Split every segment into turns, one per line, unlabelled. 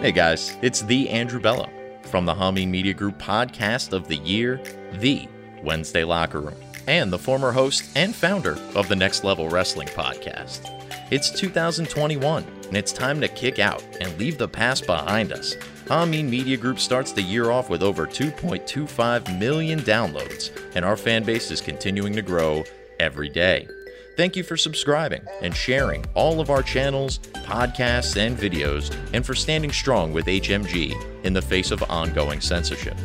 Hey guys, it's the Andrew Bello from the Humming Media Group podcast of the year, The Wednesday Locker Room, and the former host and founder of the Next Level Wrestling podcast. It's 2021, and it's time to kick out and leave the past behind us. Hameen Media Group starts the year off with over 2.25 million downloads, and our fan base is continuing to grow every day. Thank you for subscribing and sharing all of our channels, podcasts, and videos, and for standing strong with HMG in the face of ongoing censorship.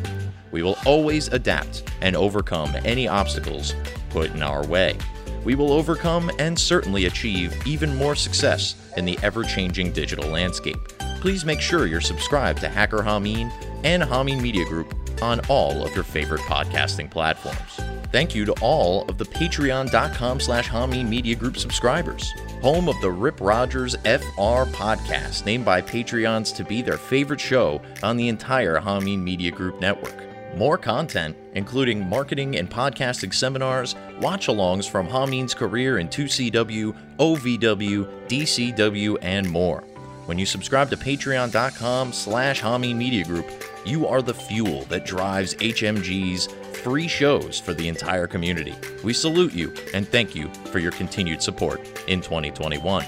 We will always adapt and overcome any obstacles put in our way. We will overcome and certainly achieve even more success in the ever changing digital landscape. Please make sure you're subscribed to Hacker Hameen and Hameen Media Group on all of your favorite podcasting platforms. Thank you to all of the patreon.com slash Hameen Media Group subscribers, home of the Rip Rogers FR podcast, named by Patreons to be their favorite show on the entire Hameen Media Group network. More content, including marketing and podcasting seminars, watch alongs from Hameen's career in 2CW, OVW, DCW, and more. When you subscribe to patreon.com slash Hameen Media Group, you are the fuel that drives HMG's free shows for the entire community. We salute you and thank you for your continued support in 2021.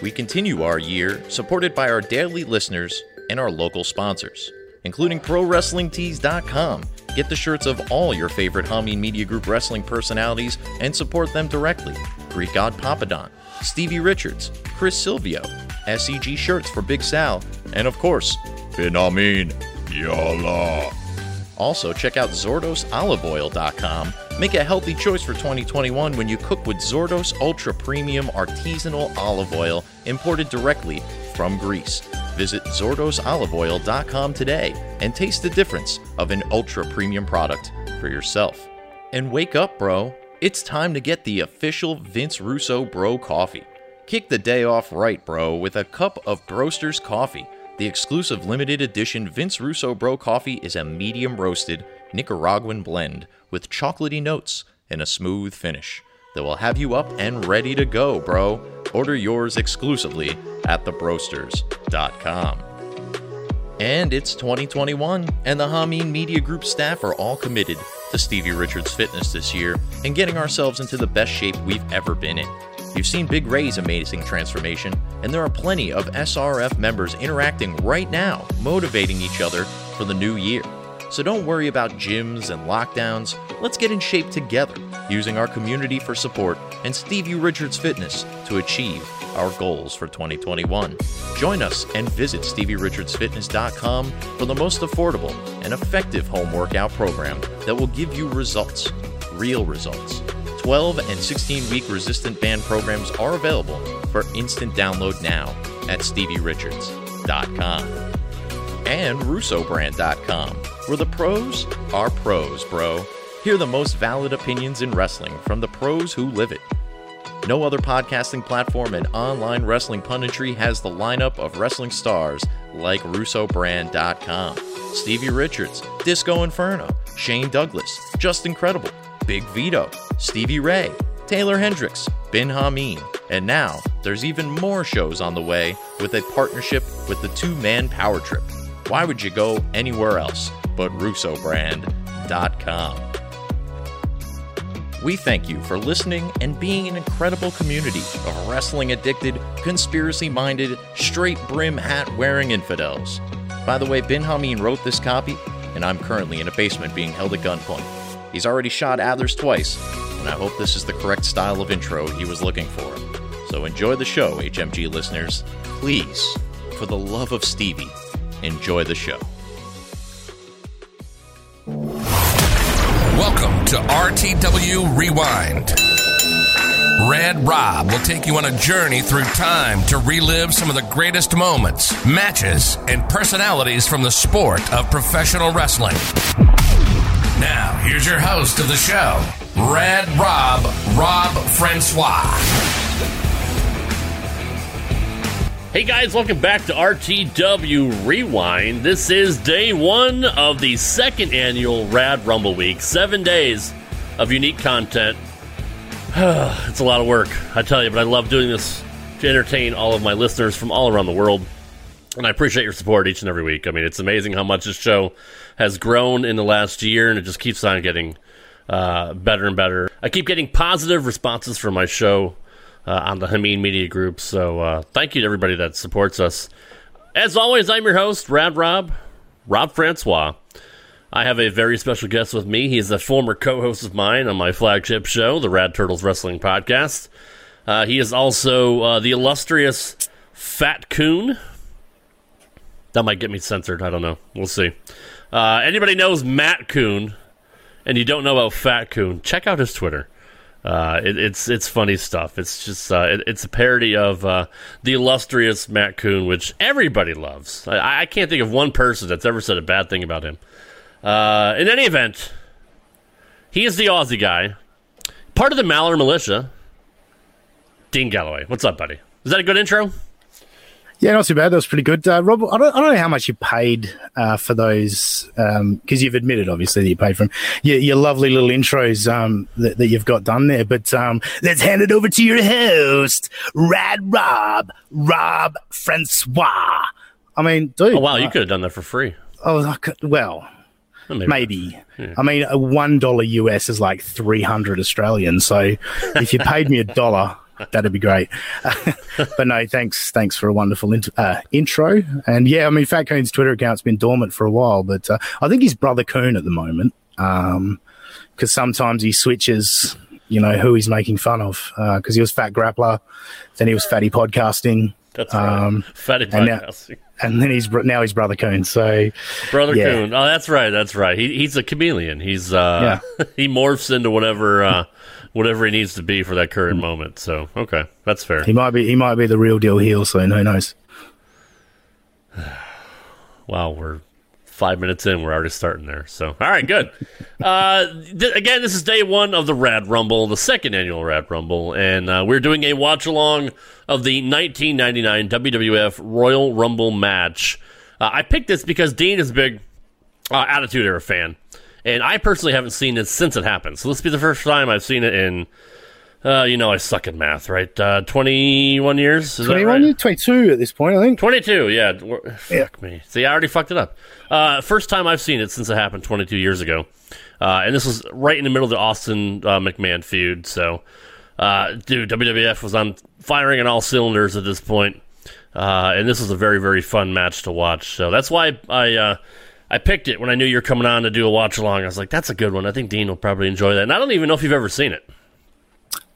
We continue our year supported by our daily listeners and our local sponsors, including ProWrestlingTees.com. Get the shirts of all your favorite Hameen Media Group wrestling personalities and support them directly. Greek God Papadon, Stevie Richards, Chris Silvio, SEG shirts for Big Sal, and of course, Phenomin Yalla. Also, check out ZordosOliveOil.com. Make a healthy choice for 2021 when you cook with Zordos Ultra Premium Artisanal Olive Oil imported directly from Greece. Visit ZordosOliveOil.com today and taste the difference of an ultra premium product for yourself. And wake up, bro. It's time to get the official Vince Russo Bro Coffee. Kick the day off right, bro, with a cup of Broster's Coffee. The exclusive limited edition Vince Russo Bro Coffee is a medium roasted Nicaraguan blend with chocolatey notes and a smooth finish that will have you up and ready to go, bro. Order yours exclusively at thebrosters.com. And it's 2021, and the Hameen Media Group staff are all committed to Stevie Richards' fitness this year and getting ourselves into the best shape we've ever been in. You've seen Big Ray's amazing transformation, and there are plenty of SRF members interacting right now, motivating each other for the new year. So don't worry about gyms and lockdowns. Let's get in shape together, using our community for support and Stevie Richards Fitness to achieve our goals for 2021. Join us and visit StevieRichardsFitness.com for the most affordable and effective home workout program that will give you results, real results. 12 and 16 week resistant band programs are available for instant download now at StevieRichards.com and RussoBrand.com, where the pros are pros, bro. Hear the most valid opinions in wrestling from the pros who live it. No other podcasting platform and online wrestling punditry has the lineup of wrestling stars like RussoBrand.com, Stevie Richards, Disco Inferno, Shane Douglas, Just Incredible, Big Vito, Stevie Ray, Taylor Hendricks, Bin Hameen, and now there's even more shows on the way with a partnership with the two man power trip. Why would you go anywhere else but RussoBrand.com? We thank you for listening and being an incredible community of wrestling addicted, conspiracy minded, straight brim hat wearing infidels. By the way, Bin Hameen wrote this copy, and I'm currently in a basement being held at gunpoint. He's already shot Athers twice, and I hope this is the correct style of intro he was looking for. So enjoy the show, HMG listeners. Please, for the love of Stevie, enjoy the show.
Welcome to RTW Rewind. Red Rob will take you on a journey through time to relive some of the greatest moments, matches, and personalities from the sport of professional wrestling. Now, here's your host of the show, Red Rob, Rob Francois.
Hey guys, welcome back to RTW Rewind. This is day one of the second annual Rad Rumble Week. Seven days of unique content. it's a lot of work, I tell you, but I love doing this to entertain all of my listeners from all around the world. And I appreciate your support each and every week. I mean, it's amazing how much this show has grown in the last year, and it just keeps on getting uh, better and better. I keep getting positive responses from my show uh, on the Hameen Media Group. So uh, thank you to everybody that supports us. As always, I'm your host, Rad Rob, Rob Francois. I have a very special guest with me. He is a former co host of mine on my flagship show, the Rad Turtles Wrestling Podcast. Uh, he is also uh, the illustrious Fat Coon. That might get me censored. I don't know. We'll see. Uh, anybody knows Matt Coon and you don't know about Fat Coon, check out his Twitter. Uh, it, it's it's funny stuff. It's just uh, it, it's a parody of uh, the illustrious Matt Coon, which everybody loves. I, I can't think of one person that's ever said a bad thing about him. Uh, in any event, he is the Aussie guy, part of the Mallor militia. Dean Galloway, what's up, buddy? Is that a good intro?
Yeah, not too bad. That was pretty good. Uh, Rob, I don't, I don't know how much you paid uh, for those because you've admitted, obviously, that you paid for them. Your, your lovely little intros um, that, that you've got done there. But um, let's hand it over to your host, Rad Rob, Rob Francois. I mean, dude.
Oh wow, you
I-
could have done that for free.
Oh, I could- well,
Well,
maybe. I mean, a one dollar US is like three hundred Australian. So if you paid me a dollar, that'd be great. but no, thanks, thanks for a wonderful int- uh, intro. And yeah, I mean, Fat Coon's Twitter account's been dormant for a while, but uh, I think he's brother Coon at the moment because sometimes he switches. You know who he's making fun of because he was Fat Grappler, then he was Fatty Podcasting,
That's right.
um,
Fatty
and now-
Podcast.
and then he's br- now he's brother Coon. So
Brother
Yeah.
Coon. Oh, that's right. That's right. He, he's a chameleon. He's uh, he morphs into whatever uh, whatever he needs to be for that current moment. So okay, that's fair.
he might be he might be the real deal heel soon. Who knows?
Wow, we're five minutes in. We're already starting there. So all right, good. uh, th- again, this is day one of the Rad Rumble, the second annual Rad Rumble, and uh, we're doing a watch along of the 1999 WWF Royal Rumble match. Uh, I picked this because Dean is a big uh, Attitude Era fan. And I personally haven't seen it since it happened. So this will be the first time I've seen it in, uh, you know, I suck at math, right? Uh, 21 years? Is that
21,
right?
you're 22 at this point, I think.
22, yeah. We're- Fuck me. See, I already fucked it up. Uh, first time I've seen it since it happened 22 years ago. Uh, and this was right in the middle of the Austin uh, McMahon feud. So, uh, dude, WWF was on firing on all cylinders at this point. Uh, and this was a very, very fun match to watch. So that's why I uh, I picked it when I knew you were coming on to do a watch along. I was like, that's a good one. I think Dean will probably enjoy that. And I don't even know if you've ever seen it.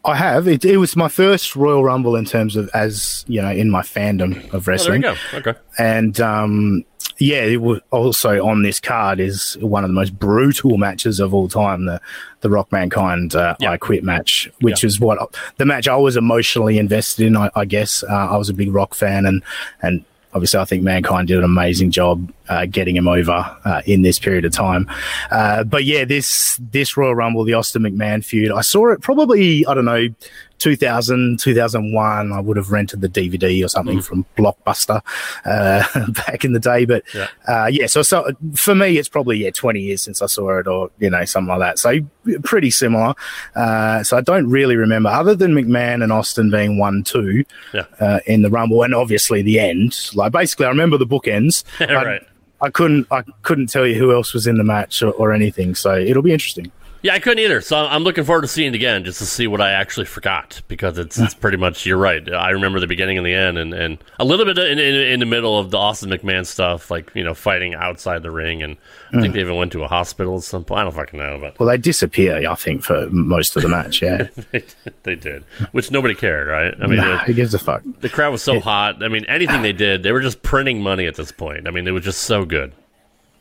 I have. It, it was my first Royal Rumble in terms of as you know in my fandom of
Oh, there you
wrestling,
go. Okay.
and um, yeah, it was also on this card is one of the most brutal matches of all time. The the Rock Mankind uh,
Yeah.
I Quit match, which is what the match I was emotionally invested in. I, I guess uh, I was a big Rock fan, and and obviously I think Mankind did an amazing job uh, getting him over uh, in this period of time. Uh, but yeah, this this Royal Rumble, the Austin McMahon feud, I saw it probably I don't know 2000 2001. I would have rented the DVD or
Mm.
something from Blockbuster uh, back in the day. But
Yeah.
yeah, uh, yeah so, so for me, it's probably yeah 20 years since I saw it or you know something like that. So pretty similar. Uh, so I don't really remember other than McMahon and Austin being one two
Yeah.
uh, in the Rumble, and obviously the end. Like basically, I remember the bookends. I-
right.
I couldn't. I couldn't tell you who else was in the match or, or anything. So it'll be interesting.
Yeah, I couldn't either. So I'm looking forward to seeing it again just to see what I actually forgot because it's, it's pretty much, you're right. I remember the beginning and the end and, and a little bit in, in, in the middle of the Austin McMahon stuff, like, you know, fighting outside the ring. And I think they even went to a hospital at some point. I don't fucking know, but
Well, they disappear. I think for most of the match. Yeah.
they, did, which nobody cared, right? I mean, the-
nah, who gives a fuck?
the crowd was so hot. I mean, anything they did, they were just printing money at this point. I mean, it was just so good.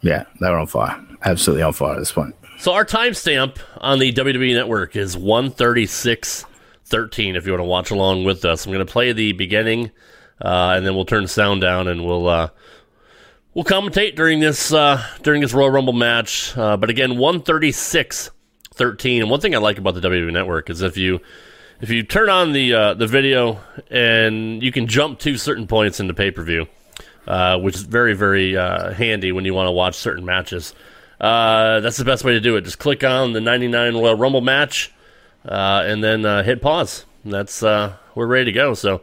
Yeah, they were on fire. Absolutely on fire at this point.
So our timestamp on the WWE Network is 136.13 if you want to watch along with us. I'm going to play the beginning, uh, and then we'll turn the sound down, and we'll uh, we'll commentate during this uh, during this Royal Rumble match. Uh, but again, 136.13. And one thing I like about the WWE Network is if you if you turn on the uh, the video and you can jump to certain points in the pay per view, uh, which is very very uh, handy when you want to watch certain matches. Uh, that's the best way to do it. Just click on the 99 Royal Rumble match uh, and then uh, hit pause. And That's uh, we're ready to go. So,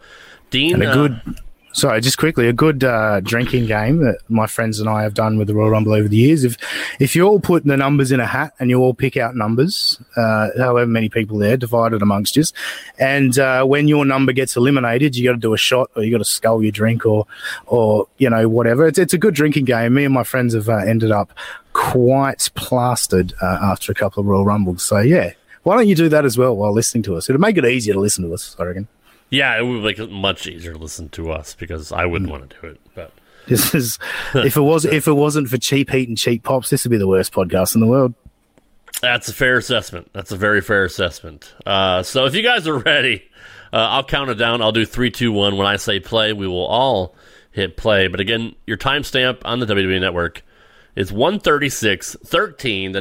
Dean,
And a
uh,
good So, just quickly, a good uh, drinking game that my friends and I have done with the Royal Rumble over the years. If if you all put the numbers in a hat and you all pick out numbers, uh, however many people there, divided amongst you, and uh, when your number gets eliminated, you got to do a shot or you got to scull your drink or or you know whatever. It's it's a good drinking game. Me and my friends have uh, ended up quite plastered uh, after a couple of Royal Rumbles. So yeah, why don't you do that as well while listening to us? It'll make it easier to listen to us, I reckon.
Yeah, it would make it much easier to listen to us because I wouldn't want to do it. But
This is if it was if it wasn't for cheap heat and cheap pops, this would be the worst podcast in the world.
that's a fair assessment. That's a very fair assessment. Uh, so if you guys are ready, uh, I'll count it down. I'll do three, two, one. When I say play, we will all hit play. But again, your timestamp on the WWE Network is 136 13, the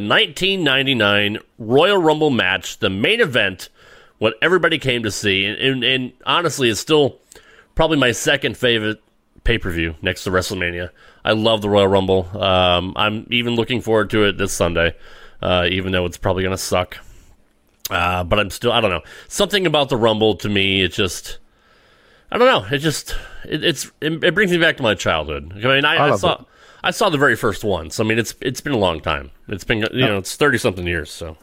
1999 Royal Rumble match, the main event, what everybody came to see. And, and, and honestly, it's still probably my second favorite pay per view next to WrestleMania. I love the Royal Rumble. Um, I'm even looking forward to it this Sunday, uh, even though it's probably going to suck. Uh, but I'm still, I don't know. Something about the Rumble to me, it just, I don't know. It just, it, it's, it, it brings me back to my childhood. I mean, I,
I
I,
love
saw,
it.
I saw the very first one. So I mean, it's it's been a long time. It's been, you know, it's thirty something years. So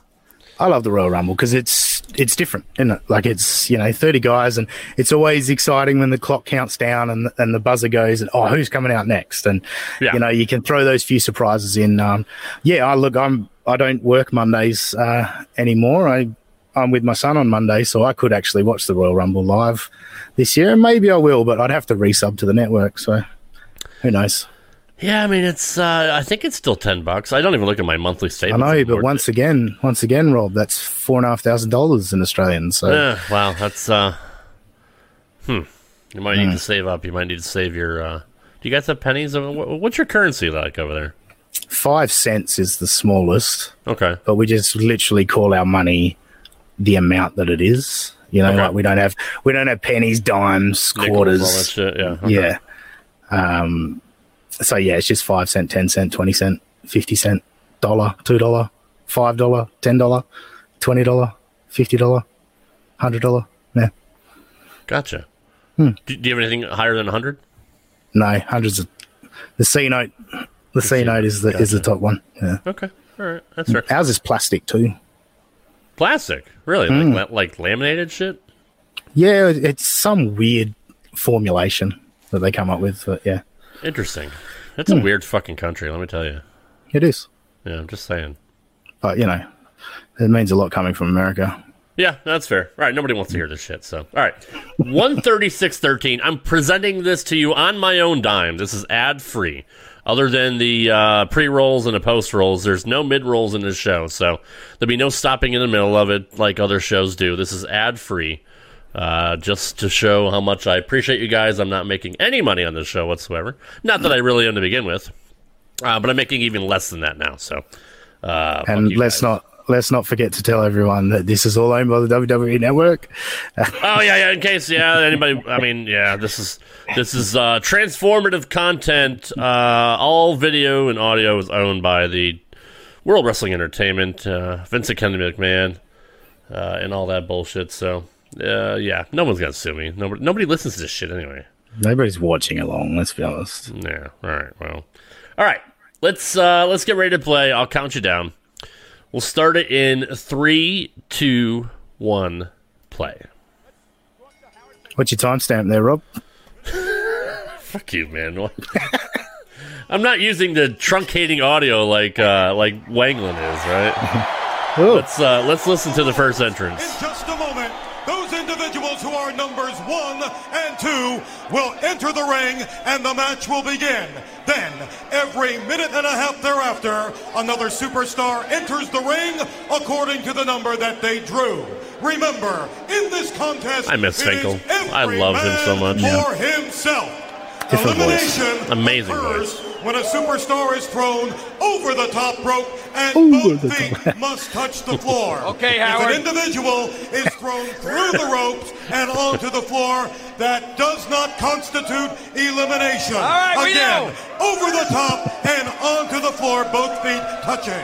I love the Royal Rumble because it's it's different, isn't it? Like it's you know thirty guys, and it's always exciting when the clock counts down and and the buzzer goes, and oh, who's coming out next? And
Yeah.
you know you can throw those few surprises in. Um, yeah, I look, I'm I don't work Mondays uh, anymore. I I'm with my son on Monday, so I could actually watch the Royal Rumble live this year, and maybe I will, but I'd have to resub to the network, so who knows?
yeah, I mean, it's, uh, I think it's still ten bucks. I don't even look at my monthly
I
statement.
know, but once again, once again, Rob, that's four and a half thousand dollars in Australian. So.
Yeah, wow, that's uh hmm. You might need to save up. You might need to save your uh do you guys have pennies? Uh, wh- What's your currency like over there?
five cents is the smallest,
Okay.
but we just literally call our money the amount that it is. You know,
Okay.
like we don't have we don't have pennies, dimes,
Nickels,
quarters.
all that shit, yeah. okay.
Yeah. Um. So yeah, it's just five cent, ten cent, twenty cent, fifty cent, dollar, two dollar, five dollar, ten dollar, twenty dollar, fifty dollar, hundred dollar. Yeah. Hmm.
Gotcha. Do, do you have anything higher than 100?
No, hundreds of the C note. The C note is the is the top one. Yeah.
Okay. All right. That's fair.
Ours is plastic too.
Plastic. Really?
Hmm.
Like, la- like laminated shit?
Yeah, it's some weird formulation that they come up with. But yeah,
Interesting. That's a
Hmm.
weird fucking country, let me tell you.
it is.
Yeah, I'm just saying.
But you know, it means a lot coming from America.
Yeah, that's fair. All right, nobody wants to hear this shit. So, all right, one thirty six thirteen. I'm presenting this to you on my own dime. This is ad free. Other than the uh, pre rolls and the post rolls, there's no mid rolls in this show, so there'll be no stopping in the middle of it like other shows do. This is ad free, uh, just to show how much I appreciate you guys. I'm not making any money on this show whatsoever. Not that I really am to begin with, uh, but I'm making even less than that now. So, uh, fuck
And
you
let's
guys.
not let's not forget to tell everyone that this is all owned by the WWE Network.
Oh yeah, yeah. In case yeah, anybody. I mean, yeah. This is this is uh, transformative content. Uh, all video and audio is owned by the World Wrestling Entertainment, uh, Vincent Kennedy McMahon, uh, and all that bullshit. So uh, yeah, no one's gonna sue me. Nobody nobody listens to this shit anyway.
Nobody's watching along. Let's be honest.
Yeah. All right. Well. All right. Let's uh, let's get ready to play. I'll count you down. We'll start it in three, two, one. Play.
What's your timestamp there, Rob?
Fuck you, man. What- I'm not using the truncating audio like uh, like Wanglin is, right?
Oh,
Let's uh, let's listen to the first entrance.
In just a moment, those individuals who are numbers one and two will enter the ring and the match will begin. Then, every minute and a half thereafter, another superstar enters the ring according to the number that they drew. Remember, in this contest,
I miss
it is
Finkel. I
every
love him so
man
much. Yeah.
For himself.
Different voice.
Elimination
Amazing
occurs When a superstar is thrown over the top rope and both feet must touch the floor.
Okay,
If
Howard.
an individual is thrown through the ropes and onto the floor, that does not constitute elimination.
All right, we
Again,
know.
over the top and onto the floor, both feet touching.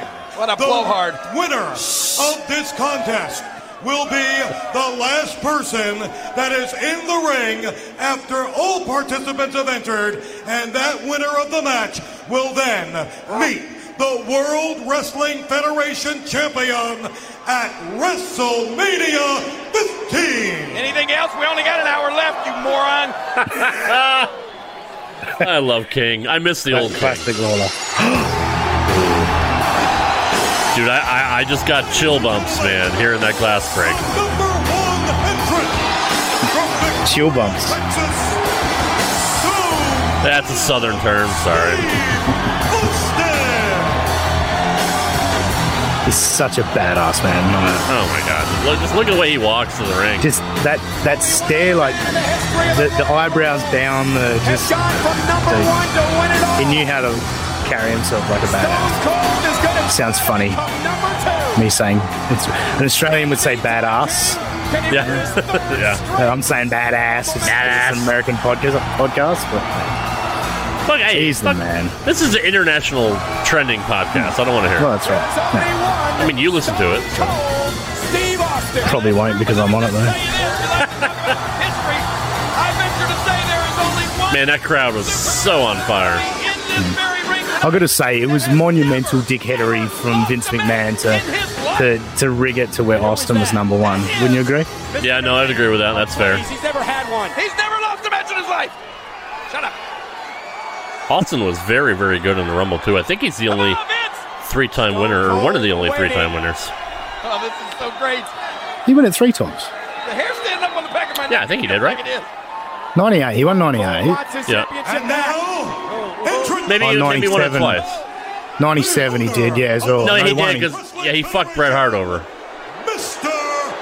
What a
the
blowhard.
Winner of this contest will be the last person that is in the ring after all participants have entered, and that winner of the match will then meet the World Wrestling Federation champion at WrestleMania 15.
Anything else? We only got an hour left, you moron.
I love King. I miss the old King.
Plastic roller.
Dude, I, I, I just got chill bumps, man, hearing that glass break.
Number one entrant from Vic,
Chill bumps.
Texas, Sue
That's a southern term, sorry.
Austin.
He's such a badass man.
Oh my god. Look, just look at the way he walks to the ring.
Just that that stare, like the, the eyebrows down, the just
Gone from number
Dude.
one to win it all.
he knew how to carry himself like a badass.
Stone Cold is gonna
Sounds funny.
become number two.
Me saying it's, an Australian would say badass.
Can he
Yeah.
win his third
Yeah.
straight?
but I'm saying badass. It's, it's
Badass.
an American podcast. Podcast. But
Fuck, hey,
he's the
fuck-
man.
This is an international trending podcast. I don't want to hear
Well,
it.
that's right.
There's only one.
I mean, you listen to it.
Stone Cold Steve Austin.
Probably won't because I'm on it, though.
History. I venture to say there is only one
Man, that crowd was so on fire.
in this
Hmm.
very ring
I've got to say, it was monumental dickheadery from Vince McMahon to, to, to rig it to where Austin was number one. Wouldn't you agree?
Yeah, no, I'd agree with that. That's fair.
He's never had one. He's never lost a match in his life. Shut up.
Austin was very, very good in the Rumble, too. I think he's the only
Oh, Vince.
three time winner, or one of the only three time winners.
Oh, this is so great.
He won it three times.
The hair standing up on the back of my neck.
Yeah, I think he did, right?
It is.
98. He won 98.
Watch his
Yeah.
championship
And
match.
now, entrant
Maybe,
Oh,
he maybe won it
97.
twice.
97 he did, yeah, as well.
No, he
won.
did, because, yeah, he fucked Bret Hart over.
Mr.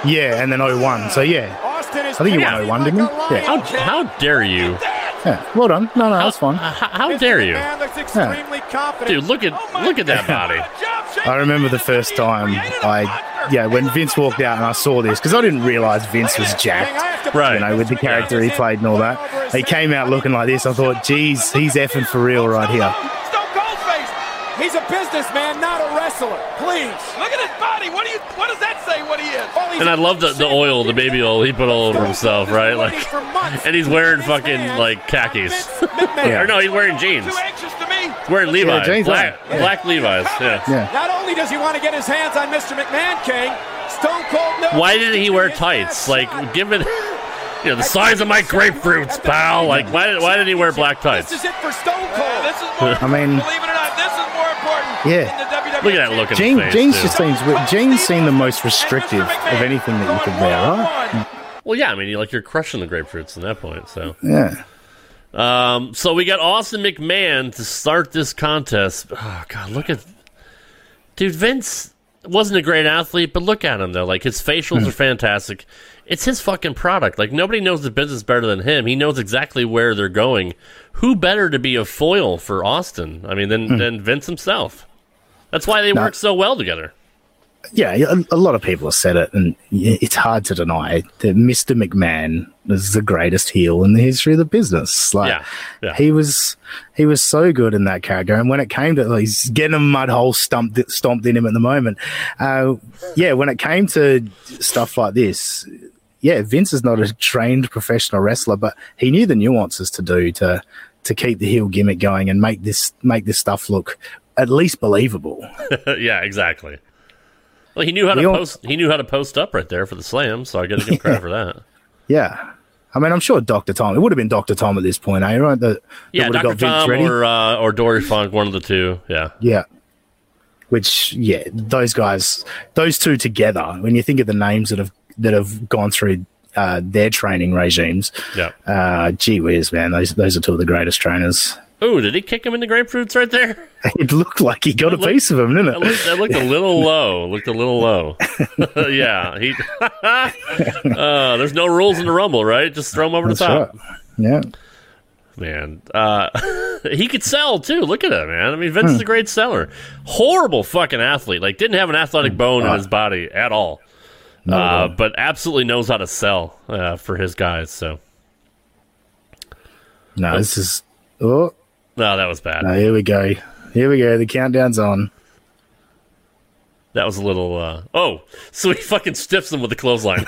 Yeah, and then 01. So, yeah.
Austin is
I think he
Yeah.
won 01, didn't he? Yeah.
How, how dare you?
yeah. Well done. No, no, that's fine.
How, how dare you?
Man looks extremely confident.
Dude, look at
Oh my
look at that body.
I remember the first time I, yeah, when Vince walked out and I saw this, because I didn't realize Vince was jacked.
Right.
you know, with the character he played and all that. He came out looking like this. I thought, geez, he's effing for real right here.
Stone Cold face. He's a businessman, not a wrestler. Please. Look at his body. What do you? What does that say? What he is?
And I love the, the oil, the baby oil he put all over himself, right? Like, and he's wearing fucking like khakis.
yeah.
Or no, he's wearing jeans.
Too anxious to me.
He's wearing Levi's,
jeans,
black
yeah.
black Levi's. Yeah.
Yeah.
Not only does he want to get his hands on Mr. McMahon King, Stone Cold knows.
Why did he wear
His
tights?
last
Like,
shot.
give it. You know, the size of my grapefruits, pal. Like, why did why did he wear black tights?
This is it for Stone Cold. This is more.
I mean-
believe it or not, this is more important.
Yeah.
than the E WWE
Look at that look in
Jean,
his face.
jeans
dude.
just seems weird. Jeans seem the most restrictive of anything that you could wear, right?
Well, yeah. I mean, you- like you're crushing the grapefruits at that point. So,
Yeah.
um, so we got Austin McMahon to start this contest. Oh God, look at, dude. Vince wasn't a great athlete, but look at him though. Like his facials are fantastic. It's his fucking product. Like nobody knows the business better than him. He knows exactly where they're going. Who better to be a foil for Austin? I mean, than than Vince himself. That's why they work so well together.
Yeah, a, a lot of people have said it, and it's hard to deny that Mr. McMahon is the greatest heel in the history of the business. Like,
Yeah, yeah.
he was he was so good in that character, and when it came to he's getting a mud hole stumped stomped in him at the moment. Uh, yeah, when it came to stuff like this, yeah, Vince is not a trained professional wrestler, but he knew the nuances to do to to keep the heel gimmick going and make this make this stuff look at least believable.
yeah, exactly. Well, he knew how to
We all-
post. He knew how to post up right there for the slam. So I got to give him credit for that.
Yeah. I mean, I'm sure Dr. Tom, it would have been Dr. Tom at this point, eh? Right? That, that
Yeah,
would have
Dr.
got Vince
Tom
ready.
or uh, or Dory Funk, one of the two. Yeah,
Yeah. Which, yeah, those guys, those two together, when you think of the names that have, that have gone through uh, their training regimes,
yeah.
uh, gee whiz, man, those, those are two of the greatest trainers.
Oh, did he kick him in the grapefruits right there?
It looked like he got a piece of them,
That
didn't it?
looked, that looked a little low. Looked a little low. yeah, he. uh, there's no rules in the rumble, right? Just throw him over
That's
the top,
right. Yeah.
man. Uh, he could sell too. Look at that, man. I mean, Vince is
Hmm.
a great seller. Horrible fucking athlete. Like, didn't have an
Hmm.
athletic bone
Uh,
in his body at all. uh, but absolutely knows how to sell uh, for his guys. So
No, this is, oh,
no, that was bad.
no, here we go. Here we go. The countdown's on.
That was a little. Uh, oh, so he fucking stiffs him with the clothesline.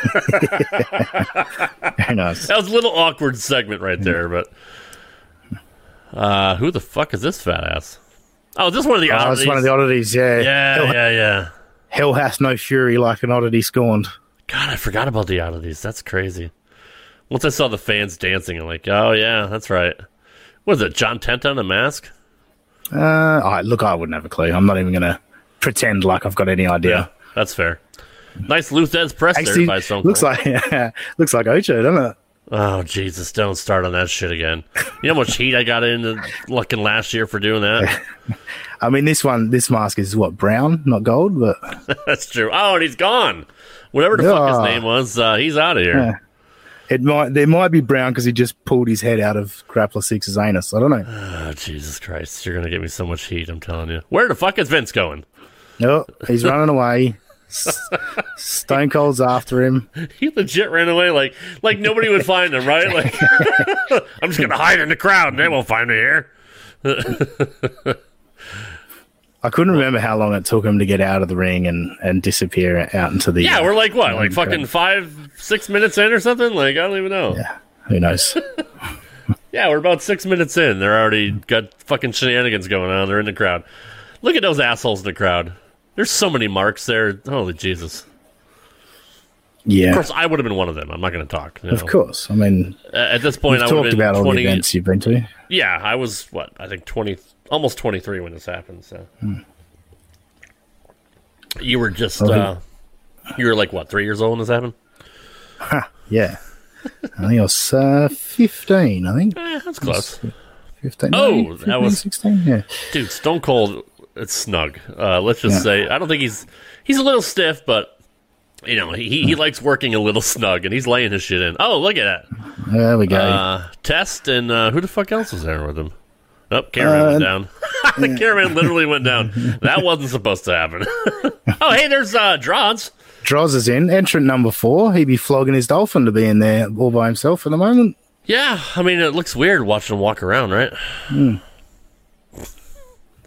Very nice.
That was a little awkward segment right there, but uh, who the fuck is this fat ass? Oh, is this one of the
Oh,
oddities?
it's one of the oddities. Yeah.
yeah,
Hell,
yeah, yeah.
hell hath no fury like an oddity scorned.
God, I forgot about the oddities. That's crazy. Once I saw the fans dancing, I'm like, oh yeah, that's right. What is it, John Tenta in a mask?
Uh, I, look, I wouldn't have a clue. I'm not even going to pretend like I've got any idea.
that's fair. Nice Luthez press
Actually,
there by Stone Cold.
looks like looks like Ocho, doesn't it?
oh Jesus, don't start on that shit again. You know how much heat I got into looking last year for doing that.
I mean, this one, this mask is what brown, not gold, but
That's true. Oh, and he's gone. Whatever the fuck his
Yeah.
name was, uh, he's out of here.
Yeah. it might there might be brown because he just pulled his head out of Grappler Six's anus. I don't know.
Oh, Jesus Christ. You're going to get me so much heat, I'm telling you. Where the fuck is Vince going?
No, Oh, he's running away. S- Stone Cold's after him.
He legit ran away like like nobody would find him, right? Like I'm just going to hide in the crowd and they won't find me here.
I couldn't remember how long it took him to get out of the ring and, and disappear out into the.
Yeah, we're like what? Like
Okay.
fucking 5 6 minutes in or something? Like I don't even know. Yeah,
who knows?
we're about 6 minutes in. They're already got fucking shenanigans going on. They're in the crowd. Look at those assholes in the crowd. There's so many marks there. Holy Jesus. Of
Yeah,
course, I would have been one of them. I'm not going to talk. you
of
know.
course. I mean,
Uh, At this point,
we've
I would
talked
have been
about all the
20,
events you've been to.
Yeah, I was what I think twenty, almost twenty three when this happened. So
Hmm.
you were just uh, you were like what three years old when this happened?
Yeah, I think I was uh, fifteen. I think
Eh, that's close,
fifteen.
Oh,
maybe?
that
15,
was-
sixteen. Yeah,
dude. Stone Cold, it's snug. Uh, let's just
Yeah.
say I don't think he's he's a little stiff, but you know he
Hmm.
he likes working a little snug, and he's laying his shit in. Oh, look at that
there we go.
uh, test and uh, who the fuck else was there with him? Oh, cameraman went down. the cameraman literally went down. That wasn't supposed to happen. oh, hey, there's uh, Droz.
Droz is in entrant number four. He'd be flogging his dolphin to be in there all by himself at the moment.
Yeah, I mean, it looks weird watching him walk around, right?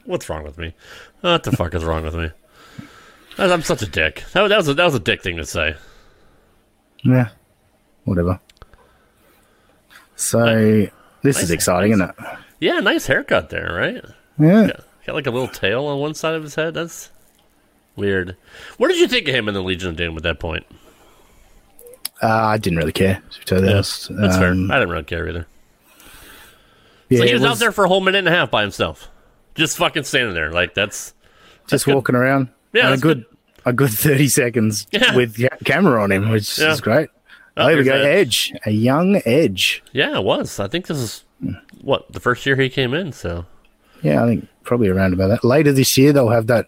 What's wrong with me? What the fuck is wrong with me? I- I'm such a dick. That, that was a, that was a dick thing to say.
Yeah, whatever. So this is exciting, isn't it?
Yeah, nice haircut there, right?
Yeah.
Got like a little tail on one side of his head. That's weird. What did you think of him in the Legion of Doom at that point?
Uh, I didn't really care. To be totally honest.
That's fair. I
Um,
didn't really care either.
yeah,
So he
it
was, out
was
there for a whole minute and a half by himself, just fucking standing there. Like that's
just walking around.
Yeah,
and a
that's
good, a good thirty seconds
Yeah.
with ca- camera on him, which
Yeah.
is great.
Oh,
there we go,
there's that.
Edge, a young Edge.
yeah, it was. I think this is what the first year he came in. So
Yeah, I think probably around about that. Later this year, they'll have that.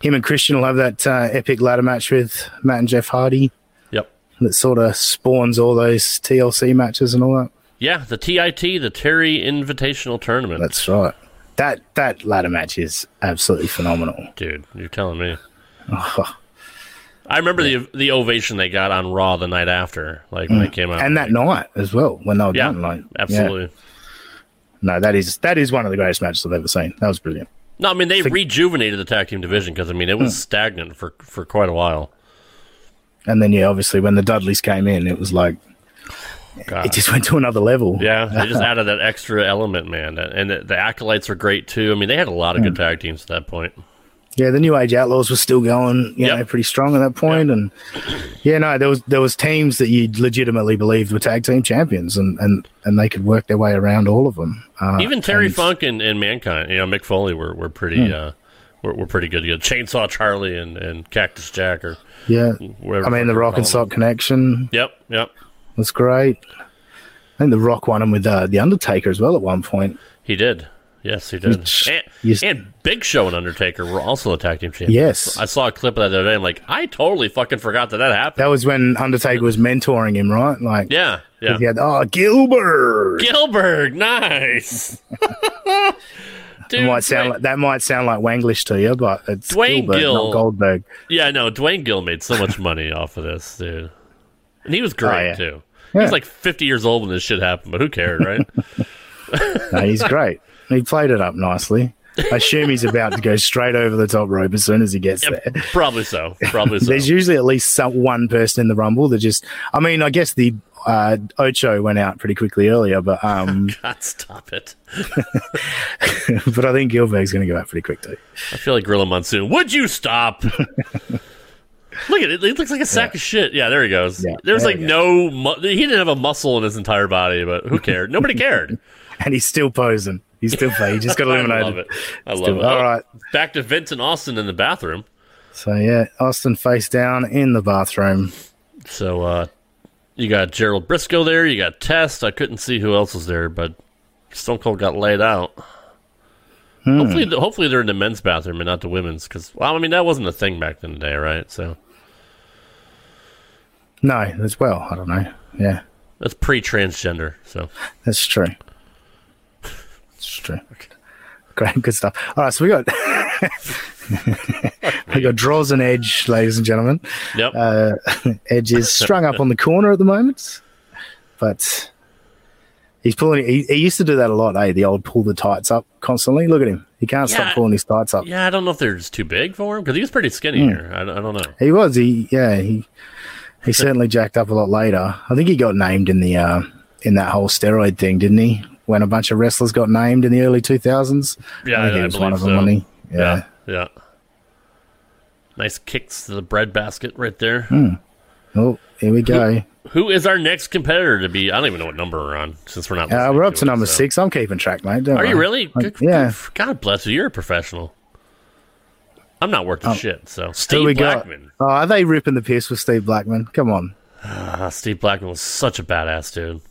Him and Christian will have that uh, epic ladder match with Matt and Jeff Hardy.
yep.
that sort of spawns all those TLC matches and all that.
Yeah, the TIT, the Terry Invitational Tournament.
That's right. That that ladder match is absolutely phenomenal.
Dude, you're telling me. I remember the the ovation they got on Raw the night after, like when they came out.
Mm. And that night as well, when they were
yeah,
done, like yeah.
absolutely.
No, that is that is one of the greatest matches I've ever seen. That was brilliant.
No, I mean they rejuvenated the tag team division because I mean it was
Mm.
stagnant for for quite a while.
And then yeah, obviously when the Dudleys came in, it was like it just went to another level.
Yeah, they just added that extra element, man, and the, the acolytes were great too. I mean, they had a lot of good
Hmm.
tag teams at that point.
Yeah, the New Age Outlaws were still going, you
Yep.
know, pretty strong at that point, and yeah, no, there was there was teams that you legitimately believed were tag team champions, and and and they could work their way around all of them. Uh,
Even Terry
and-
Funk and, and Mankind, you know, Mick Foley were, were pretty
Hmm.
uh, were, were pretty good. You know, Chainsaw Charlie and, and Cactus Jack or
Yeah,
whatever.
I mean the
fuck
Rock
they're
and
calling
Sock connection
them. Yep, yep.
was great. I think the Rock won him with uh, the Undertaker as well at one point.
He did. Yes, he did.
Which
And,
is-
and Big Show and Undertaker were also the tag team champions.
Yes.
I saw a clip of that the other day. I'm like, I totally fucking forgot that that happened.
That was when Undertaker was mentoring him, right? Like,
yeah, yeah.
he had oh Gilbert.
Gilbert, nice. Dude,
That might sound
Dwayne-
like that might sound like Wanglish to you, but it's
Dwayne
Gilbert,
Gill.
not Goldberg.
Yeah, no, Dwayne Gill made so much money off of this, dude. And he was great,
Oh, yeah.
too. He
Yeah.
was like 50 years old when this shit happened, but who cared, right?
No, he's great. He played it up nicely. I assume he's about to go straight over the top rope as soon as he gets
Yeah,
there.
probably so. Probably so.
There's usually at least some, one person in the rumble that just. I mean, I guess the uh, Ocho went out pretty quickly earlier, but um,
God, stop it.
but I think Gilbert's going to go out pretty quick too.
I feel like Gorilla Monsoon. Would you stop? Look at it. It looks like a sack of shit. Yeah, there he goes.
Yeah,
there was
there
like
we
no. Mu- he didn't have a muscle in his entire body, but who cared? Nobody cared.
And he's still posing. He's still he just got
I
eliminated.
love it. I love
Still-
it. Oh,
all right.
Back to Vincent Austin in the bathroom.
So yeah, Austin face down in the bathroom.
So uh, you got Gerald Briscoe there. You got Test. I couldn't see who else was there, but Stone Cold got laid out.
Hmm.
Hopefully, hopefully they're in the men's bathroom and not the women's, because well, I mean that wasn't a thing back in the day, right? So
No, as well. I don't know. Yeah,
that's pre-transgender. So
that's true. That's true. Great, good stuff. All right, so we got we got draws and edge, ladies and gentlemen.
yep.
Uh, edge is strung up on the corner at the moment, but he's pulling. He, he used to do that a lot. Eh? The old pull the tights up constantly. Look at him. He can't
Yeah.
stop pulling his tights up.
Yeah, I don't know if they're just too big for him because he was pretty skinny
Hmm.
here. I, I don't know.
He was. He yeah. He he certainly jacked up a lot later. I think he got named in the uh, in that whole steroid thing, didn't he? When a bunch of wrestlers got named in the early two thousands.
Yeah, I,
think he
I
was one
believe
of
so.
them, wasn't he?
yeah,
Yeah.
yeah. Nice kicks to the bread basket right there.
Oh, here we go.
Who is our next competitor to be? I don't even know what number we're on since we're not.
Uh,
listening
we're up to
it,
number
so.
six. I'm keeping track, mate. don't
Are you
worry.
really?
I-
Good,
yeah.
good- God bless you. You're a professional. I'm not worth a shit. So
Who
Steve
Um, we
Blackman.
got? Oh, are they ripping the piss with Steve Blackman? Come on.
Ah, Steve Blackman was such a badass dude.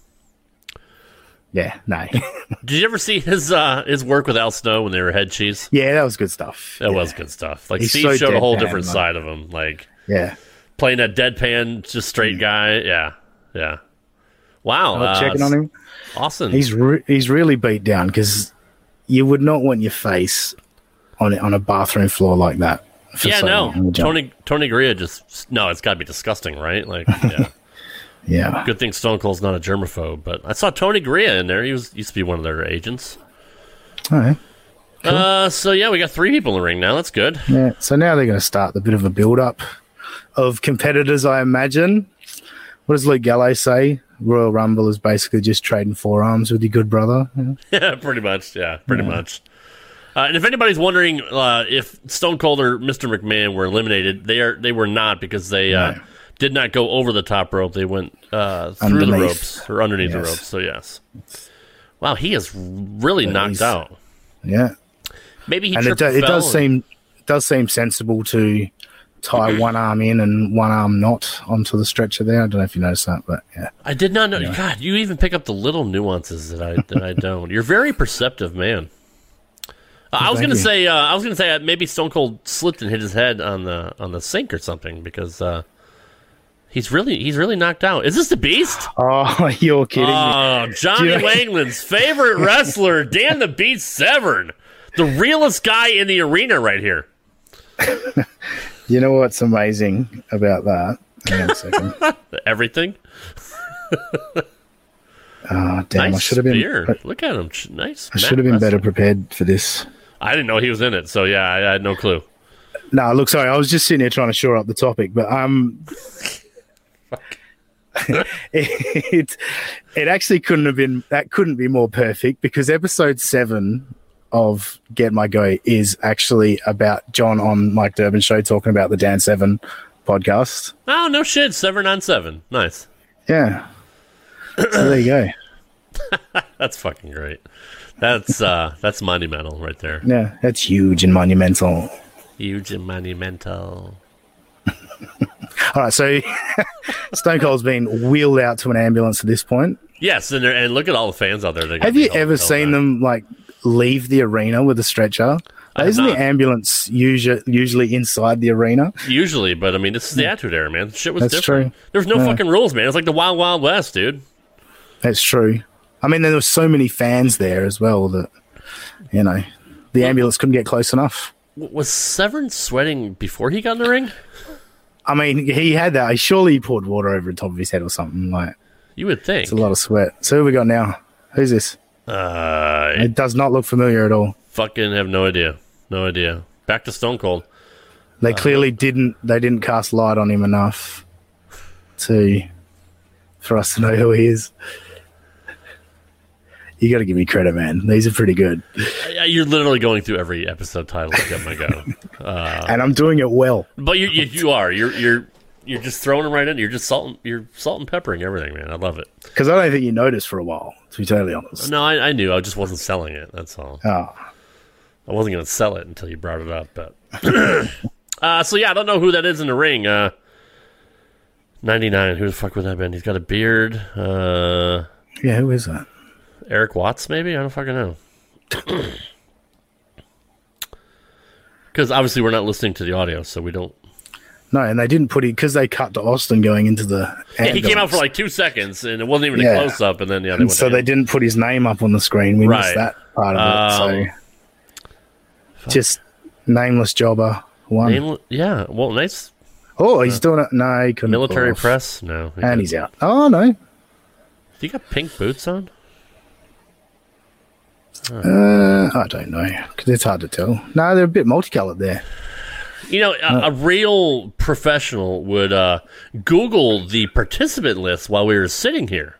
Yeah, no.
Did you ever see his uh, his work with Al Snow when they were head chiefs?
yeah, that was good stuff.
That was good stuff. Like
He's
Steve
so
showed a whole
deadpan,
different
like-
side of him. Like
Yeah.
playing that deadpan, just straight guy. Yeah, yeah. Wow.
Not
uh,
checking on him.
Austin.
He's re- he's really beat down because you would not want your face on it on a bathroom floor like that. for
yeah,
so long on
no.
the jump.
Tony Tony Gurria just no. It's got to be disgusting, right? Like, yeah.
Yeah,
good thing Stone Cold's not a germaphobe. But I saw Tony Gurria in there. He was used to be one of their agents.
all right.
Uh, so yeah, we got three people in the ring now. That's good.
Yeah. So now they're going to start the bit of a build up of competitors, I imagine. What does Luke Gallows say? Royal Rumble is basically just trading forearms with your good brother.
Yeah, pretty much. Yeah, pretty much. Uh, and if anybody's wondering uh, if Stone Cold or Mr. McMahon were eliminated, they are they were not because they uh, did not go over the top rope. They went uh, through the
Underneath.
ropes or underneath the
Yes.
ropes. So yes. Wow, he is really knocked
he's-
out.
Yeah.
Maybe he
and it,
tripped
do,
and
it
fell
does
and-
seem does seem sensible to tie one arm in and one arm not onto the stretcher there. I don't know if you noticed that, but yeah,
I did not know. God, you even pick up the little nuances that I that I don't. You're a very perceptive, man. Uh, I was
thank
gonna
you.
say, uh, I was gonna say uh, maybe Stone Cold slipped and hit his head on the on the sink or something because uh, he's really he's really knocked out. Is this the Beast?
oh, you're kidding me.
Oh, Johnny
Dude.
Langland's favorite wrestler, Dan the Beast Severn, the realest guy in the arena right here.
You know what's amazing about that? Hang on a second.
Everything.
Oh, damn, I
nice
should have been.
spear. Look at him. Ch- Nice.
I should have been better prepared for this.
I didn't know he was in it, so yeah, I, I had no clue.
No, look, sorry, I was just sitting here trying to shore up the topic, but um, it, it actually couldn't have been that couldn't be more perfect because episode seven of Get My Go is actually about John on Mike Durbin show talking about the Dan Seven podcast.
Oh no shit, seven on seven. Nice.
Yeah, so there you go.
That's fucking great. That's uh that's monumental right there.
Yeah, that's huge and monumental.
Huge and monumental.
All right, so Stone Cold's been wheeled out to an ambulance at this point.
Yes, and there, and look at all the fans out there. They're gonna
Have
be
you
held-
ever
held
seen
back.
them like leave the arena with a stretcher?
have
Isn't
not.
the ambulance usually usually inside the arena?
Usually, but I mean, this is the attitude era, man. Shit was
Hmm. That's
different.
true.
There was no
Yeah.
fucking rules, man. It's like the wild, wild west, dude.
That's true. I mean, there were so many fans there as well that you know the ambulance couldn't get close enough.
W- was Severn sweating before he got in the ring?
I mean, he had that. Surely he poured water over the top of his head or something. Like
You would think.
it's a lot of sweat. So who we got now? Who's this?
Uh,
It does not look familiar at all.
Fucking have no idea. No idea. Back to Stone Cold.
They
Uh,
clearly didn't. They didn't cast light on him enough to for us to know who he is. You got to give me credit, man. These are pretty good,
Yeah, You're literally going through every episode title. Oh my god. Uh,
and I'm doing it well.
But you, you, you are. You're you're you're just throwing them right in. You're just salt and you're salt and peppering everything, man. I love it.
Because I don't think you noticed for a while, to be totally honest.
No, I, I knew. I just wasn't selling it. That's all.
Oh,
I wasn't going to sell it until you brought it up. But uh, so yeah, I don't know who that is in the ring. Uh, Ninety nine. Who the fuck would that have been? He's got a beard. Uh,
yeah, who is that?
Eric Watts, maybe. I don't fucking know. Because obviously we're not listening to the audio, so we don't.
No, and they didn't put it because they cut to Austin going into the.
Yeah, he came out
ambulance.
for like two seconds, and it wasn't even a
Yeah.
close up, and then yeah, they
And
went
so
to
they didn't put his name up on the screen. We
Right.
missed that part of it.
Um,
So just nameless jobber one.
Name- yeah, well, nice
oh, he's doing it. No, he couldn't. pull
military
off.
press. No, he
And
didn't.
he's out. Oh no,
Do you got pink boots on?
uh, I don't know because it's hard to tell. No, they're a bit multicolored there.
You know,
Uh,
a, a real professional would uh, Google the participant list while we were sitting here.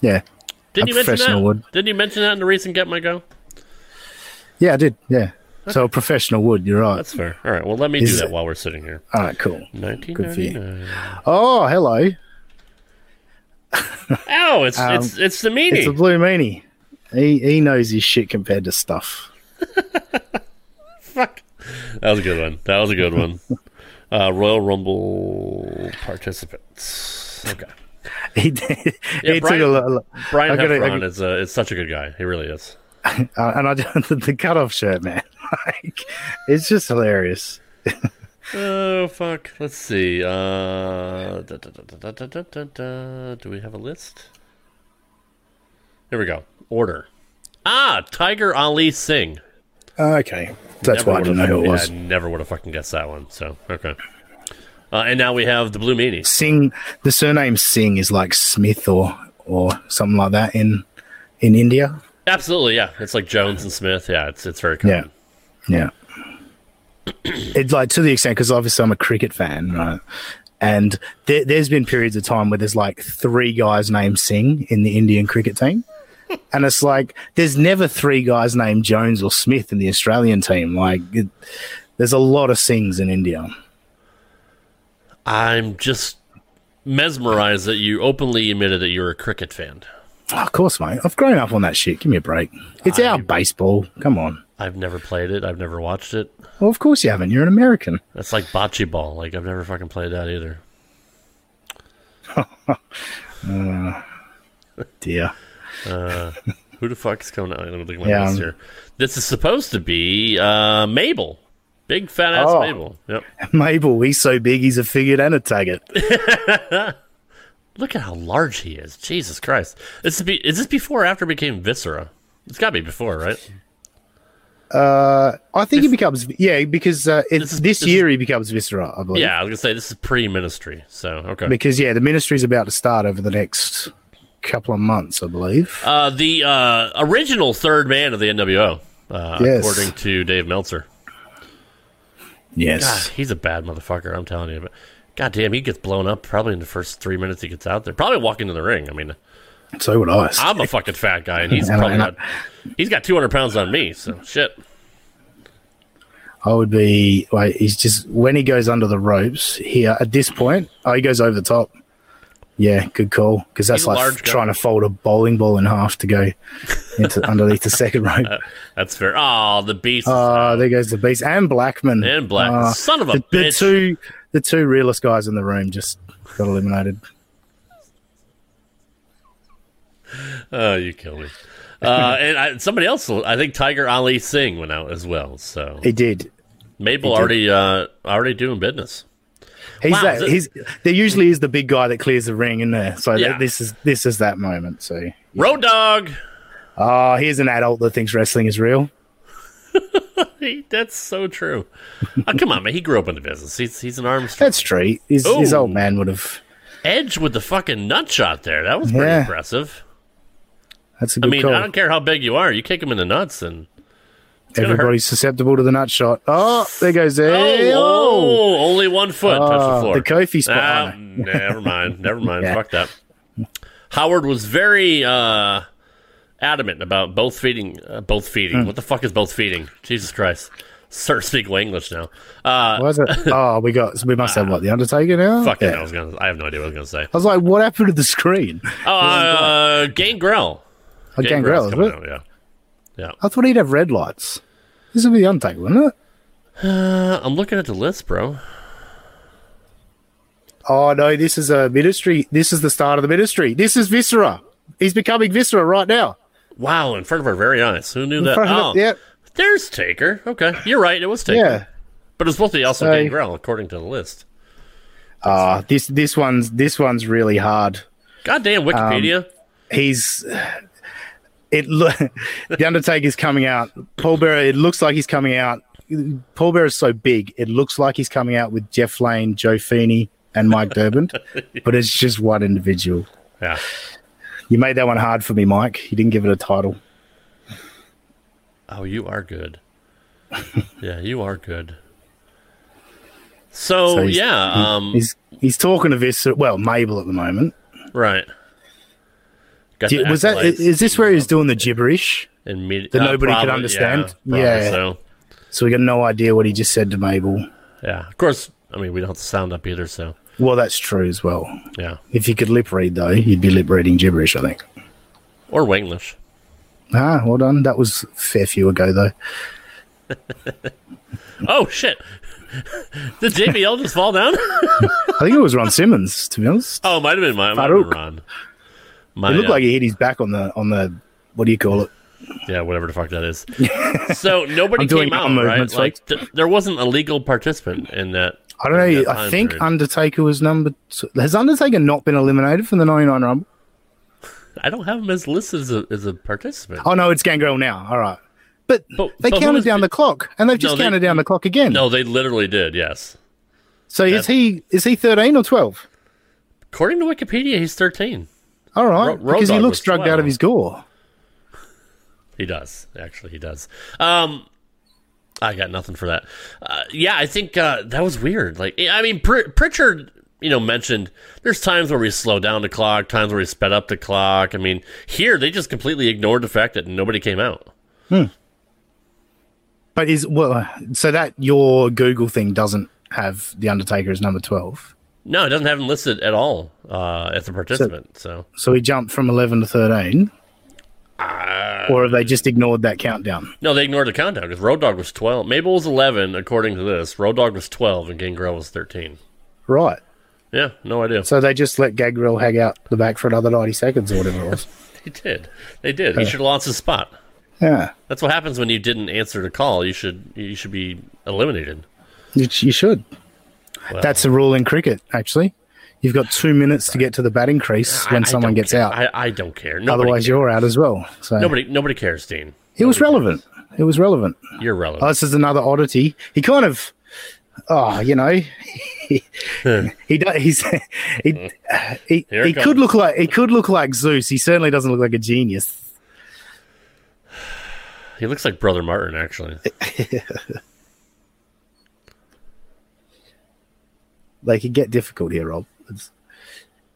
Yeah,
Didn't
A
you mention
professional
that?
would.
Didn't you mention that in the recent Get My Go?
yeah, I did. Yeah, so a professional would. You're right.
That's fair. All right. Well, let me
Is
do that
it-
while we're sitting here.
All right, cool. Good for
1999.
you. Oh, hello.
Oh, it's it's it's the meanie.
Um, It's a blue meanie. He he knows his shit compared to stuff.
Fuck. That was a good one. That was a good one. Uh, Royal Rumble participants. Okay.
He did.
Yeah,
he
Brian-
took a look.
Brian
I gotta- I
Heffron
gotta-
is a, is such a good guy. He really is.
Uh, and I did the, the cutoff shirt, man. like, it's just hilarious.
Oh fuck! Let's see. Uh, da, da, da, da, da, da, da, da, da. Do we have a list? Here we go. Order. Ah, Tiger Ali Singh.
Okay, that's
Never
why I didn't know
would've
who it
fucking-
was.
yeah, I never would have fucking guessed that one. So okay. Uh, and now we have the Blue Meanie.
Singh. The surname Singh is like Smith or or something like that in in India.
Absolutely, yeah. It's like Jones and Smith. Yeah, it's it's very
Yeah,
common.
yeah. it's like to the extent because obviously I'm a cricket fan, right? And there, there's been periods of time where there's like three guys named Singh in the Indian cricket team. And it's like there's never three guys named Jones or Smith in the Australian team. Like, it, there's a lot of Singhs in India.
I'm just mesmerized that you openly admitted that you're a cricket fan.
Oh, of course, mate. I've grown up on that shit. Give me a break. It's our baseball. Come on.
I've never played it. I've never watched it.
Well, of course you haven't. You're an American.
That's like bocce ball. Like I've never fucking played that either.
Dear.
Who the fuck's coming out? Let me look at my
Yeah,
list
um,
here. This is supposed to be uh, Mabel. Big fat ass
Oh.
Mabel. Yep.
Mabel, he's so big, he's a figured and a target.
Look at how large he is. Jesus Christ. This is, be, is this before or after it became Viscera? It's got to be before, right?
I think he becomes, yeah, because uh, it's,
This is-
this,
this
year he becomes Viscera, I believe.
Yeah, I was going to say this is pre ministry. So, okay.
Because, yeah, the ministry's about to start over the next couple of months, I believe.
Uh, the uh, original third man of the NWO, uh,
Yes.
according to Dave Meltzer. God,
yes.
he's a bad motherfucker. I'm telling you. But God damn, he gets blown up probably in the first three minutes he gets out there. Probably walking to the ring. I mean,
So would I.
I'm a fucking fat guy, and he's
I know,
probably
I know.
not. He's got 200 pounds on me, so shit.
I would be, wait, he's just, when he goes under the ropes here, at this point, oh, he goes over the top. Yeah, good call. Because that's
He's a
like
large guy.
trying to fold a bowling ball in half to go into underneath the second rope.
Uh, That's fair. Oh, the beast. is-
Uh, there goes the beast and Blackman.
And Black-
Ah,
son of a
the,
bitch.
The two, the two realest guys in the room just got eliminated.
oh, you kill me. Uh, and I, somebody else, I think Tiger Ali Singh went out as well. So
He did.
Mabel already, uh, already doing business.
He's
Wow,
that.
is it-
he's there. Usually is the big guy that clears the ring in there. So th-
Yeah.
this is this is that moment. So
Road Dog.
ah, here's an adult that thinks wrestling is real.
He- That's so true. Oh, come on, man. He grew up in the business. He's he's an armstrong.
That's true. His, his
Ooh.
old man would have.
Edge with the fucking nut shot there. That was pretty
Yeah.
impressive.
That's a
I
good
mean,
call.
I don't care how big you are. You kick him in the nuts, and gonna
Everybody's susceptible to the nut shot. Oh, there goes there.
Oh, whoa, only one foot touched the
Oh,
floor.
the Kofi spot.
Ah,
Oh,
nah, never mind. Never mind.
Yeah.
Fuck that. Howard was very uh, adamant about both feeding. Uh, both feeding.
Hmm.
What the fuck is both feeding? Jesus Christ. Start speaking English now. Uh,
Was it? Oh, we got. So we must have what the Undertaker now.
fuck it.
Yeah.
I was gonna. I have no idea what I was gonna say.
I was like, what happened to the screen?
Oh, uh, Gangrel.
Oh, Gangrel.
Gangrel's
is
coming
it?
out, yeah.
I thought he'd have red lights. This would be the Undertaker, wouldn't it?
Uh, I'm looking at the list, bro.
Oh no, this is a ministry. This is the start of the ministry. This is Viscera. He's becoming Viscera right now.
Wow, in front of our very eyes. Who knew that?
front of
Oh,
it, yeah.
There's Taker. Okay, you're right. It was Taker.
Yeah.
But it's supposed to be also
So-
Gangrel, according to the list.
Ah, this this one's this one's really hard.
Goddamn Wikipedia.
Um, He's it. lo- the Undertaker's coming out. Paul Bearer. It looks like he's coming out. Paul Bearer's so big. It looks like he's coming out with Jeff Lane, Joe Feeney, and Mike Durbin, but it's just one individual.
yeah.
You made that one hard for me, Mike. You didn't give it a title.
Oh, you are good. yeah, you are good. So,
So he's-
yeah, um,
He's he's talking to Viscera. Well, Mabel at the moment.
right. Got
Did-
the
was that?
accolades
Is this where he's doing the gibberish?
and medi-
that
uh,
nobody could
probably-
understand?
Yeah, probably
Yeah.
So,
So we got no idea what he just said to Mabel.
yeah, of course. I mean, we don't have to sound up either. So,
Well, that's true as well.
yeah,
If you could lip read though, you'd be lip reading gibberish, I think.
or Wanglish.
Ah, well done. That was a fair few ago though.
Oh shit! Did JBL just fall down?
I think it was Ron Simmons, to be honest.
Oh, it might have been mine. Might have been
Farouk.
Ron. My,
It looked
uh,
like he hit his back on the on the what do you call it?
yeah, whatever the fuck that is. so nobody
I'm doing
came out,
arm
right?
movements,
Like th- there wasn't a legal participant in that.
I don't know.
Yeah,
I
time
think
period.
Undertaker was number two. Has Undertaker not been eliminated from the 99 Rumble?
I don't have him as listed as a, as a participant.
Oh, no, it's Gangrel now. All right. But,
But-
they
but who
counted
was
down
the-
the clock and they've just
No, they-
counted down the clock again.
No, they literally did. Yes,
so is he is he 13 or 12?
according to Wikipedia, he's thirteen.
All
Ro-
right.
Road
because he
Dogg
looks
was
drugged out
12.
of his gore.
He does actually. He does. Um, I got nothing for that. Uh, yeah, I think uh, that was weird. Like, I mean, Pr- Pritchard, you know, mentioned there's times where we slow down the clock, times where we sped up the clock. I mean, here they just completely ignored the fact that nobody came out.
But is well, so that your Google thing doesn't have the Undertaker as number twelve.
No, it doesn't have him listed at all uh, as a participant. So,
So he jumped from eleven to thirteen,
Uh,
or have they just ignored that countdown?
no, they ignored the countdown because Road Dog was twelve. Mabel was eleven, according to this. Road Dog was twelve, and Gangrel was thirteen.
Right.
Yeah, no idea.
So they just let Gagril hang out the back for another ninety seconds or whatever it was.
They did. They did. He should have lost his spot.
Yeah,
That's what happens when you didn't answer the call. You should you should be eliminated.
you, you should. That's a rule in cricket, actually. You've got two minutes to get to the batting crease when
I
someone
don't
gets
care.
out.
I, I don't care. Nobody
Otherwise,
cares.
you're out as well. So
nobody nobody cares, Dean.
it was relevant. It was relevant.
You're
Oh,
relevant.
this is another oddity. He kind of, oh, you know, he he do- he's, he he,
Hmm. Here it
he
comes.
could look like he could look like Zeus. He certainly doesn't look like a genius.
he looks like Brother Martin, actually.
They could get difficult here, Rob. It's-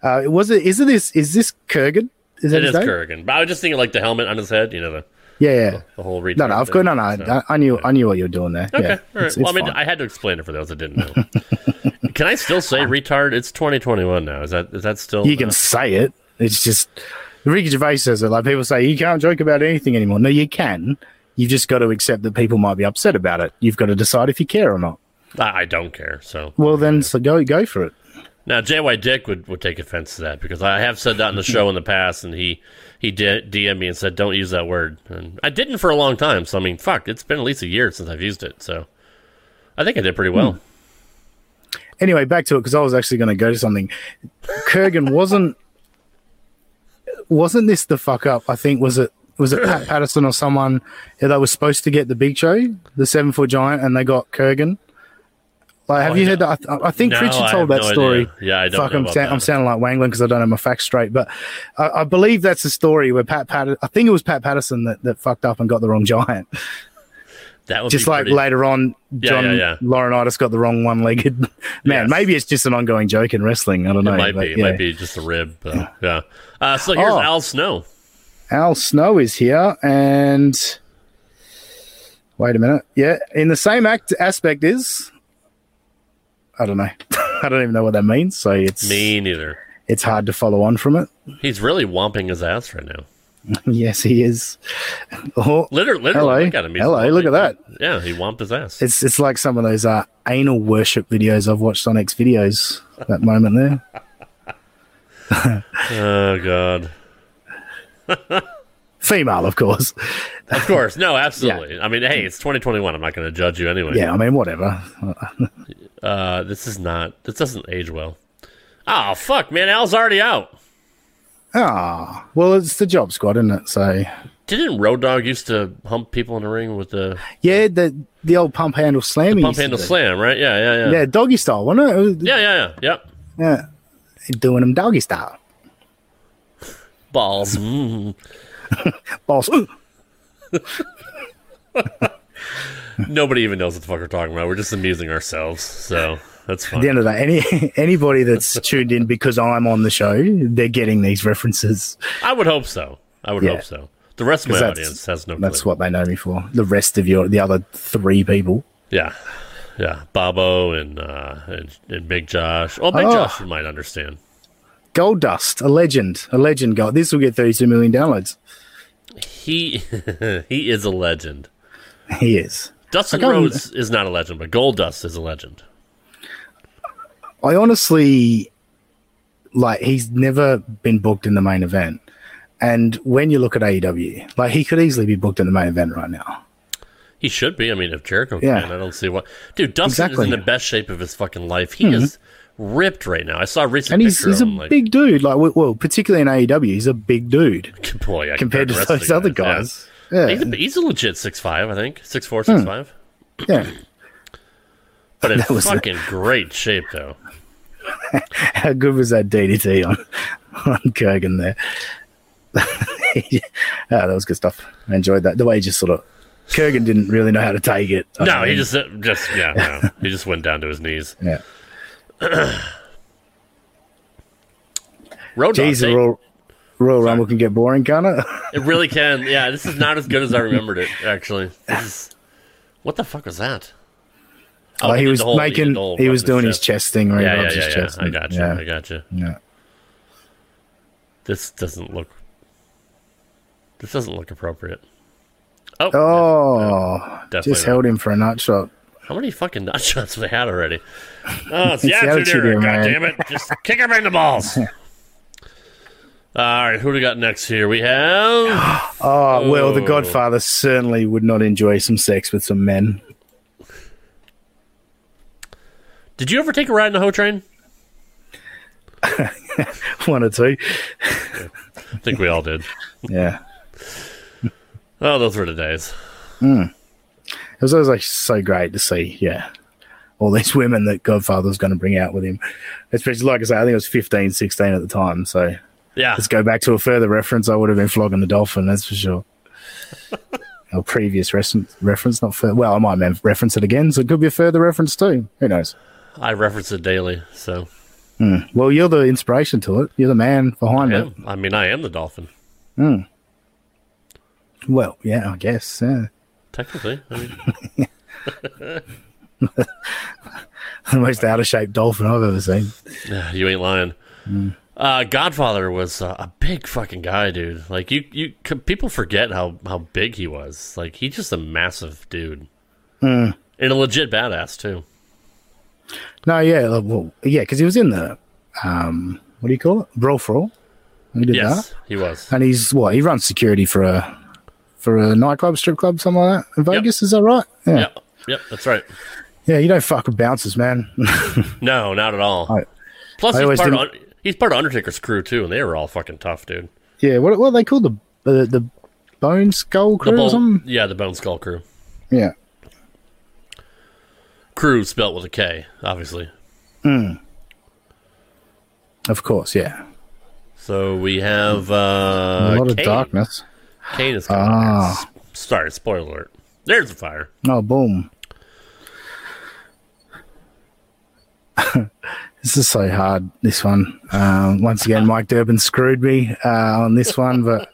Uh, was it? Is it this? Is this Kurgan? Is that
It
his
is
name?
Kurgan. But I was just thinking like the helmet on his head, you know, the,
Yeah, yeah.
the whole retard
No, no, I've
thing,
got no, no.
so.
I, I knew, I knew what you were doing there.
Okay,
yeah,
all right.
It's-
well, I
it's
mean,
fine.
I had to explain it for those that didn't know. Can I still say retard? It's 2021 now. Is that is that still?
you can say it. It's just Ricky Gervais says it. Like people say, you can't joke about anything anymore. No, you can. You've just got to accept that people might be upset about it. You've got to decide if you care or not.
I, I don't care. So
Well, then so go go for it.
Now, JY Dick would, would take offense to that because I have said that in the show in the past, and he he di- DM'd me and said, "Don't use that word." And I didn't for a long time. So I mean, fuck, it's been at least a year since I've used it. So I think I did pretty well.
Hmm. Anyway, back to it because I was actually going to go to something. Kurgan wasn't wasn't this the fuck up? I think was it was it Pat Patterson or someone that was supposed to get the Big Show, the seven foot giant, and they got Kurgan. Like, have
Oh,
you
I
heard that? I, th- I think
No, I
Pritchard
have
told that
no
story.
idea. Yeah, I don't
Fuck,
know
I'm,
about
sa-
that.
I'm sounding like Wangland because I don't have my facts straight, but I, I believe that's the story where Pat Patterson. I think it was Pat Patterson that, that fucked up and got the wrong giant.
That would
just
be
like
pretty-
later on,
Yeah,
John
yeah, yeah.
Laurinaitis got the wrong one-legged man.
Yes.
Maybe it's just an ongoing joke in wrestling. I don't know.
It might
but
be. It
yeah.
might be just a rib. But, yeah. Uh, so here's
Oh.
Al Snow.
Al Snow is here, and wait a minute. Yeah, in the same act aspect is, I don't know. I don't even know what that means. So it's
Me neither.
it's hard to follow on from it.
He's really whomping his ass right now.
yes, he is. Oh,
Literally, literally
hello,
look at him. He's
hello. Look at that.
whomping. Yeah, he whomped his ass.
It's it's like some of those uh, anal worship videos I've watched on X videos. That moment there.
oh god.
Female, of course.
Of course. No, absolutely. I mean, hey, it's 2021. I'm not going to judge you anyway.
Yeah, I mean, whatever.
Uh, this is not. This doesn't age well. Oh fuck, man. Al's already out.
Ah, well, it's the job squad, isn't it? So,
Didn't Road Dog used to hump people in the ring with the
yeah, the the old pump handle slam. he
pump
used to
handle
do.
slam? Right? Yeah, yeah, yeah.
Yeah, doggy style, wasn't it?
Yeah, yeah, yeah. Yep.
Yeah. Doing them doggy style.
Balls. Mm.
Boss. Ooh.
Nobody even knows what the fuck we're talking about. We're just amusing ourselves. So that's
At the
fine.
end of that, any anybody that's tuned in because I'm on the show, they're getting these references.
I would hope so. I would
Yeah.
hope so. The rest of my
'Cause that's-
audience has no clue.
That's what they know me for. The rest of your, the other three people.
Yeah, yeah. Bobo and uh, and, and Big Josh. Well, Big
Oh.
Josh might understand.
Gold Dust, a legend, a legend. Gold. This will get 32 million downloads.
He he is a legend.
He is.
Dustin
I don't-
Rhodes is not a legend, but Gold Dust is a legend.
I honestly like he's never been booked in the main event. And when you look at AEW, like he could easily be booked in the main event right now.
He should be. I mean, if Jericho
Yeah.
can, I don't see what. Dude, Dustin
Exactly. Mm-hmm.
is in the best shape of his fucking life. He is ripped right now. I saw a recent
And he's
picture
he's a
of him. Like,
big dude. Like well- well, particularly in AEW, he's a big dude
boy, yeah,
compared to
the rest of
those
the
other
yeah.
guys. Yeah,
He's,
yeah.
a, he's a legit six five, I think six four, six five. But in
That was a-
fucking great shape though.
How good was that DDT on on Kurgan there? oh, that was good stuff. I enjoyed that. The way he just sort of Kurgan didn't really know how to take it. I
No, he
mean,
just just yeah, no. he just went down to his knees.
yeah.
Road Dogg,
Jeez, the
take-
Royal, Royal Rumble can get boring, can't it?
It really can. Yeah, this is not as good as I remembered it. Actually, this is, what the fuck was that? Oh,
like he
did
was
the whole- did
making,
the whole
he was
fucking
doing his
chest.
chest thing right
Yeah, yeah,
above
yeah,
his
yeah.
chest.
I got you.
Yeah.
I got you.
Yeah.
This doesn't look. This doesn't look appropriate. Oh,
Oh,
Definitely
just
not.
held him for a nut shot.
how many fucking nut shots have they had already? Oh, it's the
It's the
attitude
Attitude
era. God
Era, man.
damn it! Just kick him in the balls. All right, who do we got next here? We have
Oh, well, the
Oh.
Godfather certainly would not enjoy some sex with some men.
Did you ever take a ride in the Ho train?
One or two.
I think we all did.
Yeah.
Oh, those were the days.
It was always like so great to see, yeah, all these women that Godfather was going to bring out with him. Especially, like I say, I think it was 15, 16 at the time. So
Yeah.
let's go back to a further reference. I would have been flogging the dolphin, that's for sure. Or previous reference, reference, not fur Well, I might mem- reference it again, so it could be a further reference too. Who knows?
I reference it daily, so
Well, you're the inspiration to it. You're the man behind
yeah.
it.
I mean, I am the dolphin,
Well, yeah, I guess. Yeah.
technically. I mean,
the most out of shape dolphin I've ever seen.
yeah, you ain't lying.
Mm.
Uh, Godfather was uh, a big fucking guy, dude. Like you, you c- people forget how how big he was. Like he's just a massive dude,
Hmm.
and a legit badass too.
No, yeah, like, well, yeah, because he was in the, um, what do you call it? Brawl for all. He did that.
Yes, he was.
and he's what he runs security for a for a nightclub, strip club, something like that in Vegas. Is that right? Yeah,
Yep, yep, that's right.
yeah. You don't fuck with bouncers, man.
No, not at all. Plus,
I
he's
always
part, of, Un- he's part of Undertaker's crew too, and they were all fucking tough, dude.
yeah, what what are they called the the, the bone skull
The
crew or
Bone-
something?
yeah, the Bone Skull crew.
Yeah,
Crew spelt with a K, obviously.
of course. Yeah,
So we have uh,
a lot of
Kane.
darkness.
Kane is coming. back. S- Sorry, spoiler alert. There's a fire.
Oh, boom. this is so hard, this one. Um, once again, Mike Durbin screwed me uh, on this one, but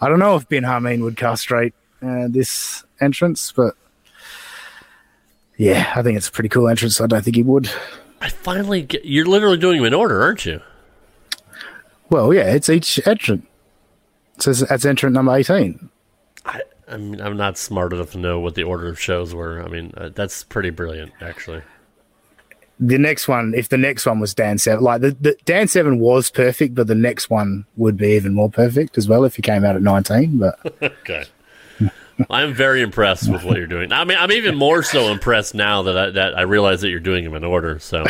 I don't know if Ben Harmeen would castrate uh, this entrance, but yeah, I think it's a pretty cool entrance. I don't think he would.
I finally get. You're literally doing them in order, aren't you?
Well, yeah, it's each entrant. It says that's entrant number 18.
I, I mean, I'm not smart enough to know what the order of shows were. I mean, uh, that's pretty brilliant, actually.
the next one, if the next one was Dan Seven, like the, the Dan Seven was perfect, but the next one would be even more perfect as well if he came out at nineteen. But
Okay. I'm very impressed with what you're doing. I mean, I'm even more so impressed now that I, that I realize that you're doing them in order. So,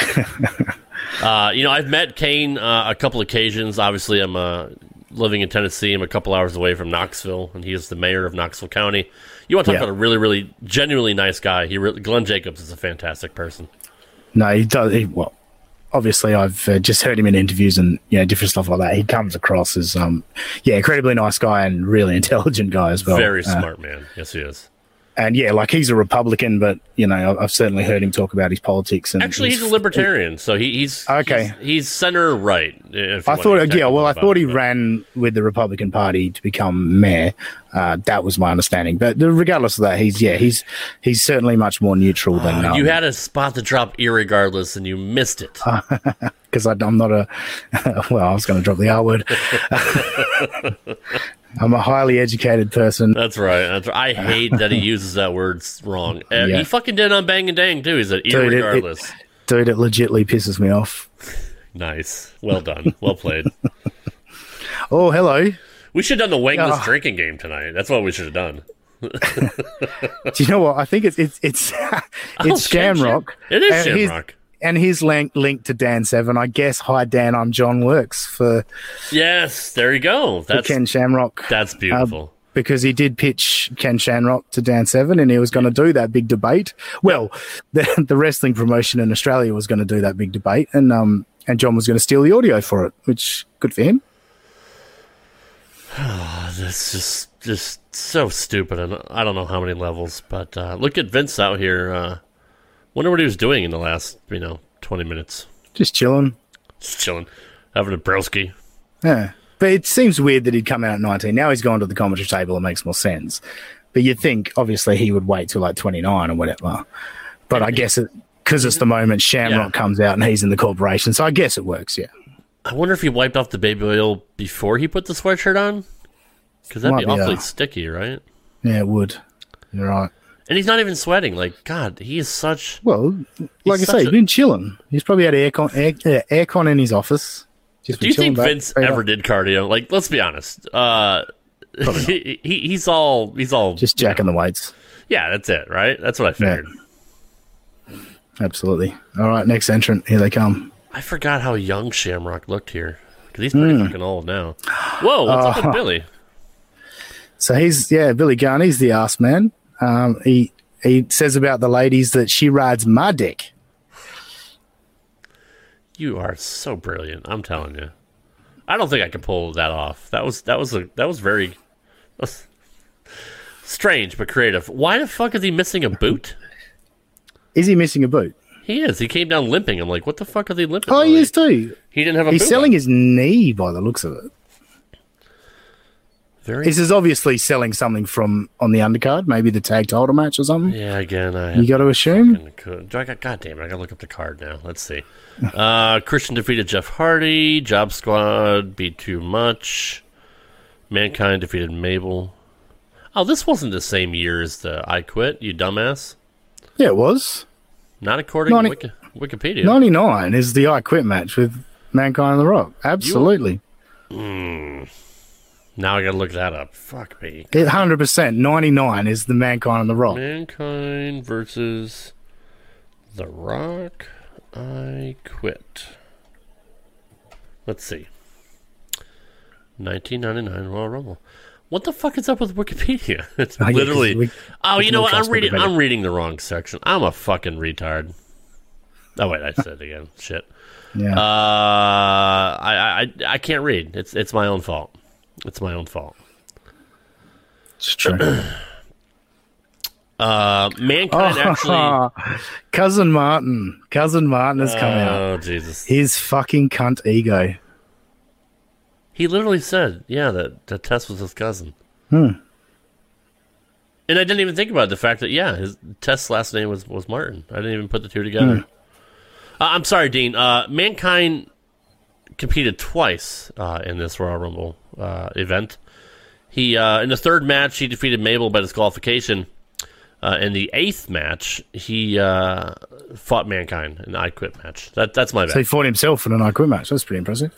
uh, you know, I've met Kane uh, a couple occasions. Obviously, I'm uh, living in Tennessee. I'm a couple hours away from Knoxville, and he is the mayor of Knoxville County. You want to talk
Yeah.
about a really, really genuinely nice guy? He, really, Glenn Jacobs, is a fantastic person.
no, he does. He, well, obviously, I've uh, just heard him in interviews and you know different stuff like that. He comes across as um, yeah, incredibly nice guy and really intelligent guy as well.
very
Uh,
smart man. Yes, he is.
and yeah, like he's a Republican, but you know, I've, I've certainly heard him talk about his politics. And
Actually, he's
his-
a libertarian, so he, he's
Okay.
He's, he's center right. if you
I
wanna be
thought, yeah,
technical
well, I
about
thought
it,
he
but-
ran with the Republican Party to become mayor. Uh, that was my understanding. But the- regardless of that, he's yeah, he's he's certainly much more neutral than
Uh,
um,
You had a spot to drop irregardless, and you missed it.
Ah. because I'm not a well, I was going to drop the R word. I'm a highly educated person.
That's right. That's right. I hate that he uses that word s- wrong. And
Yeah.
He fucking did on Bang and Dang too. He said
Dude, it- it-
irregardless.
Dude, it legitly pisses me off.
nice. Well done. Well played.
Oh, hello.
we should have done the Wangless
Oh.
drinking game tonight. That's what we should have done.
Do you know what? I think it's it's it's it's
Jam-
Shamrock.
It is
And
Oh,
he's-
Shamrock.
And his link linked to Dan Seven, I guess. Hi, Dan. I'm John Works for
Yes. There you go. That's
Ken Shamrock.
that's beautiful.
because he did pitch Ken Shanrock to Dan Seven, and he was going to do that big debate. Well, the, the wrestling promotion in Australia was going to do that big debate, and um, and John was going to steal the audio for it, which good for him.
That's just just so stupid, and I don't know how many levels. But uh, look at Vince out here. Uh, wonder what he was doing in the last you know twenty minutes.
Just chilling.
Just chilling, having a brewski.
Yeah. But it seems weird that he'd come out at 19. Now he's gone to the commentary table. It makes more sense. But you'd think, obviously, he would wait till like 29 or whatever. But I guess it, because it's the moment Shamrock
Yeah.
comes out and he's in the corporation. So I guess it works. Yeah.
I wonder if he wiped off the baby oil before he put the sweatshirt on, because that'd be
Might be,
awfully
uh,
sticky, right?
Yeah, it would. You're right.
And he's not even sweating. Like God, he is such.
Well, like I
such
say,
a-
he's been chilling. He's probably had aircon air, air, aircon in his office. Just
Do
been
you
chilling
think
back-
Vince
straight up.
ever did cardio? Like, let's be honest. Uh, he, he he's all he's all
just jacking the weights?
yeah. That's it, right? That's what I
Yeah,
figured.
absolutely. All right, next entrant. Here they come.
I forgot how young Shamrock looked here because he's pretty
Hmm.
fucking old now. Whoa, what's
Uh,
up with Billy?
So he's yeah, Billy Gunn. He's the ass man. Um, he he says about the ladies that she rides my dick.
You are so brilliant. I'm telling you. I don't think I could pull that off. That was that was a that was very that was strange but creative. Why the fuck is he missing a boot?
Is he missing a boot?
He is. He came down limping. I'm like, what the fuck are they limping?
Oh,
for?
he is too.
He didn't have a
He's
boot.
selling
on.
his knee by the looks of it.
Very.
This is obviously selling something from on the undercard, maybe the tag title match or something.
yeah, again, I
You got to assume.
And could- Do I got? God damn it! I gotta look up the card now. Let's see. Uh, Christian defeated Jeff Hardy. Job Squad beat Too Much. Mankind defeated Mabel. Oh, this wasn't the same year as the I Quit. You dumbass.
Yeah, it was
Not according
Ninety-
to Wiki- Wikipedia.
ninety nine is the I Quit match with Mankind and The Rock. Absolutely,
now I gotta look that up. Fuck me.
hundred percent. Ninety nine is the Mankind and The Rock.
Mankind versus The Rock. I quit. Let's see. 1999 Royal Rumble. What the fuck is up with Wikipedia? It's
yeah, 'cause
literally.
we-
oh, you know
we
what? I'm
trust
reading.
Wikipedia.
I'm reading the wrong section. I'm a fucking retard. Oh wait, I said it again. Shit.
Yeah.
Uh, I, I I can't read. It's it's my own fault. It's my own fault.
It's true.
Uh, mankind actually.
Oh, cousin Martin, cousin Martin has come out.
Oh Jesus!
His fucking cunt ego.
He literally said, "Yeah, that that Tess was his cousin." Hmm. And I didn't even think about the fact that yeah, his Tess' last name was was Martin. I didn't even put the two together.
Hmm.
Uh, I'm sorry, Dean. Uh, Mankind competed twice uh, in this Royal Rumble uh, event. He uh, in the third match he defeated Mabel by disqualification. Uh, in the eighth match, he uh, fought Mankind in the I Quit match. That that's my bad.
So he fought himself in an I Quit match. That's pretty impressive.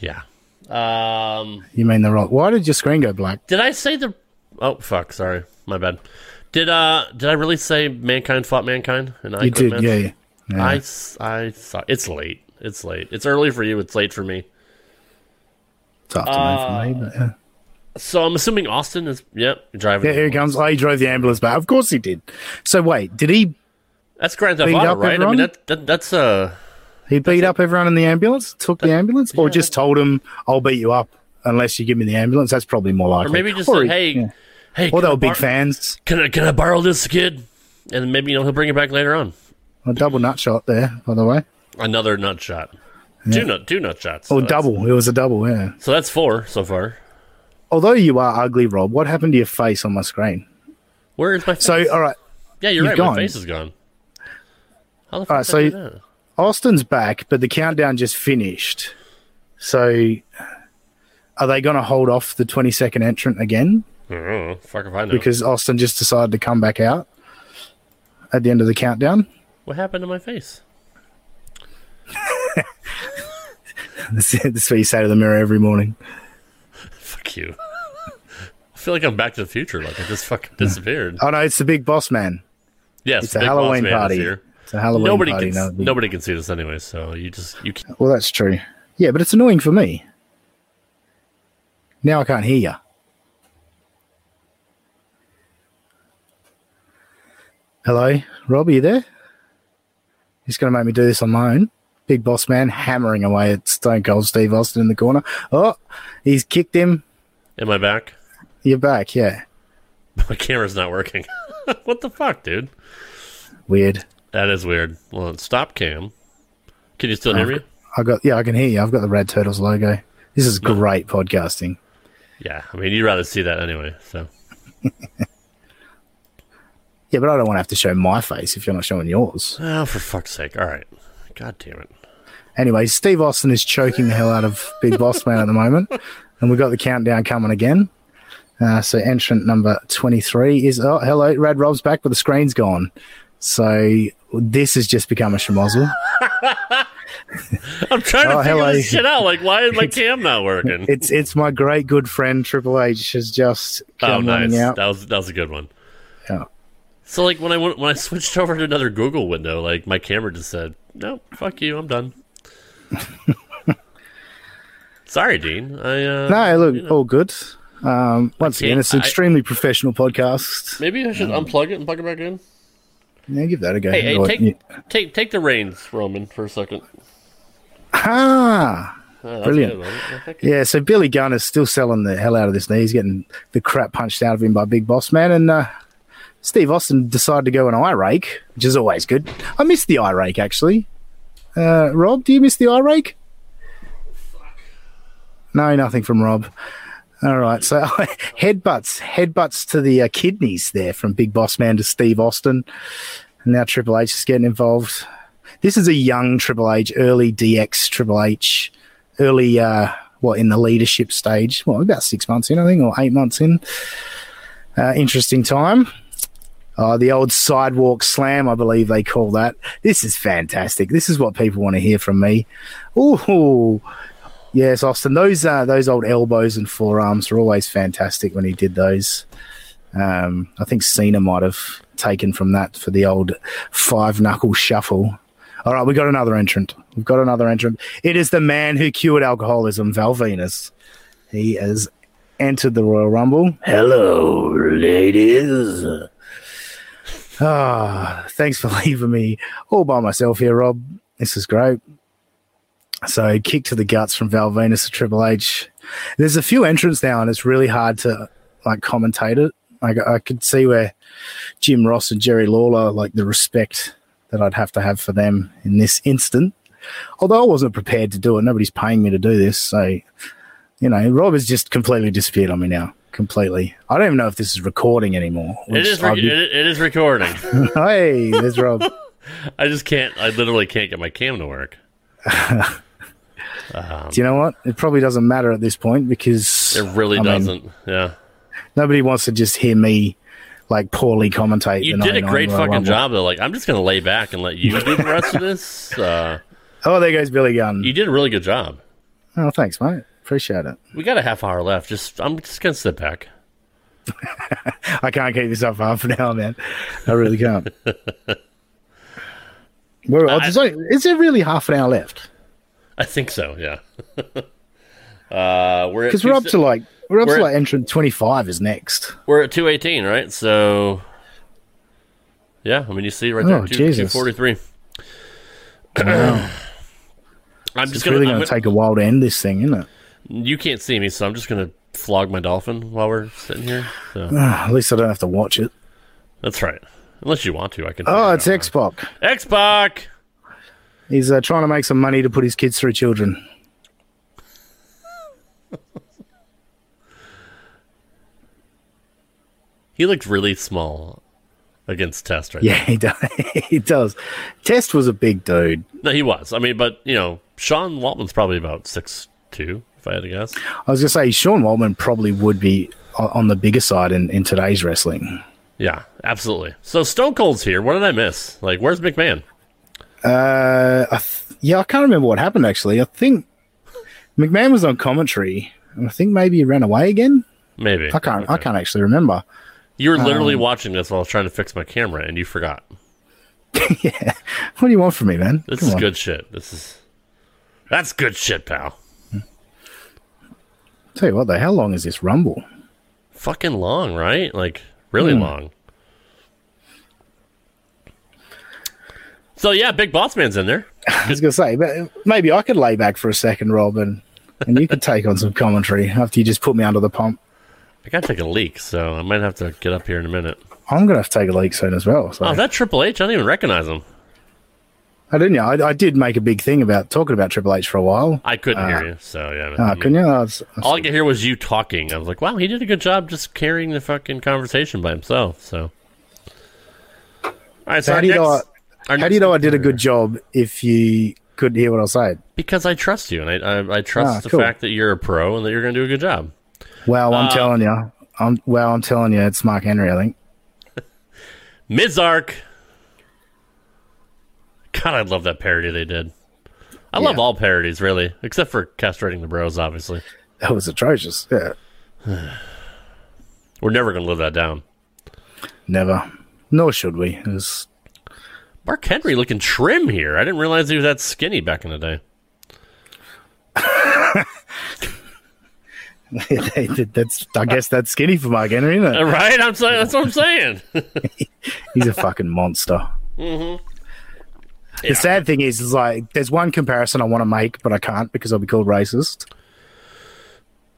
yeah. Um.
You mean the rock? Why did your screen go black?
Did I say the? Oh fuck! Sorry, my bad. Did uh? Did I really say mankind fought mankind? And I
You
quit
did,
match?
yeah, yeah. yeah.
I s- I saw. It's late. It's late. It's early for you. It's late for me.
it's afternoon for
Uh,
me, but yeah.
So I'm assuming Austin is. Yep, you're driving.
Yeah, here he comes. Oh, he drove the ambulance back. Of course he did. So wait, did he?
That's Grand Theft
Beat
Auto,
up
right? I
everyone?
mean, that, that that's uh.
He beat up everyone in the ambulance. Took the ambulance, or just told him, "I'll beat you up unless you give me the ambulance." That's probably more likely.
Or maybe just
Or
like,
he-
hey,
yeah.
hey.
Or
can
they
I
were big
bar-
fans.
Can I can I borrow this kid? And maybe you know he'll bring it back later on.
A double nut shot there, by the way.
Another nut shot. Two nut two nut shots. So
Or
that's-
Oh, double. It was a double. Yeah.
So that's four so far.
Although you are ugly, Rob, what happened to your face on my screen?
Where is my face?
So, all right,
yeah, you're
you've
right.
gone.
My face is gone. How the fuck
all right.
did I do
So
that?
Austin's back, but the countdown just finished. So, are they going to hold off the twenty-second entrant again
I don't know. Fuck if I know.
because Austin just decided to come back out at the end of the countdown?
what happened to my face?
This is what you say to the mirror every morning.
Fuck you. I feel like I'm Back to the Future. Like I just fucking disappeared.
Oh no, it's the big boss man.
Yes,
It's a
Big Boss
Halloween
Man is
party.
here.
It's a Halloween
Nobody
party.
can
no, big-
nobody can see this anyway. So you just you can,
Well, that's true. Yeah, but it's annoying for me. Now I can't hear you. Hello, Rob, are you there? He's going to make me do this on my own. Big boss man hammering away at Stone Cold Steve Austin in the corner. Oh, he's kicked him.
am I back?
You're back, yeah.
My camera's not working. what the fuck, dude?
Weird.
That is weird. Well, stop cam. Can you still hear me?
I got yeah, I can hear you. I've got the Red Turtles logo. This is great podcasting.
Yeah, I mean you'd rather see that anyway. So
Yeah, but I don't want to have to show my face if you're not showing yours.
oh, for fuck's sake! All right, god damn it.
Anyway, Steve Austin is choking the hell out of Big Boss Man at the moment, and we've got the countdown coming again. Uh, so entrant number twenty-three is oh hello, Rad Rob's back, but the screen's gone. So this has just become a schmozzle.
I'm trying to
Oh,
figure
hello.
this shit out. Like, why is my cam not working?
It's it's my great good friend Triple H has just
Oh,
come
nice.
running out.
That was that was a good one.
Yeah.
So like when I went, when I switched over to another Google window, like my camera just said, "No, fuck you, I'm done." Sorry, Dean. I uh,
No, look, all good. Um, once
Okay,
again, it's
I-
an extremely professional podcast.
maybe I should unplug it and plug it back in.
Yeah, give that a go.
Hey, hey,
Or-
take
yeah.
take take the reins, Roman, for a second.
Ah,
Uh, that's
Brilliant.
good, wasn't it? I think-
yeah. So Billy Gunn is still selling the hell out of this knee. He's getting the crap punched out of him by Big Boss Man, and uh, Steve Austin decided to go an eye rake, which is always good. I miss the eye rake actually. Uh, Rob, do you miss the eye rake? No, nothing from Rob. All right, so headbutts, headbutts to the uh, kidneys there from Big Boss Man to Steve Austin, and now Triple H is getting involved. This is a young Triple H, early DX Triple H, early uh, what in the leadership stage? Well, about six months in, I think, or eight months in. Uh, interesting time. Uh, the old sidewalk slam, I believe they call that. This is fantastic. This is what people want to hear from me. Ooh, yes, Austin. Those uh, those old elbows and forearms were always fantastic when he did those. Um, I think Cena might have taken from that for the old five knuckle shuffle. All right, we got another entrant. We've got another entrant. It is the man who cured alcoholism, Val Venus. He has entered the Royal Rumble. Hello, ladies. Ah, thanks for leaving me all by myself here, Rob. This is great. So, kick to the guts from Val Venus to Triple H. There's a few entrants now, and it's really hard to like commentate it. I, go- I could see where Jim Ross and Jerry Lawler, like the respect that I'd have to have for them in this instant. Although I wasn't prepared to do it, nobody's paying me to do this. So, you know, Rob has just completely disappeared on me now. Completely. I don't even know if this is recording anymore.
It
which
is, re-
I'd
it,
be-
it is recording.
hey, there's Rob.
I just can't. I literally can't get my cam to work.
Do you know what? It probably doesn't matter at this point because
It really
I mean,
doesn't. yeah.
nobody wants to just hear me like poorly commentate.
You
the
did a
99
great
Royal
fucking
Rumble.
job though. Like I'm just gonna lay back and let you do the rest of this. Uh,
Oh, there goes Billy Gunn.
you did a really good job.
Oh, thanks, mate. Appreciate it.
We got a half hour left. Just I'm just gonna sit back.
I can't keep this up for half an hour, man. I really can't. Well, I, just- is there really half an hour left?
I think so. Yeah. uh, we're at
Because
two
we're up
si-
to like we're up
we're-
to like entrant twenty five is next.
we're at 218, right? So. Yeah, I mean you see right there,
Oh,
two,
Jesus.
243. I'm
It's
just gonna.
really
I'm gonna-
going to take a while to end this thing, isn't it?
you can't see me, so I'm just gonna flog my dolphin while we're sitting here. So.
At least I don't have to watch it.
That's right. Unless you want to, I can.
Oh, it's X Pac.
X Pac.
He's uh, trying to make some money to put his kids through children.
He looked really small against Test, right?
Yeah, he does. he does. Test was a big dude.
No, he was. I mean, but you know, Sean Waltman's probably about six two, if I had to guess.
I was going to say Sean Waldman probably would be o- on the bigger side in, in today's wrestling.
Yeah, absolutely. So Stone Cold's here. What did I miss? Like, where's McMahon?
Uh, I th- yeah, I can't remember what happened actually. I think McMahon was on commentary, and I think maybe he ran away again.
Maybe.
I can't. um, I can't actually remember.
You were literally watching this while I was trying to fix my camera, and you forgot.
What do you want from me, man?
This
Come
is
on.
good shit. This is that's good shit, pal.
Tell you what, though, how long is this Rumble?
Fucking long, right? Like really
Hmm.
long. So yeah, Big Boss Man's in there.
I was going to say, but maybe I could lay back for a second, Rob, and, and you could take on some commentary after you just put me under the pump.
I gotta take a leak, so I might have to get up here in a minute.
I'm going to have to take a leak soon as well. So.
Oh, is that Triple H? I don't even recognize him.
I didn't. know. I, I did make a big thing about talking about Triple H for a while.
I couldn't hear you, so yeah.
Uh,
I mean,
couldn't you? I was- I was-
all I could hear was you talking. I was like, wow, he did a good job just carrying the fucking conversation by himself. So, all right. So
How
our
do you
next,
know
our
how do
next-
you know I did a good job if you couldn't hear what I was saying?
Because I trust you, and I I, I trust
Ah,
the
cool.
fact that you're a pro and that you're going to do a good job.
Well,
Uh,
I'm telling you. I'm well. I'm telling you, it's Mark Henry. I think.
Mizark. God, I love that parody they did. I love
Yeah.
all parodies, really, except for castrating the bros. Obviously,
That was atrocious. Yeah.
we're never going to live that down.
Never. Nor should we. It was-
Mark Henry looking trim here. I didn't realize he was that skinny back in the day.
that's. I guess that's skinny for Mark Henry, isn't it?
Right? I'm saying that's what I'm saying.
He's a fucking monster. Mm-hmm. The sad thing is, is like, there's one comparison I want to make, but I can't because I'll be called racist.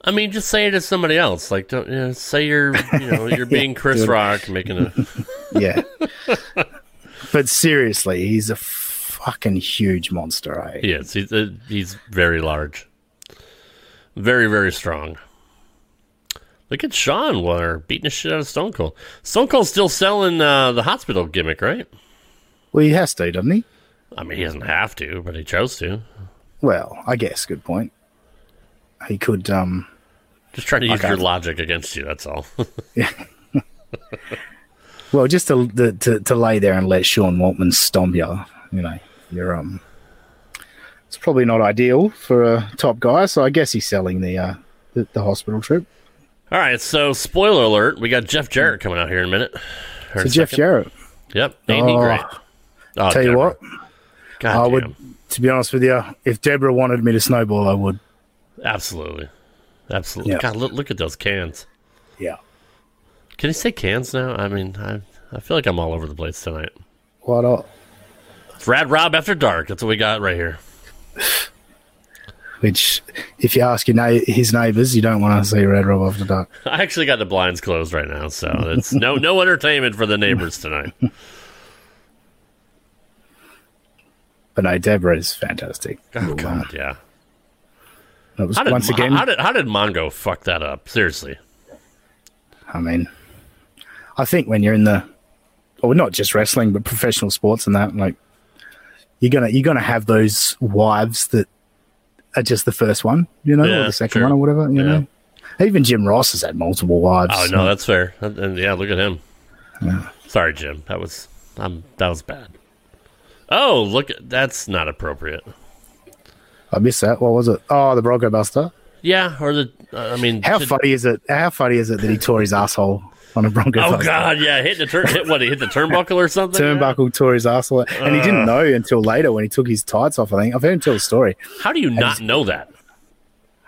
I mean, just say it to somebody else. Like, don't you know, say you're you know you're being Chris Rock making a.
Yeah. but seriously, he's a fucking huge monster, eh? right?
He is. He's, uh, he's very large, very very strong. Look at Sean Water beating the shit out of Stone Cold. Stone Cold's still selling uh, the hospital gimmick, right?
Well, he has to, doesn't he?
I mean, he doesn't have to, but he chose to.
Well, I guess. Good point. He could. um
Just trying to use
Okay.
your logic against you. That's all.
Well, just to the, to to lay there and let Sean Waltman stomp you, you know, you're um. It's probably not ideal for a top guy, so I guess he's selling the uh the, the hospital trip.
all right. So, spoiler alert: we got Jeff Jarrett coming out here in a minute. Or
So
a
Jeff
second.
Jarrett,
Yep. Ain't he
Oh,
great? Oh,
tell you
Deborah.
what,
God
I
damn.
would. To be honest with you, if Deborah wanted me to snowball, I would.
Absolutely. Absolutely.
Yeah.
God, look, look at those cans.
Yeah.
Can you say cans now? I mean, I, I feel like I'm all over the place tonight.
Why not?
It's Rad Rob After Dark. That's what we got right here.
Which, if you ask your na- his neighbours, you don't want to see Red Rob after dark.
I actually got the blinds closed right now, so it's no no entertainment for the neighbors tonight.
But no, Deborah is fantastic.
Oh God, yeah.
It was
How did,
once
Mon-
again.
how did how did Mongo fuck that up? Seriously,
I mean, I think when you're in the, or not just wrestling, but professional sports and that, like, you're gonna you're gonna have those wives that are just the first one, you know,
Yeah,
or the second
sure.
one, or whatever, you know. Even Jim Ross has had multiple wives.
Oh no, that's fair. And- and yeah, look at him. Sorry, Jim. That was um, that was bad. Oh, look, at- that's not appropriate.
I missed that. What was it? Oh, the Bronco Buster.
Yeah, or the uh, I mean,
How
should-
funny is it? How funny is it that he tore his asshole on a Bronco?
Oh
Buster?
God, yeah, hit the turn. Hit what? He hit the turnbuckle or something.
Turnbuckle tore his asshole, and he didn't know until later when he took his tights off. I think I've heard him tell the story.
How do you not know that?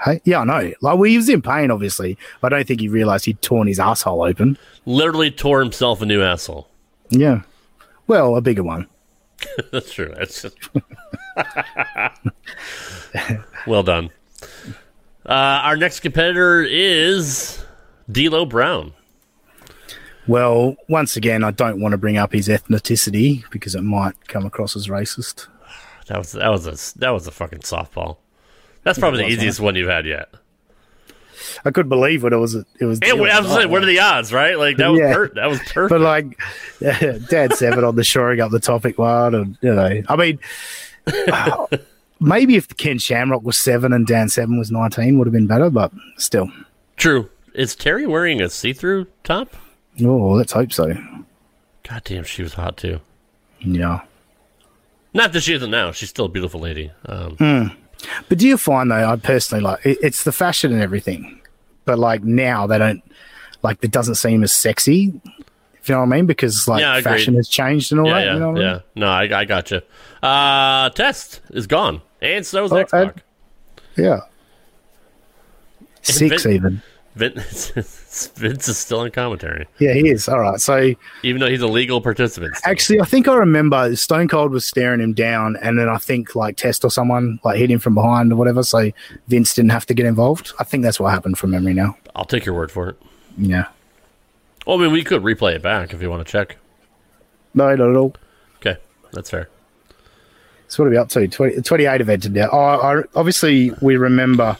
Hey, yeah, I know. Like, well, he was in pain, obviously, but I don't think he realised he'd torn his asshole open.
Literally tore himself a new asshole.
Yeah. Well, a bigger one.
That's true. That's just... well done. Uh, our next competitor is D'Lo Brown.
Well, once again, I don't want to bring up his ethnicity because it might come across as racist.
That was that was a that was a fucking softball. That's probably the easiest one you've had yet.
I could believe what it was. It was.
And I was like, what are the odds, right? Like that was
Yeah.
per- that was perfect.
But like, Dad Seven on the shoring up the topic one, and you know, I mean, maybe if Ken Shamrock was seven and Dan Seven was nineteen, would have been better. But still,
True. Is Terry wearing a see-through top?
oh, let's hope so.
Goddamn, she was hot too.
Yeah.
Not that she isn't now. She's still a beautiful lady. Um,
Mm. But do you find though? I personally like it, it's the fashion and everything, but like now they don't like it doesn't seem as sexy. If you know what I mean? Because like
Yeah, I agree.
fashion has changed and all
yeah,
that.
yeah,
you know what I
yeah.
mean?
No, I, I gotcha. Uh, Test is gone, and so's
Oh,
Xbox.
and- yeah. Six
Vin-
even.
Vince, Vince is still in commentary,
Yeah, he is. All right. So
even though he's a legal participant. still.
actually, I think I remember Stone Cold was staring him down, and then I think like Test or someone like hit him from behind or whatever. So Vince didn't have to get involved. I think that's what happened from memory now.
I'll take your word for it.
Yeah.
Well, I mean, we could replay it back if you want to check.
No, not at all.
Okay, that's fair.
So what are we up to? 20, 28 events now. Oh, I, obviously, we remember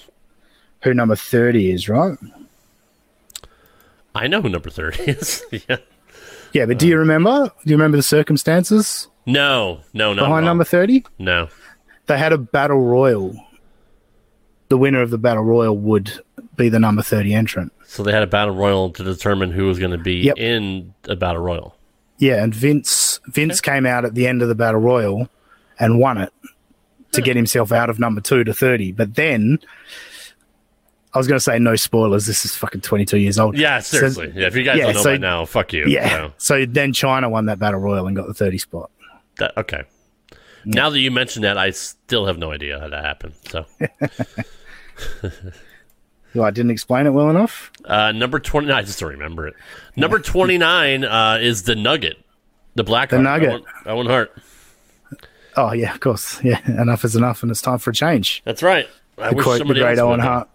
who number 30 is, right?
I know who number thirty is. yeah.
Yeah, but do you remember? Do you remember the circumstances
No, no, no.
behind number 30?
No.
They had a battle royal. The winner of the battle royal would be the number 30 entrant.
So they had a battle royal to determine who was going to be
Yep.
in a battle royal.
Yeah, and Vince Vince came out at the end of the battle royal and won it to get himself out of number 2 to 30. But then I was going to say no spoilers. This is fucking 22 years old.
Yeah,
So-
seriously. yeah, if you guys
yeah,
don't know
so-
by now, fuck you.
Yeah.
No.
So then China won that battle royal and got the 30 spot.
That- okay. Now that you mention that, I still have no idea how that happened. So,
Well, I didn't explain it well enough.
uh, number twenty nine. I just don't remember it. Number twenty nine uh, is the Nugget, the Black.
The Nugget.
Owen, Owen Hart.
Oh, yeah, of course. Yeah, enough is enough and it's time for a change.
That's right. I
To
wish
quote the
somebody
great
else would.
Owen
uh,
Hart.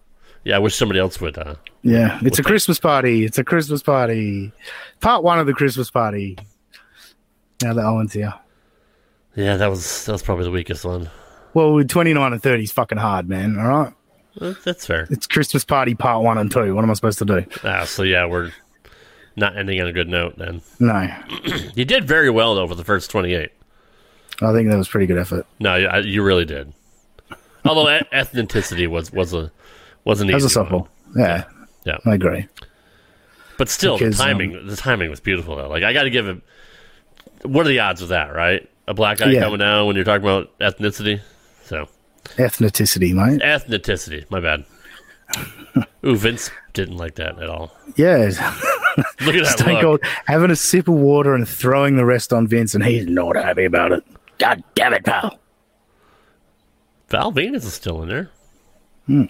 Yeah, I wish somebody else would. Uh,
Yeah, it's a Christmas party. It's a Christmas party. Part one of the Christmas party. Now that Owen's here.
yeah, that was that was probably the weakest one.
Well, 29 and 30 is fucking hard, man. All right.
That- Uh, That's fair.
It's Christmas party part one and two. What am I supposed to do?
Ah, so yeah, we're not ending on a good note. Then
No, I
you did very well though for the first twenty eight.
think that was pretty good effort.
No, you, I- you really did. Although e- ethnicity was was a was an
That was a
easy one.
softball. Yeah,
Yeah,
I agree.
but still,
Because,
the
um,
timing the timing was beautiful though. Like I got to give it. What are the odds of that? Right, a black guy
Yeah.
coming out when you're talking about ethnicity. So
Ethnicity, mate.
ethnicity. My bad. Ooh, Vince didn't like that at all.
Yeah.
Look at that
Stone
look.
Cold having a sip of water and throwing the rest on Vince, and he's not happy about it. God damn it, pal.
Val Venus is still in there.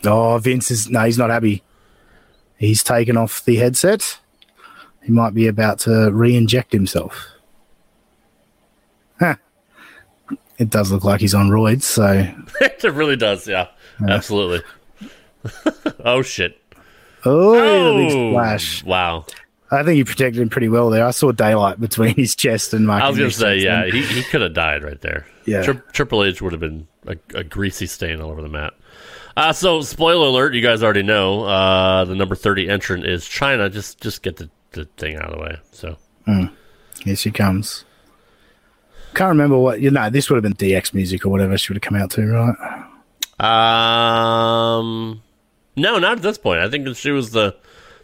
Oh, Vince is no, he's not happy. He's taken off the headset. He might be about to re inject himself. Huh. It does look like he's on roids, so
it really does. Yeah, Absolutely. oh shit.
Oh, big splash.
Wow.
I think he protected him pretty well there. I saw daylight between his chest and Mark.
I was going to
Henderson's
say, yeah,
and-
he, he could have died right there.
Yeah.
Tri- Triple H would have been a, a greasy stain all over the mat. Uh, so, spoiler alert, you guys already know uh, the number 30 entrant is China. Just just get the, the thing out of the way. So,
Here she comes. Can't remember what. You know, this would have been DX music or whatever she would have come out to, right?
um, no, not at this point. I think that she was the,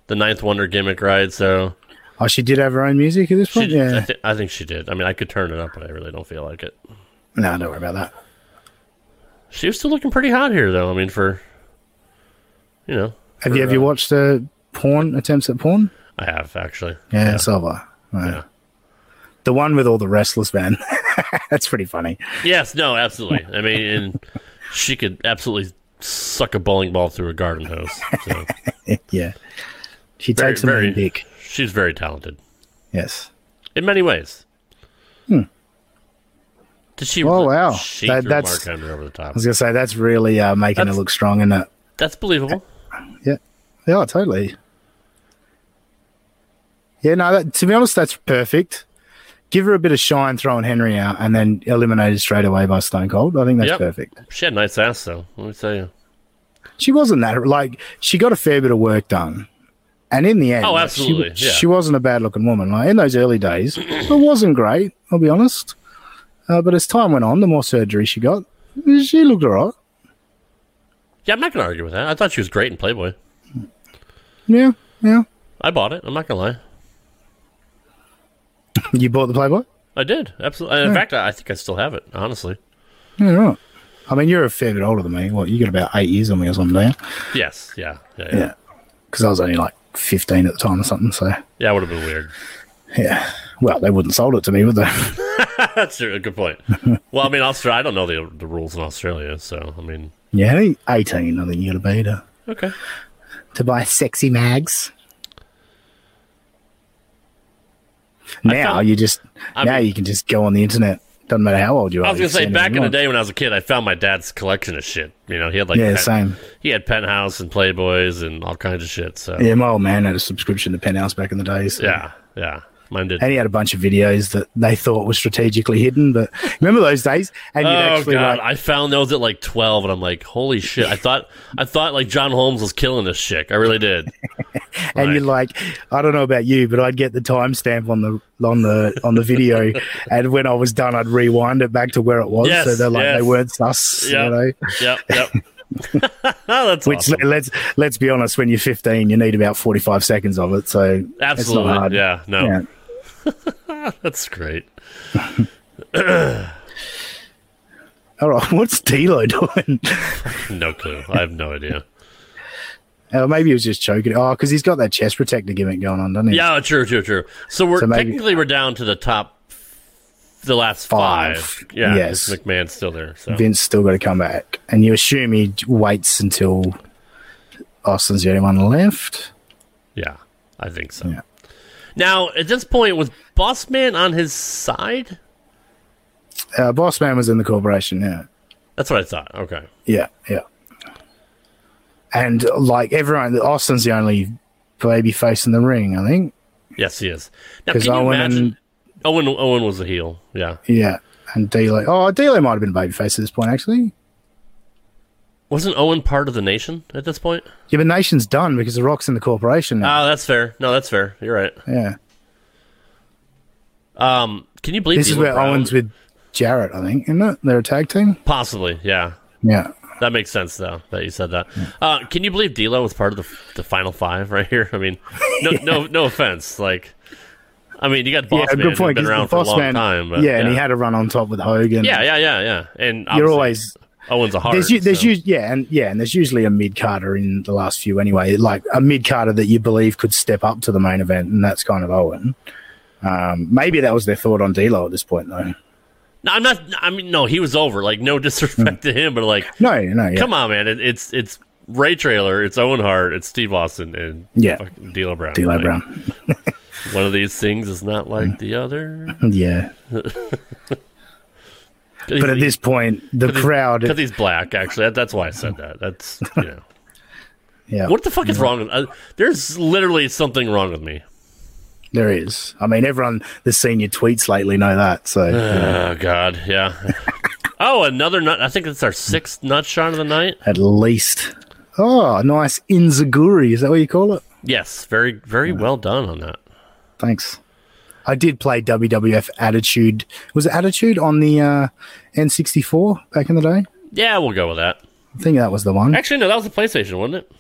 the ninth wonder gimmick, right? So,
Oh, she did have her own music at this
she,
point.
I,
Oh, yeah.
thi- I think she did. I mean, I could turn it up, but I really don't feel like it.
No, don't worry about that.
She was still looking pretty hot here, though. I mean, for, you know,
Have you have you watched uh, porn attempts at porn?
I have actually.
Yeah, so have I. Right.
Yeah.
The one with all the restless men. That's pretty funny.
Yes, no, absolutely. I mean, and she could absolutely suck a bowling ball through a garden hose. So
Yeah. She
Very-
takes a
very-
mean dick.
she's very talented
Yes.
in many ways. Did she?
Hmm. Oh, wow.
She
That-
threw
that's-
Mark Henry over the top.
I was going to say, that's really uh, making
That's-
her look strong, isn't it?
That's believable.
Yeah. Yeah, totally. Yeah, no, that, to be honest, that's perfect. Give her a bit of shine throwing Henry out and then eliminated straight away by Stone Cold. I think that's
Yep.
perfect.
She had a nice ass, though. Let me tell you.
She wasn't that, like, she got a fair bit of work done. And in the end,
Oh,
like,
absolutely,
She,
yeah.
she wasn't a bad looking woman. Like, in those early days, it wasn't great, I'll be honest. Uh, but as time went on, the more surgery she got, she looked all right.
Yeah, I'm not gonna argue with that. I thought she was great in Playboy.
Yeah, yeah.
I bought it. I'm not gonna lie.
You bought the Playboy?
I did absolutely. In fact, I I think I still have it. Honestly,
Yeah, right. I mean, you're a fair bit older than me. What, you got about eight years on me or something, do you?
yes, yeah, yeah, yeah.
Yeah. Because I was only like 15 at the time or something. So,
Yeah, it would have been weird.
yeah. Well, they wouldn't sold it to me, would they?
That's true. Good point. Well, I mean, Australia. I don't know the the rules in Australia, so I mean,
yeah, I think 18, I think you got to be to,
okay.
to buy sexy mags. Now
found-
you just
I
now
mean-
you can just go on the internet. Doesn't matter how old you are.
I was
you
gonna say
send
back in the
anyone.
day when I was a kid, I found my dad's collection of shit. You know, he had like
Yeah,
pen-
same.
He had Penthouse and Playboys and all kinds of shit. So yeah,
Yeah, my old man had a subscription to Penthouse back in the day. So.
yeah, mine did.
and he had a bunch of videos that they thought were strategically hidden. But remember those days? And
Oh
you'd actually
god,
like,
I found those at like twelve, and I'm like, holy shit! I thought I thought like John Holmes was killing this chick. I really did.
and you're like, I don't know about you, but I'd get the timestamp on the on the on the video, and when I was done, I'd rewind it back to where it was.
Yes,
so they're like
yes.
they weren't sus,
Yeah,
you know.
yep, yep. That's
Which
awesome.
let- let's let's be honest, when you're 15, you need about 45 seconds of it. So it's not hard.
absolutely. Yeah, no,
Yeah.
that's great.
All right, what's D'Lo doing?
No clue. I have no idea.
Uh, maybe he was just choking. Oh, because he's got that chest protector gimmick going on, doesn't he?
Yeah, true, true, true. So we're
So maybe-
technically we're down to the top, the last five.
Five.
Yeah,
Yes.
'cause McMahon's still there. So
Vince still got to come back, and you assume he waits until Austin's the only one left.
yeah, I think so.
Yeah.
Now at this point, was Boss Man on his side?
Uh, Boss Man was in the corporation. Yeah.
That's what I thought. Okay,
Yeah, yeah. And like everyone, Austin's the only baby face in the ring, I think.
yes, he is. Now can
Because
you
Owen
imagine?
and
Owen Owen was a heel. Yeah,
yeah, and D'Lo. Oh, D'Lo might have been baby face at this point, actually.
wasn't Owen part of the Nation at this point?
Yeah, but Nation's done because the Rock's in the corporation now.
Oh, that's fair. No, that's fair. You're right.
yeah,
Um, can you believe
this is
D'Lo
where
Brown?
Owens with Jarrett, I think, isn't it? They're a tag team.
possibly? Yeah,
Yeah.
That makes sense, though, that you said that. Uh, can you believe D'Lo was part of the, the final five right here? I mean, no, no, no offense. Like, I mean, you got Boss
yeah,
Man who's been
'cause the
around for a
Boss
long
Man-
time. But,
yeah, and he had a run on top with Hogan.
yeah, yeah, yeah, yeah. And
you're
obviously,
always
Owen's a heart.
there's u- there's
so-
us- yeah and yeah and there's usually a mid carter in the last few anyway like a mid carter that you believe could step up to the main event and that's kind of Owen. Um, maybe that was their thought on D'Lo at this point though.
no, I'm not. I mean, no, he was over. Like, no disrespect to him, but like,
No, no, yeah,
come on, man. It, it's it's Ray Trailer, it's Owen Hart, it's Steve Austin, and
Yeah.
fucking D'Lo Brown.
D'Lo
Like,
Brown. Mm.
One of these things is not like the other.
Yeah. But at this point, the crowd.
because he's black. Actually, that, that's why I said that. That's you know.
yeah,
what the fuck is wrong with? Uh, there's literally something wrong with me.
there is. I mean, everyone that's seen your tweets lately know that. So
Oh God, yeah. oh, another nut. I think it's our sixth nut shot of the night.
at least, oh, nice inzaguri. Is that what you call it?
Yes, very, very well done on that.
Thanks. I did play WWF Attitude. Was it Attitude on the uh, N64 back in the day?
Yeah, we'll go with that.
I think that was the one.
Actually, no, that was the PlayStation, wasn't it?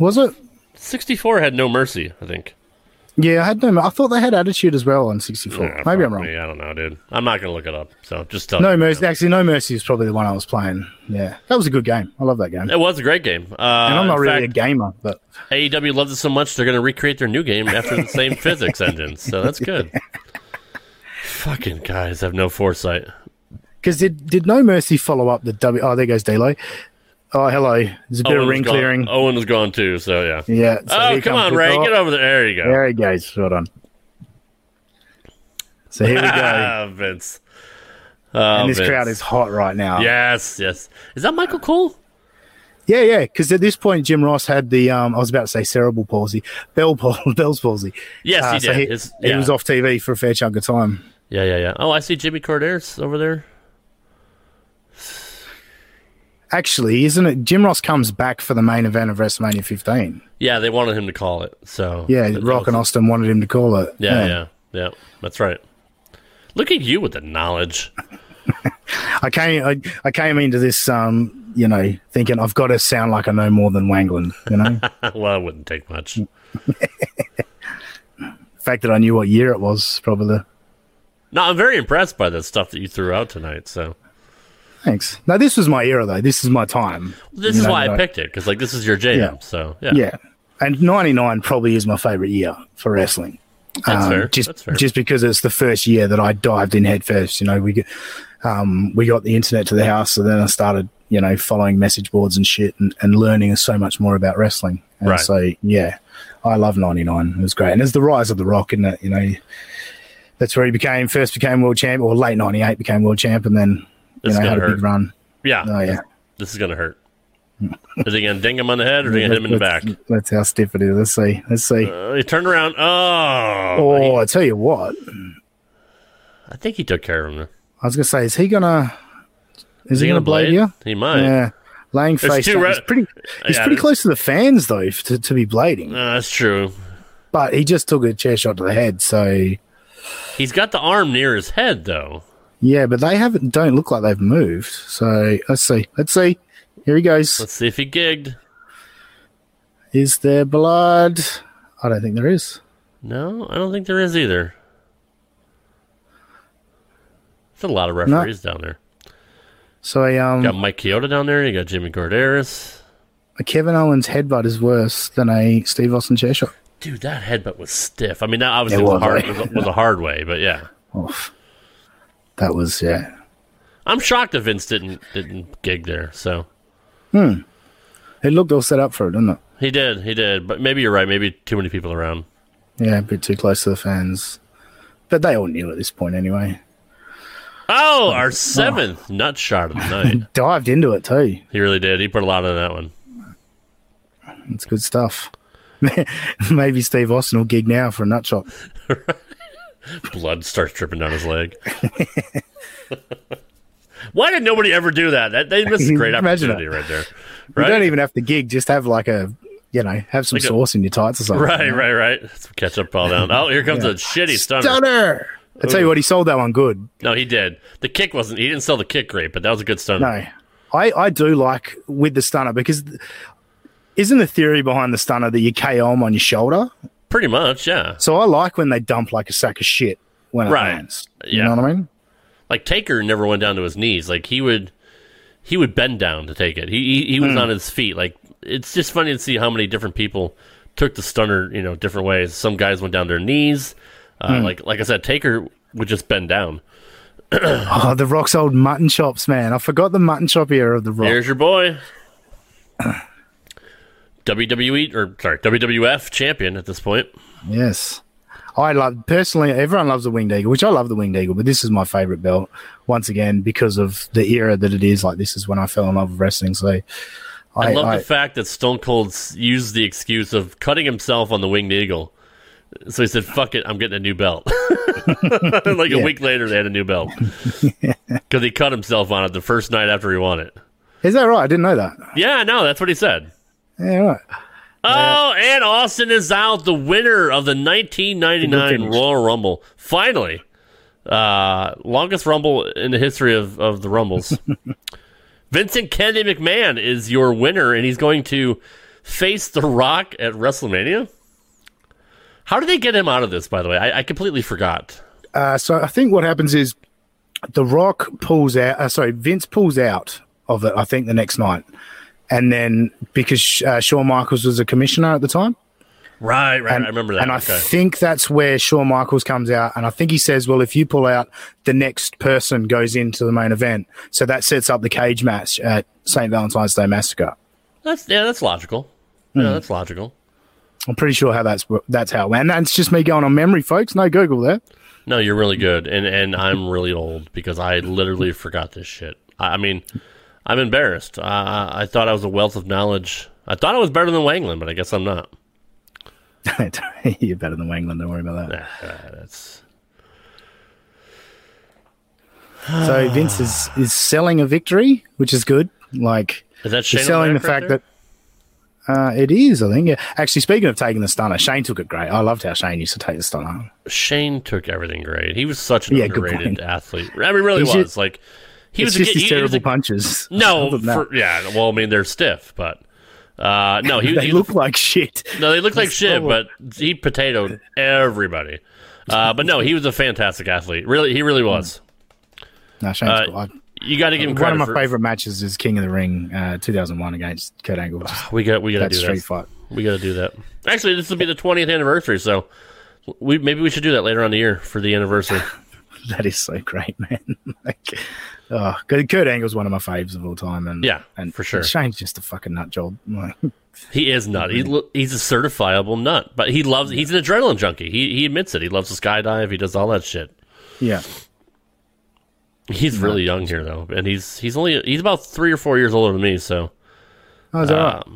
Was it?
64 had no mercy. I think.
Yeah, I had no. I thought they had Attitude as well on 64.
Nah,
Maybe I'm wrong.
probably. I don't know, dude. I'm not gonna look it up. So just tell
No
you.
mercy. Actually, no mercy is probably the one I was playing. Yeah, that was a good game. I love that game.
It was a great game. Uh,
and I'm not
in
really
fact,
a gamer, but
AEW loves it so much they're going to recreate their new game after the same physics engine. So that's good. Fucking guys have no foresight.
because did did No Mercy follow up the W? Oh, there goes D'Lo. Oh, hello. There's a bit
Owen
of
was
ring
gone-
clearing.
Owen was gone too. So yeah.
Yeah. so
oh
here
come
comes
on,
the
Ray,
dot.
get over there. There you go.
There he goes. Well done. So here we go.
Ah, Vince. Ah,
and this
Vince.
crowd is hot right now.
Yes, yes. Is that Michael Cole?
yeah, yeah. Because at this point, Jim Ross had the um, I was about to say cerebral palsy, bell pal- Bell's palsy. Uh,
Yes, he
So
did.
he,
It's-
he
yeah.
was off TV for a fair chunk of time.
Yeah, yeah, yeah. Oh, I see Jimmy Corderas over there.
Actually, isn't it? Jim Ross comes back for the main event of WrestleMania 15.
Yeah, they wanted him to call it. So
Yeah,
That- that
Rock and
was-
Austin wanted him to call it.
Yeah, yeah, yeah. That's right. Look at you with the knowledge.
I came, I, I came into this, um, you know, thinking I've got to sound like I know more than Wangland. You know, the
well, it wouldn't take much.
fact that I knew what year it was probably. The,
No, I'm very impressed by the stuff that you threw out tonight. So
thanks. No, this was my era though. This is my time.
this
You
is
know,
why I
like-
picked it because like this is your jam.
Yeah.
So yeah,
Yeah, and '99 probably is my favorite year for wrestling.
that's
Um,
fair.
Just,
that's fair.
just because it's the first year that I dived in headfirst. You know, we get- um, we got the internet to the house, so then I started, you know, following message boards and shit, and, and learning so much more about wrestling. And
Right.
So yeah, I love '99. It was great, and it's the rise of the Rock, isn't it? You know, that's where he became first became world champ, or late '98 became world champ, and then you
It's
know had
gonna
a
hurt.
big run.
yeah,
Oh yeah.
this is gonna hurt. is he gonna ding him on the head or are they gonna hit him in the back?
Let's- Let's see how stiff it is. Let's see. Let's see.
Uh, he turned around. Oh,
oh, I tell you what.
I think he took care of him.
I was gonna say, is he gonna? Is,
Is he gonna blade?
you?
He might.
Yeah, laying face.
two
down.
re-
he's pretty. He's
Yeah,
pretty
it-
close to the fans though f- to, to be blading,
Uh, that's true.
but he just took a chair shot to the head. So
He's got the arm near his head though.
yeah, but they haven't. Don't look like they've moved. So let's see. Let's see. Here he goes.
Let's see if he gigged.
Is there blood? I don't think there is.
No, I don't think there is either. There's a lot of referees down there.
So um,
got Mike Kyoto down there. You got Jimmy Corderas.
a Kevin Owens headbutt is worse than a Steve Austin chair shot.
Dude, that headbutt was stiff. I mean, that obviously
It
was, a
was,
hard,
right?
was, a, was a hard way, but yeah.
Oof. That was yeah.
I'm shocked that Vince didn't didn't gig there. So
It looked all set up for it, didn't it?
he did, he did. But maybe you're right. Maybe too many people around.
Yeah, a bit too close to the fans. But they all knew at this point anyway.
Oh, our seventh nut shot of the night.
Dived into it too.
he really did. He put a lot on that one.
It's good stuff. Maybe Steve Austin will gig now for a nut shop.
Blood starts dripping down his leg. Why did nobody ever do that? That they missed a great
Imagine
opportunity right there.
You don't
Right,
even have to gig. Just have like a, you know, have some
Like a-
sauce in your tights or something.
right, right, right. Some ketchup all down. Oh, here comes a shitty stunner.
Stunner. I tell you what, he sold that one good.
No, he did. The kick wasn't. He didn't sell the kick great, but that was a good stunner.
No, I I do like with the stunner because th- isn't the theory behind the stunner that you KO him on your shoulder?
Pretty much, yeah.
So I like when they dump like a sack of shit when it
Right.
lands. You
Yeah.
know what I mean?
Like Taker never went down to his knees. Like he would, he would bend down to take it. He he, he was on his feet. Like it's just funny to see how many different people took the stunner, you know, different ways. Some guys went down to their knees. Uh, Like like I said, Taker would just bend down.
Oh, the Rock's old mutton chops, man. I forgot the mutton chop era of the Rock.
Here's your boy. E, WWE or sorry WWF champion at this point.
Yes. I love personally. Everyone loves the winged eagle, which I love the winged eagle, but this is my favorite belt once again because of the era that it is. Like this is when I fell in love with wrestling. So
I, love the fact that Stone Cold s- used the excuse of cutting himself on the winged eagle. So he said, "Fuck it, I'm getting a new belt." like a week later, they had a new belt because he cut himself on it the first night after he won it.
is that right? I didn't know that.
Yeah, no, that's what he said.
Yeah, right.
Oh, and Austin is out the winner of the 1999
finish.
Royal Rumble. Finally, uh, longest Rumble in the history of, of the Rumbles. Vincent Kennedy McMahon is your winner, and he's going to face The Rock at WrestleMania. How did they get him out of this? By the way, I, I completely forgot.
Uh, so I think what happens is The Rock pulls out. Uh, sorry, Vince pulls out of it. I think the next night, and then because uh, Shawn Michaels was a commissioner at the time,
Right, right.
and
I remember that.
And I
Okay.
think that's where Shawn Michaels comes out, and I think he says, "Well, if you pull out, the next person goes into the main event." So that sets up the cage match at St. Valentine's Day Massacre.
that's yeah, that's logical. Yeah, that's logical.
I'm pretty sure how that's that's how it went. And that's just me going on memory, folks. No Google there.
No, you're really good, and and I'm really old because I literally forgot this shit. I, I mean, I'm embarrassed. Uh, I thought I was a wealth of knowledge. I thought I was better than Wangland, but I guess I'm not.
You're better than Wangland. Don't worry about that.
That's
So Vince is is selling a victory, which is good. Like
is that
He's
Shane
selling the fact that uh, it is, I think. Yeah. Actually, speaking of taking the stunner, Shane took it great. I loved how Shane used to take the stunner.
that Shane took everything great. He was such an
Yeah, good
underrated
point.
athlete. I mean, really
He's
was
just-
like he
it's
was a
just
kid-
his
he- he was
terrible
a-
punches.
No,
Other than that,
for, yeah. Well, I mean, they're stiff, but uh, no, he,
they
he
look like shit.
No, they look like shit,
so-
but he potatoed everybody. Uh, but no, he was a fantastic athlete. Really, he
Hmm.
really was.
No, Shane's
Uh,
cool. I-
You got to give him
Uh, One
credit.
of my
for-
favorite matches is King of the Ring uh, 2001 against Kurt Angle. Just
Ah, We got we got to
that
do
street
that.
fight.
We got to do that. Actually, this will be the 20th anniversary, so we maybe we should do that later on in the year for the anniversary.
That is so great, man. like, oh, Kurt Kurt Angle's one of my faves of all time. And
Yeah,
and
for sure.
Shane's just a fucking nut job. Like,
He is nut. He, lo- he's a certifiable nut, but he loves. He's an adrenaline junkie. He he admits it. He loves to skydive. He does all that shit.
yeah.
He's really young here though, and he's he's only he's about three or four years older than me. So um,
I was all Oh, right.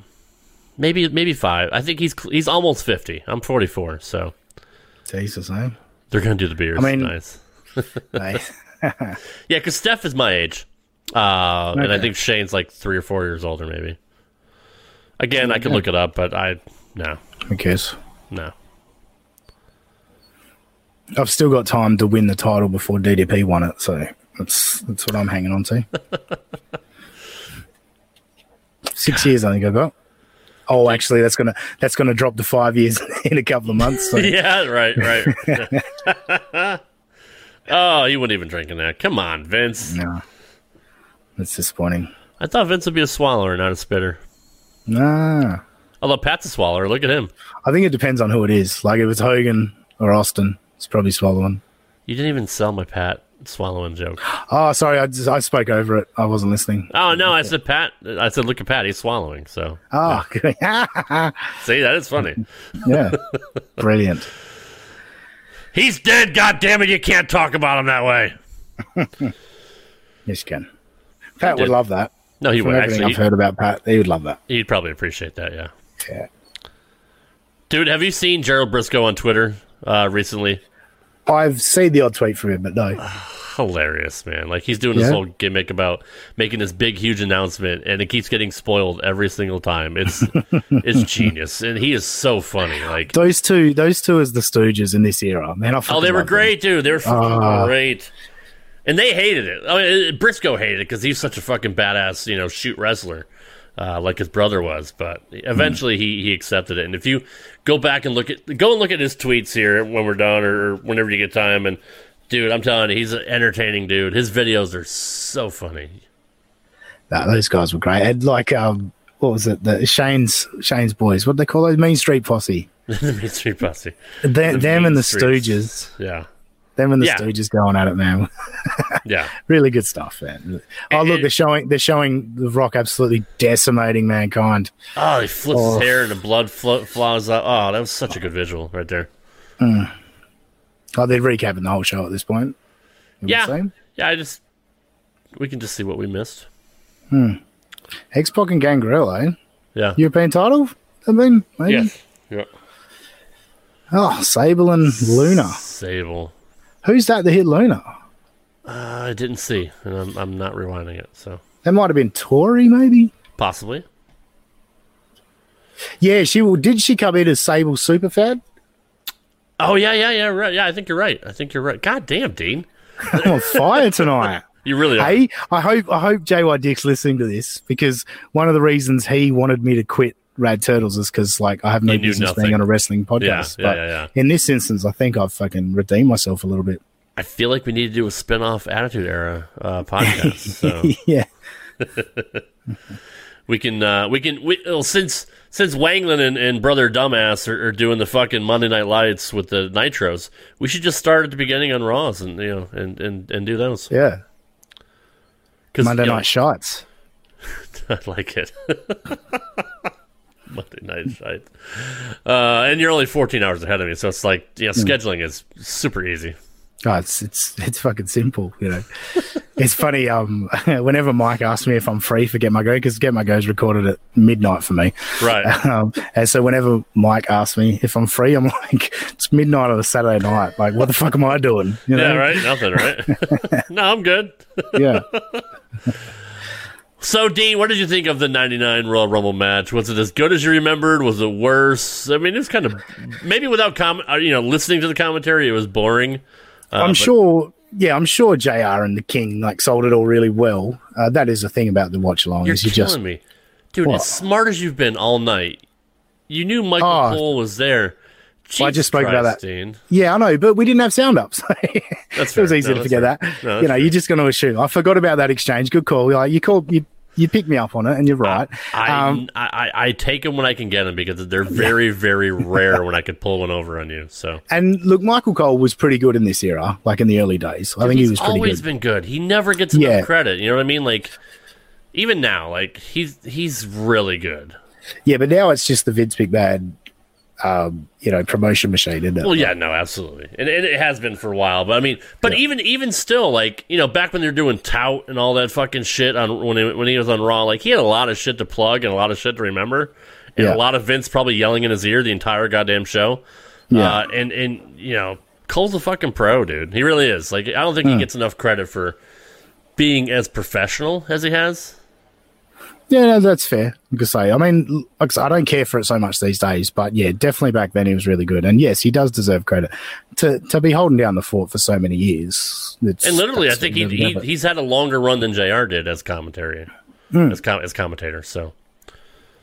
maybe maybe five. I think he's cl- he's almost fifty. I'm 44, so
Jesus, eh?
they're gonna do the beers.
I mean-
nice.
Hey.
Yeah, because Steph is my age, uh, and I
Okay.
think Shane's like three or four years older, maybe. Again, I could look it up, but I no
Who cares?
no.
I've still got time to win the title before DDP won it, so that's that's what I'm hanging on to. Six years, I think I've got. Oh, actually, that's gonna that's gonna drop to five years in a couple of months. So.
Yeah, right, right. oh, you wouldn't even drinking that. Come on, Vince.
No, that's disappointing.
I thought Vince would be a swallower, not a spitter.
Nah,
Although Pat's a swallower. Look at him.
I think it depends on who it is. Like if it's Hogan or Austin, it's probably swallowing.
You didn't even sell my Pat swallowing joke.
Oh, sorry, I just, I spoke over it. I wasn't listening.
Oh no, I said Pat. I said look at Pat. He's swallowing. So
Oh,
see, that is funny.
yeah, brilliant.
He's dead. God damn it! You can't talk about him that way.
Yes, you can. Pat
did.
would love that.
No, he
From
would
everything
actually.
I've heard about Pat, he would love that.
He'd probably appreciate that, yeah.
Yeah.
Dude, have you seen Gerald Briscoe on Twitter uh, recently?
I've seen the odd tweet from him, but no.
Hilarious, man. Like, he's doing this
Yeah.
whole gimmick about making this big, huge announcement, and it keeps getting spoiled every single time. It's it's genius, and he is so funny. Like,
Those two, those two as the Stooges in this era, man. I fucking
oh, they were
love them.
great, dude. They were fucking
Ah.
great. And they hated it. I mean, Briscoe hated it because he's such a fucking badass, you know, shoot wrestler, uh, like his brother was. But eventually, he he accepted it. And if you go back and look at go and look at his tweets here when we're done or whenever you get time, and dude, I'm telling you, he's an entertaining dude. His videos are so funny.
Nah, those guys were great. And like, um, what was it? The Shane's Shane's boys. What do they call those? Mean Street Posse.
the Mean Street Posse.
Them, them
Mean
and the
Streets.
Stooges.
Yeah,
Them and the
Yeah.
Stooges going at it, man.
yeah.
really good stuff, man. Oh,
And-
look, they're showing they're showing the Rock absolutely decimating mankind.
Oh, he flips
Oh.
his hair and the blood flo- flows out. Oh, that was such a good visual right there.
Oh, they're recapping the whole show at this point. You would
Yeah.
say?
Yeah, I just we can just see what we missed.
X-Pac and Gangrel, eh?
Yeah.
European title? I mean, maybe.
Yes. Yeah.
Oh, Sable and Luna.
Sable. Uh,
Who's that that hit Luna?
I didn't see, and I'm I'm not rewinding it, so
That might have been Tori, maybe.
possibly.
Yeah, she well, did. She come in as Sable Superfad.
Oh yeah, yeah, yeah, right. Yeah, I think you're right. I think you're right. God damn, Dean.
I'm on fire tonight.
You really are.
hey, I hope I hope JY Dick's listening to this because one of the reasons he wanted me to quit Rad Turtles is because like I have no
You knew
business
nothing.
being on a wrestling podcast.
yeah,
but
yeah, yeah.
in this instance, I think I've fucking redeemed myself a little bit.
I feel like we need to do a spin off Attitude Era uh, podcast. So
yeah,
we can, uh, we can, we, well, since since Wanglin and, and Brother Dumbass are, are doing the fucking Monday Night Lights with the Nitros, we should just start at the beginning on Raws and you know and and, and do those.
yeah.
'Cause,
Monday
you know,
night shots.
I like it. Monday night fight. Uh, and you're only 14 hours ahead of me, so it's like, yeah, scheduling is super easy.
Oh, it's it's it's fucking simple, you know. it's funny. Um, whenever Mike asks me if I'm free for Get My Go, because Get My Go is recorded at midnight for me.
Right.
Um, and so whenever Mike asks me if I'm free, I'm like, it's midnight on a Saturday night. Like, what the fuck am I doing? You
Yeah,
know?
right? Nothing, right? no, I'm good.
Yeah.
So, Dean, what did you think of the 99 Royal Rumble match? Was it as good as you remembered? Was it worse? I mean, it was kind of, maybe without comment, you know, listening to the commentary, it was boring. Uh,
I'm sure. Yeah, I'm sure Jr. and the King like sold it all really well. Uh, that is the thing about the watch along
You're
is you
killing
just
me. Dude,
What?
as smart as you've been all night, you knew Michael
Oh.
Cole was there.
Well, I
Jesus
just spoke about
Christ,
that.
Dean.
yeah, I know, but we didn't have sound ups.
That's
it was
fair.
easy
No, that's
to forget
fair.
that.
No, that's
you know, you're just going to assume. I forgot about that exchange. Good call. Like, you called you you picked me up on it, and you're right.
I,
um,
I, I I take them when I can get them because they're very very rare when I could pull one over on you. So
and look, Michael Cole was pretty good in this era, like in the early days. I think he
he's
was pretty
always
good.
been good. He never gets enough
Yeah.
credit. You know what I mean? Like even now, like he's he's really good.
Yeah, but now it's just the Vince McMahon, um, you know, promotion machine, isn't it?
Well, yeah, no, absolutely, and, and it has been for a while. But I mean, but even even still, like you know, back when they're doing tout and all that fucking shit on when he, when he was on Raw, like he had a lot of shit to plug and a lot of shit to remember, and a
Yeah.
lot of Vince probably yelling in his ear the entire goddamn show. Uh, and and you know, Cole's a fucking pro, dude. He really is. Like I don't think
Hmm.
he gets enough credit for being as professional as he has.
Yeah, no, that's fair. I could say. I mean, l- like I say, I don't care for it so much these days, but yeah, definitely back then he was really good. And yes, he does deserve credit to to be holding down the fort for so many years. It's,
And literally, I
that's-
think he,
never-
he
never-
he's had a longer run than Jr. did as commentary,
Hmm.
as com- as commentator. So.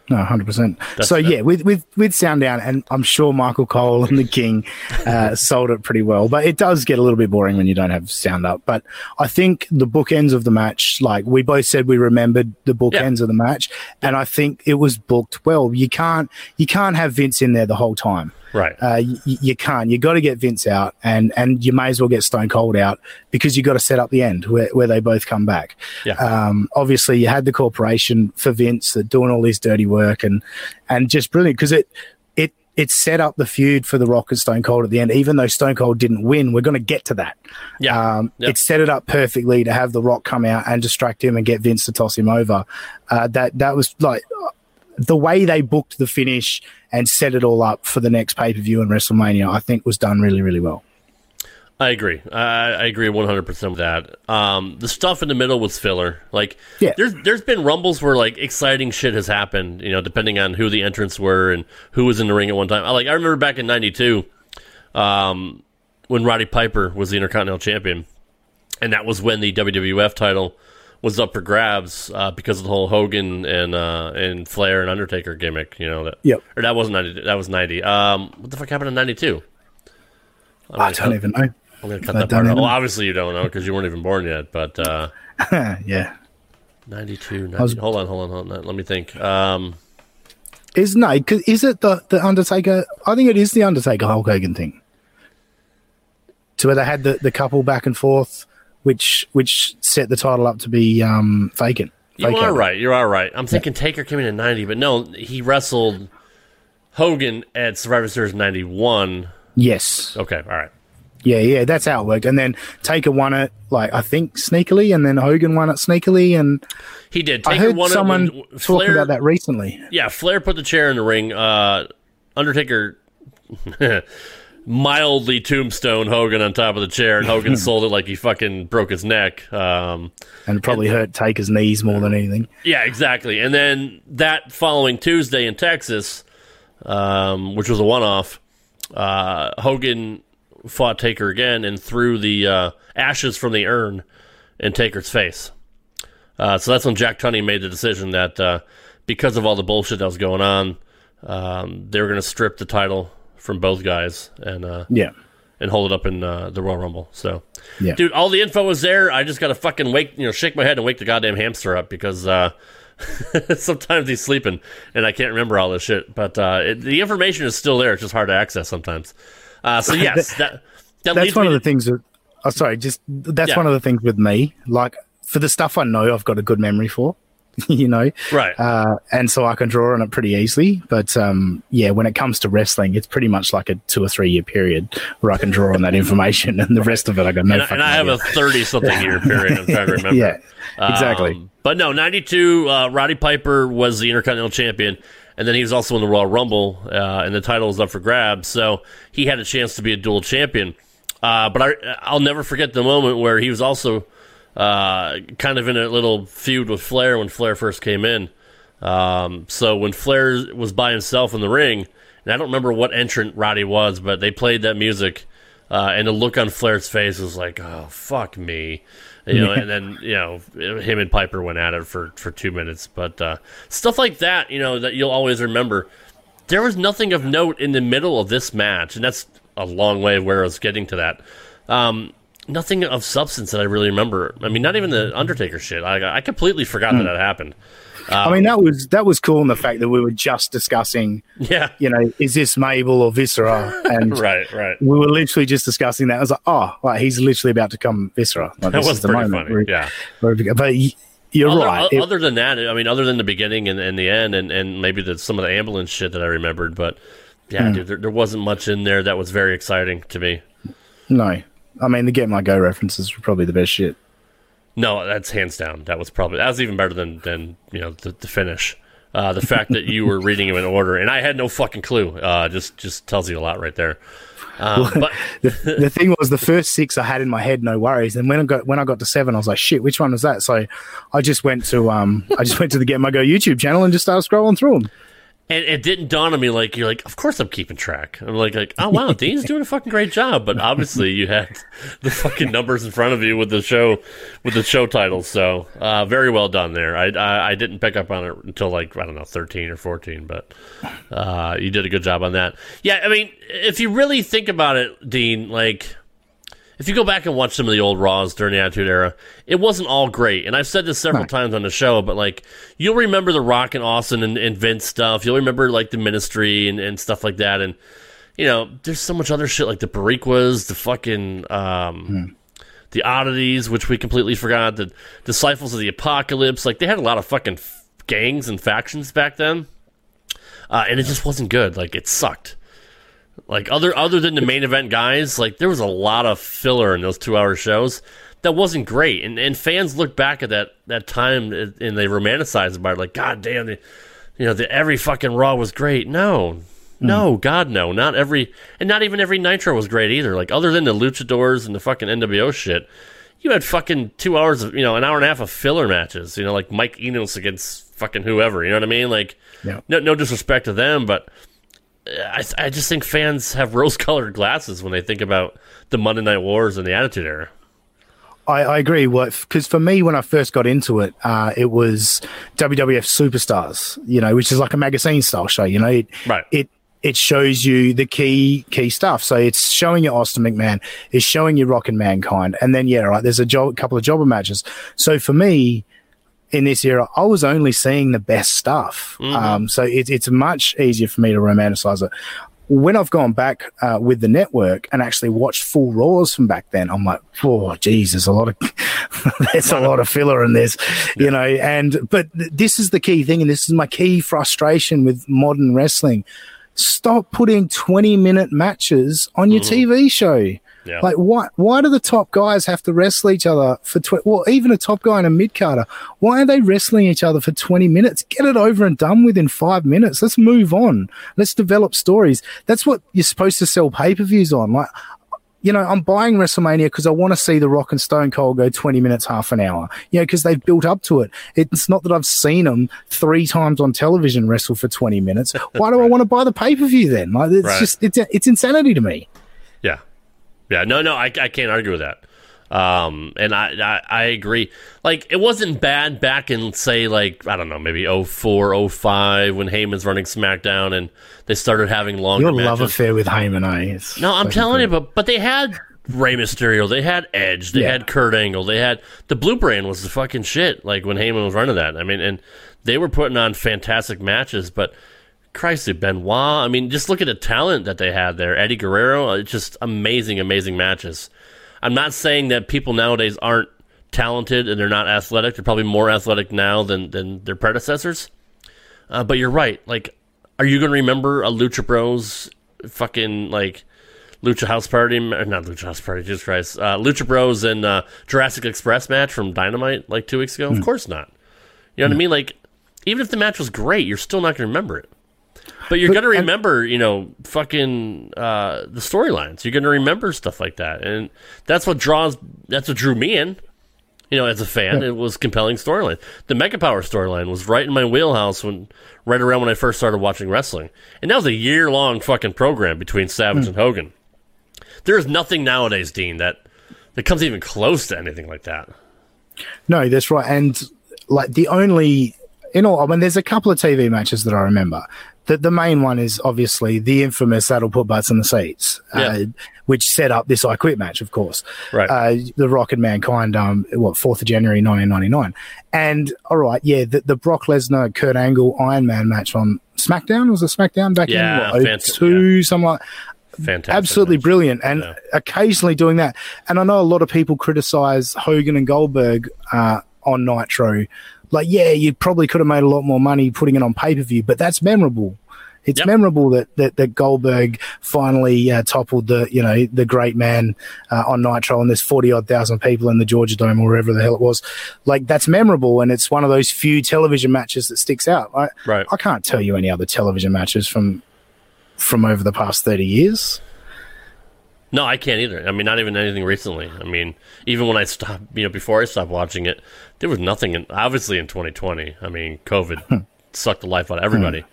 no, hundred percent. So
fair.
yeah, with with with Sound Down, and I'm sure Michael Cole and the King uh, sold it pretty well. But it does get a little bit boring when you don't have sound up. But I think the bookends of the match, like we both said, we remembered the bookends of the match, and I think it was booked well. You can't you can't have Vince in there the whole time.
Right.
uh, you, you can't. You got to get Vince out, and and you may as well get Stone Cold out because you got to set up the end where, where they both come back.
Yeah.
Um, obviously, you had the corporation for Vince that doing all this dirty work and and just brilliant because it it it set up the feud for the Rock and Stone Cold at the end. Even though Stone Cold didn't win, we're going to get to that.
Yeah.
Um,
Yeah.
It set it up perfectly to have The Rock come out and distract him and get Vince to toss him over. Uh, that that was like uh, the way they booked the finish and set it all up for the next pay per view in WrestleMania. I think was done really really well.
I agree. I, I agree 100% with that. Um, the stuff in the middle was filler. Like,
Yeah.
there's there's been rumbles where like exciting shit has happened. You know, depending on who the entrants were and who was in the ring at one time. I like I remember back in '92, um, when Roddy Piper was the Intercontinental Champion, and that was when the WWF title was up for grabs uh, because of the whole Hogan and uh, and Flair and Undertaker gimmick. You know that.
Yep.
Or that wasn't 90. That was 90. Um, what the fuck happened in '92?
I don't even know.
I'm gonna cut
I
that part
don't
out.
know.
Well, obviously you don't know because you weren't even born yet. But uh,
yeah.
92, 90, hold on, hold on, hold on. Let me think. Um,
Is no, 'cause is it the the Undertaker? I think it is the Undertaker Hulk Hogan thing. To where they had the, the couple back and forth, which which set the title up to be um, vacant.
you
Vacant.
are right. You are right. I'm thinking Taker came in at 90, but no, he wrestled Hogan at Survivor Series 91.
Yes.
Okay, all right.
Yeah, yeah, that's how it worked. And then Taker won it, like I think sneakily, and then Hogan won it sneakily. And
He did.
I
Taker
heard
won it
someone
when
talking
Flair-
about that recently.
Yeah, Flair put the chair in the ring. Uh, Undertaker mildly tombstone Hogan on top of the chair, and Hogan sold it like he fucking broke his neck. Um,
And it probably hurt Taker's knees more than anything.
yeah, exactly. And then that following Tuesday in Texas, um, which was a one-off, uh, Hogan fought Taker again and threw the uh, ashes from the urn in Taker's face. Uh, so that's when Jack Tunney made the decision that uh, because of all the bullshit that was going on, um, they were going to strip the title from both guys and uh,
Yeah.
and hold it up in uh, the Royal Rumble. So,
Yeah.
dude, all the info is there. I just gotta fucking wake, you know, shake my head and wake the goddamn hamster up because uh, sometimes he's sleeping and I can't remember all this shit. But uh, it, the information is still there. It's just hard to access sometimes. Uh, so yes, that that
That's
leads
one
me
of the
to-
things that. Oh, sorry. Just that's
Yeah.
one of the things with me. Like for the stuff I know, I've got a good memory for. you know,
right.
uh, and so I can draw on it pretty easily. But um, yeah, when it comes to wrestling, it's pretty much like a two or three year period where I can draw on that information, and the rest of it I got no.
and, I- and
fucking
I have
idea.
a thirty something year period. I'm trying to remember.
yeah, exactly.
Um, but no, 92, uh, Roddy Piper was the Intercontinental Champion, and then he was also in the Royal Rumble, uh, and the title was up for grabs. So he had a chance to be a dual champion. Uh, but I, I'll never forget the moment where he was also uh, kind of in a little feud with Flair when Flair first came in. Um, so when Flair was by himself in the ring, and I don't remember what entrant Roddy was, but they played that music, uh, and the look on Flair's face was like, "Oh fuck me," you know. and then you know, him and Piper went at it for for two minutes, but uh, stuff like that, you know, that you'll always remember. There was nothing of note in the middle of this match, and that's a long way of where I was getting to that. Um, nothing of substance that I really remember. I mean, not even the Undertaker shit. I, I completely forgot that that happened.
I
um,
mean, that was that was cool in the fact that we were just discussing,
Yeah.
you know, is this Mabel or Viscera? And
Right, right.
we were literally just discussing that. I was like, oh, like, he's literally about to come Viscera. Like,
That
this
was
is the
pretty
moment
funny,
where-
yeah.
where we go. but y- you're
other,
right.
o-
It-
other than that, I mean, other than the beginning and, and the end, and, and maybe the, some of the ambulance shit that I remembered, but yeah,
Hmm.
dude, there, there wasn't much in there that was very exciting to me.
no, I mean, the Get My Go references were probably the best shit.
No, that's hands down. That was probably that was even better than than you know the, the finish. Uh, the fact that you were reading them in order, and I had no fucking clue, uh, just just tells you a lot right there. Um, but
the, the thing was the first six I had in my head, no worries. And when I got when I got to seven, I was like, shit, which one was that? So I just went to um I just went to the Get My Go YouTube channel and just started scrolling through them.
And it didn't dawn on me like you're like, of course I'm keeping track. I'm like, like oh wow, Dean's doing a fucking great job. But obviously you had the fucking numbers in front of you with the show, with the show titles. So uh, very well done there. I, I I didn't pick up on it until like I don't know 13 or 14, but uh, you did a good job on that. Yeah, I mean, if you really think about it, Dean, like if you go back and watch some of the old Raws during the Attitude Era, it wasn't all great. And I've said this several times on the show, but like you'll remember the Rock and Austin and, and Vince stuff. You'll remember like the Ministry and, and stuff like that. And you know, there's so much other shit like the Bariquas, the fucking um, the Oddities, which we completely forgot, the Disciples of the Apocalypse. Like they had a lot of fucking f- gangs and factions back then, uh, and it just wasn't good. Like it sucked. Like other other than the main event guys, like there was a lot of filler in those two hour shows that wasn't great, and and fans look back at that that time and and they romanticize about it, like God damn, the, you know, the every fucking Raw was great. No, no, God no, not every and not even every Nitro was great either. Like other than the Luchadors and the fucking NWO shit, you had fucking two hours of you know an hour and a half of filler matches. You know, like Mike Enos against fucking whoever. You know what I mean? Like,
Yeah.
no no disrespect to them, but. I, I just think fans have rose colored glasses when they think about the Monday Night Wars and the Attitude Era.
I, I agree. Because for me, when I first got into it, uh, it was WWF Superstars, you know, which is like a magazine style show. You know, it
Right.
it it shows you the key key stuff. So it's showing you Austin McMahon, it's showing you Rock and Mankind, and then yeah, right. There's a job, couple of jobber matches. So for me, in this era, I was only seeing the best stuff. Um, so it, it's much easier for me to romanticize it. When I've gone back uh, with the network and actually watched full Raws from back then, I'm like, oh, geez, there's a lot of there's a lot of filler in this, you know. And but th- this is the key thing, and this is my key frustration with modern wrestling. Stop putting 20 minute matches on your TV show.
Yeah.
Like, why why do the top guys have to wrestle each other for twenty? Well, even a top guy and a mid carder, why are they wrestling each other for twenty minutes? Get it over and done with in five minutes. Let's move on. Let's develop stories. That's what you're supposed to sell pay per views on. Like, you know, I'm buying WrestleMania because I want to see The Rock and Stone Cold go 20 minutes, half an hour, you know, because they've built up to it. It's not that I've seen them three times on television wrestle for 20 minutes. Why do I want to buy the pay per view then? Like, it's
Right.
just, it's, it's insanity to me.
Yeah, yeah. No, no, I, I can't argue with that. Um, and I, I I agree. Like it wasn't bad back in say like I don't know maybe 04, 05 when Heyman's running SmackDown and they started having longer
Your
matches.
love affair with Heyman, eh? It's
No, I'm
fucking
telling you, but but they had Rey Mysterio, they had Edge, they
Yeah.
had Kurt Angle, they had the Blue Brand was the fucking shit. Like when Heyman was running that, I mean, and they were putting on fantastic matches. But Christ, dude, Benoit, I mean, just look at the talent that they had there. Eddie Guerrero, it's just amazing, amazing matches. I'm not saying that people nowadays aren't talented and they're not athletic. They're probably more athletic now than than their predecessors. Uh, but you're right. Like, are you going to remember a Lucha Bros fucking like Lucha House Party, or not Lucha House Party, Jesus Christ, uh, Lucha Bros and uh, Jurassic Express match from Dynamite like two weeks ago? Of course not. You know what I mean? Like, even if the match was great, you're still not going to remember it. But you're going to remember, you know, fucking uh, the storylines. You're going to remember stuff like that, and that's what draws. That's what drew me in. You know, as a fan, it was compelling storyline. The Mega Power storyline was right in my wheelhouse when, right around when I first started watching wrestling, and that was a year long fucking program between Savage and Hogan. There is nothing nowadays, Dean, that that comes even close to anything like that.
No, that's right. And like the only, in all, I mean, there's a couple of TV matches that I remember. The, the main one is obviously the infamous that'll put butts in the seats,
Yeah.
uh, which set up this I Quit match, of course.
Right.
Uh, the Rock and Mankind, um, what, 4th of January 1999. And all right, yeah, the, the Brock Lesnar, Kurt Angle, Iron Man match on SmackDown, was it SmackDown back
Yeah,
in what,
fantastic,
02, something like
Fantastic,
absolutely
match.
brilliant and
Yeah.
occasionally doing that and i know a lot of people criticize hogan and goldberg uh, on nitro like yeah you probably could have made a lot more money putting it on pay-per-view but that's memorable it's
Yep.
memorable that, that that Goldberg finally uh, toppled the you know the great man uh, on Nitro, and there's forty odd thousand people in the Georgia Dome or wherever the hell it was. Like that's memorable, and it's one of those few television matches that sticks out. I,
Right.
I can't tell you any other television matches from from over the past thirty years.
No, I can't either. I mean, not even anything recently. I mean, even when I stopped, you know, before I stopped watching it, there was nothing. In, obviously, in 2020, I mean, COVID sucked the life out of everybody.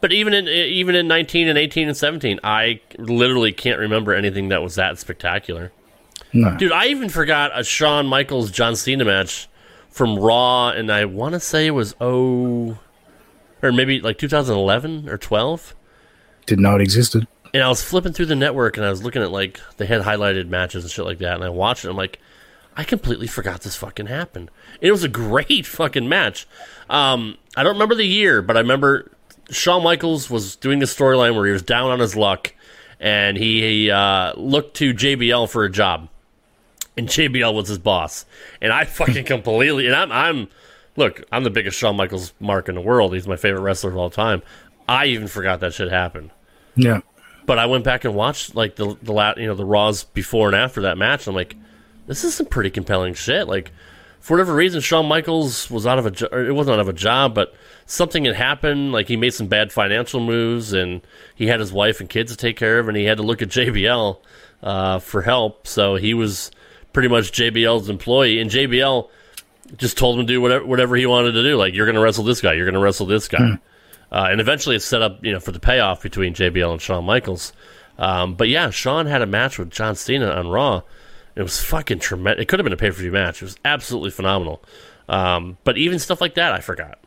But even in even in 19 and 18 and 17, I literally can't remember anything that was that spectacular.
No.
Dude, I even forgot a Shawn Michaels John Cena match from Raw, and I want to say it was oh, or maybe like 2011 or 12
Didn't know it existed.
and I was flipping through the network and I was looking at like they had highlighted matches and shit like that, and I watched it. I'm like, I completely forgot this fucking happened. It was a great fucking match. Um, I don't remember the year, but I remember Shawn Michaels was doing a storyline where he was down on his luck, and he uh, looked to JBL for a job, and JBL was his boss, and I fucking completely and I'm I'm look, I'm the biggest Shawn Michaels mark in the world. He's my favorite wrestler of all time. I even forgot that shit happened.
Yeah.
But I went back and watched like the the la- you know the Raws before and after that match. And I'm like, this is some pretty compelling shit. Like for whatever reason, Shawn Michaels was out of a jo- or it wasn't out of a job, but something had happened. Like he made some bad financial moves, and he had his wife and kids to take care of, and he had to look at JBL uh, for help. So he was pretty much JBL's employee, and JBL just told him to do whatever whatever he wanted to do. Like you're going to wrestle this guy, you're going to wrestle this guy. Uh, and eventually it's set up, you know, for the payoff between JBL and Shawn Michaels. Um, but yeah, Shawn had a match with John Cena on Raw. It was fucking tremendous. It could have been a pay per view match. It was absolutely phenomenal. Um, but even stuff like that, I forgot.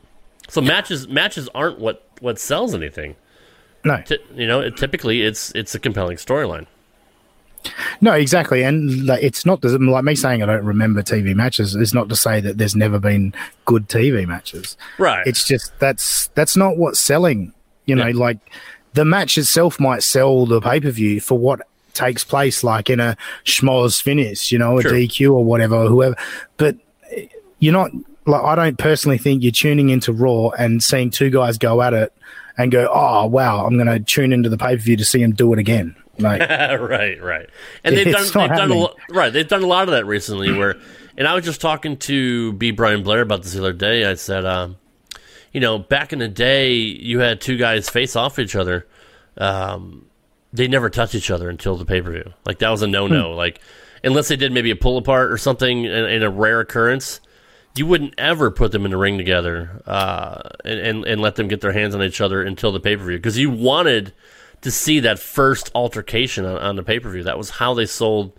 So matches matches aren't what what sells anything.
No.
Ty- you know, it, typically it's it's a compelling storyline.
No, exactly. And like, it's not like me saying I don't remember TV matches is not to say that there's never been good TV matches.
Right.
It's just that's that's not what's selling. You know, like the match itself might sell the pay per view for what takes place, like in a schmoz finish, you know, a
Sure.
DQ or whatever, whoever. But eh, you're not like I don't personally think you're tuning into Raw and seeing two guys go at it and go, oh wow, I'm going to tune into the pay per view to see them do it again. mate.
right, right. And they've done
It's not
they've done a,
happening.
lo- right. They've done a lot of that recently. Where, and I was just talking to B. Brian Blair about this the other day. I said, um, you know, back in the day, you had two guys face off each other. Um, they never touched each other until the pay per view. Like that was a no no. Like unless they did maybe a pull apart or something in, in a rare occurrence. You wouldn't ever put them in the ring together uh, and, and and let them get their hands on each other until the pay per view because you wanted to see that first altercation on, on the pay per view. That was how they sold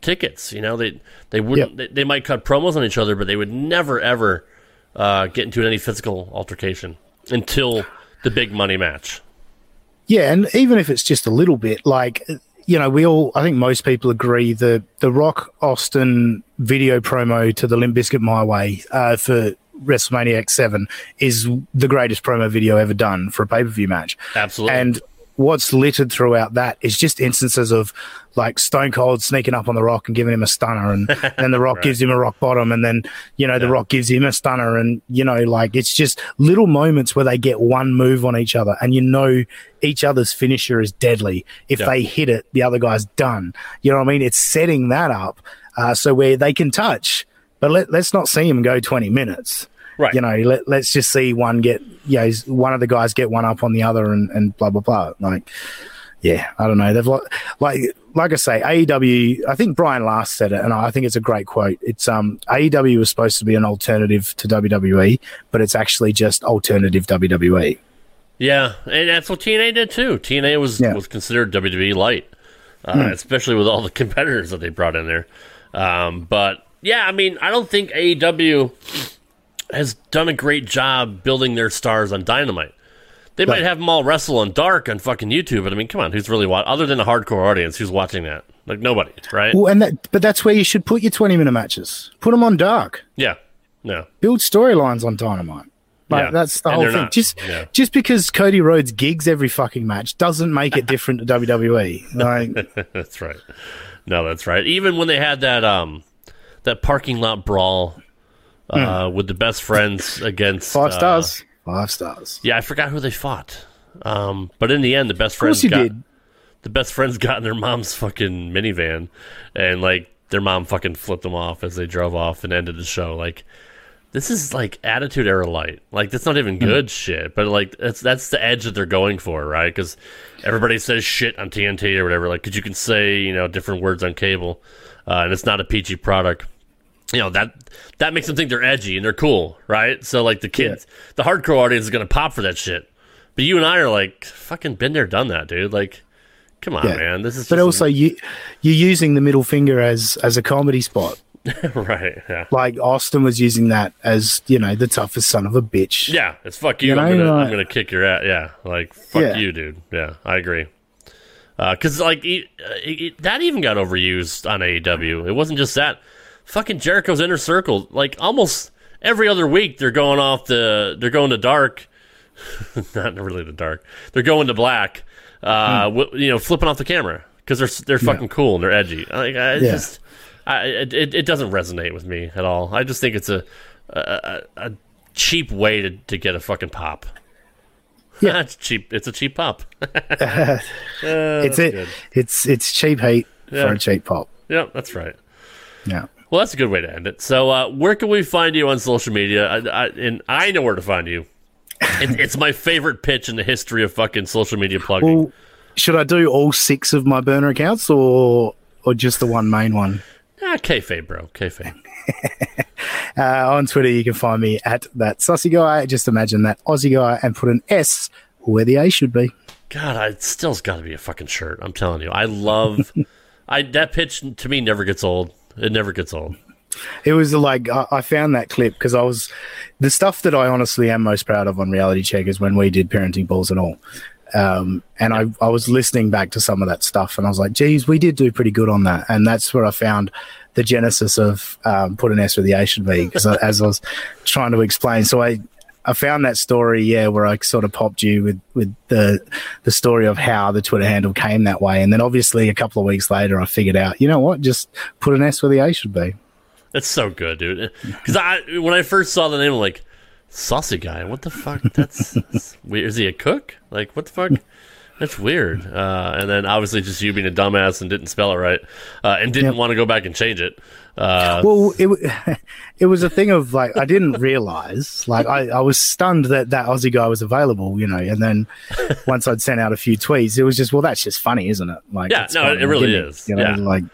tickets. You know, they they wouldn't they, they might cut promos on each other, but they would never ever uh, get into any physical altercation until the big money match.
Yeah, and even if it's just a little bit, like you know, we all I think most people agree that the Rock Austin video promo to the Limp Bizkit My Way uh, for WrestleMania X Seven is the greatest promo video ever done for a pay per view match.
Absolutely.
And what's littered throughout that is just instances of like Stone Cold sneaking up on the Rock and giving him a stunner, and then the Rock gives him a rock bottom, and then you know the Rock gives him a stunner, and you know like it's just little moments where they get one move on each other, and you know each other's finisher is deadly. If
Yeah.
they hit it, the other guy's done. You know what I mean? It's setting that up uh, so where they can touch, but let, let's not see him go twenty minutes
Right.
you know, let, let's just see one get, you know, one of the guys get one up on the other and, and blah, blah, blah. Like, yeah, I don't know. They've like, like, like I say, AEW, I think Brian last said it, and I think it's a great quote. It's, um, AEW was supposed to be an alternative to WWE, but it's actually just alternative E. WWE.
Yeah, and that's what TNA did too. TNA was
Yeah. Hmm.
was considered WWE light, uh, especially with all the competitors that they brought in there. Um, but yeah, I mean, I don't think AEW has done a great job building their stars on Dynamite. They might have them all wrestle on Dark on fucking YouTube, but I mean, come on, who's really watching? Other than a hardcore audience, who's watching that? Like nobody, right?
Well, and that, but that's where you should put your 20 minute matches, put them on dark.
Yeah, no,
build storylines on Dynamite. Like
Yeah.
that's the
And
whole
they're
thing.
not.
Just
Yeah.
just because Cody Rhodes gigs every fucking match doesn't make it different to WWE. Like
that's right. No, that's right. Even when they had that um that parking lot brawl uh, with the best friends against
five
uh,
stars. Five stars.
Yeah, I forgot who they fought. Um, but in the end, the best
course
friends
you
got
did.
the best friends got in their mom's fucking minivan, and like their mom fucking flipped them off as they drove off and ended the show. Like this is like attitude era light. Like that's not
Mm-hmm.
even good shit. But like that's that's the edge that they're going for, right? Because everybody says shit on TNT or whatever. Like, 'cause you can say you know different words on cable, uh, and it's not a peachy product you know that that makes them think they're edgy and they're cool, right? So like the kids, the hardcore audience is gonna pop for that shit. But you and I are like fucking been there, done that, dude. Like, come on,
Yeah.
man. This is
But
just-
also you you're using the middle finger as as a comedy spot.
right. Yeah,
Like Austin was using that as, you know, the toughest son of a bitch.
yeah. It's fuck you.
You know,
I'm gonna
like-
I'm gonna kick your ass. Yeah, like fuck
uh, Yeah.
you, dude. Yeah, I agree. Because like e- uh, e- e- that even got overused on AEW. It wasn't just that. Fucking Jericho's inner circle. Like almost every other week, they're going off the. They're going to dark. not really the dark. They're going to black. Uh,
Hmm.
wi- you know, flipping off the camera because they're s- they're fucking cool and they're edgy. Like, I it's
Yeah.
just, I it, it it doesn't resonate with me at all. I just think it's a a, a, a cheap way to, to get a fucking pop.
Yeah.
it's cheap. It's a cheap pop.
it's it. It's it's cheap heat
Yeah.
for a cheap pop.
yeah, that's right.
Yeah.
Well, that's a good way to end it. So, uh, where can we find you on social media? I, I, and I know where to find you. It, it's my favorite pitch in the history of fucking social media plugging.
Well, should I do all six of my burner accounts or or just the one main one?
ah, kayfabe, bro, kayfabe.
Uh, on Twitter, you can find me at that sussy guy. Just imagine that Aussie guy and put an S where the A should be.
God, I, it still's got to be a fucking shirt. I'm telling you, I love. I that pitch to me never gets old. It never gets old.
It was like I, I found that clip because I was the stuff that I honestly am most proud of on Reality Check is when we did parenting balls and all. Um, and I, I was listening back to some of that stuff and I was like, geez, we did do pretty good on that. And that's where I found the genesis of um, put an S where the A should be because as I was trying to explain. So I, I found that story, yeah, where I sort of popped you with, with the the story of how the Twitter handle came that way. And then obviously a couple of weeks later, I figured out, you know what, just put an S where the A should be.
That's so good, dude. Because I when I first saw the name, I'm like, saucy guy. What the fuck? That's, that's weird. Is he a cook? Like what the fuck? That's weird. Uh, and then obviously just you being a dumbass and didn't spell it right uh, and didn't
Yep.
want to go back and change it. Uh,
well it, w- it was a thing of like i didn't realize like I, I was stunned that that aussie guy was available you know and then once i'd sent out a few tweets it was just well that's just funny isn't it like
Yeah,
it's
no,
fine,
it really
didn't
is.
you know
Yeah.
like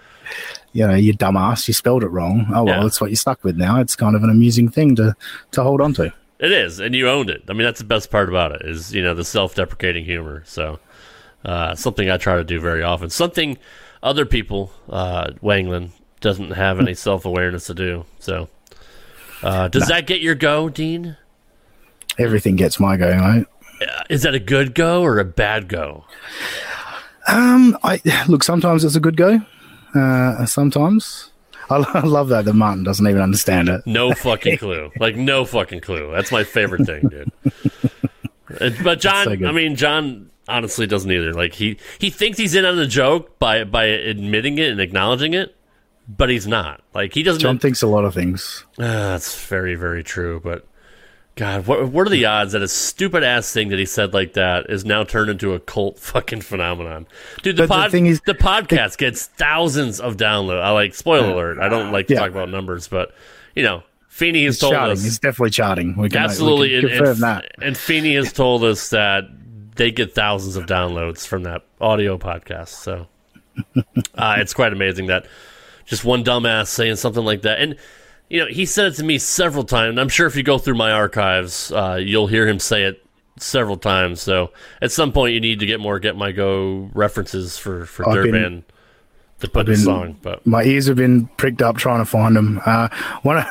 you know you dumbass you spelled it wrong oh well
Yeah.
that's what you're stuck with now it's kind of an amusing thing to to hold on to
it is, and you owned it. I mean, that's the best part about it is you know the self-deprecating humor. So uh, something I try to do very often. Something other people, uh, Wangland doesn't have any self-awareness to do. So uh, does that get your go, Dean?
everything gets my go right
Is that a good go or a bad go?
I look. Sometimes it's a good go. Uh, sometimes I, lo- I love that that Martin doesn't even understand it.
No fucking clue. Like no fucking clue. That's my favorite thing, dude. Uh, but John,
so good.
I mean, John honestly doesn't either. Like he he thinks he's in on the joke by by admitting it and acknowledging it, but he's not. Like he doesn't.
John thinks a lot of things.
Ah, that's very very true. But God, what what are
Hmm.
the odds that a stupid ass thing that he said like that is now turned into a cult fucking phenomenon, dude? The,
But the
pod, the,
thing is-
podcast gets thousands of downloads. I like spoiler alert. I don't like to
Yeah.
talk about numbers, but you know, Feeney has
It's
told
charting.
us
It's definitely charting. We can,
Absolutely,
we
and,
can confirm
and,
that.
and Feeney has told us that they get thousands of downloads from that audio podcast. So uh, it's quite amazing that just one dumbass saying something like that. And you know, he said it to me several times. and I'm sure if you go through my archives, uh, you'll hear him say it several times. So at some point, you need to get more get my go references for for
I've been-
Durban to put the
been-
song. But
My ears have been pricked up trying to find them. Uh, one,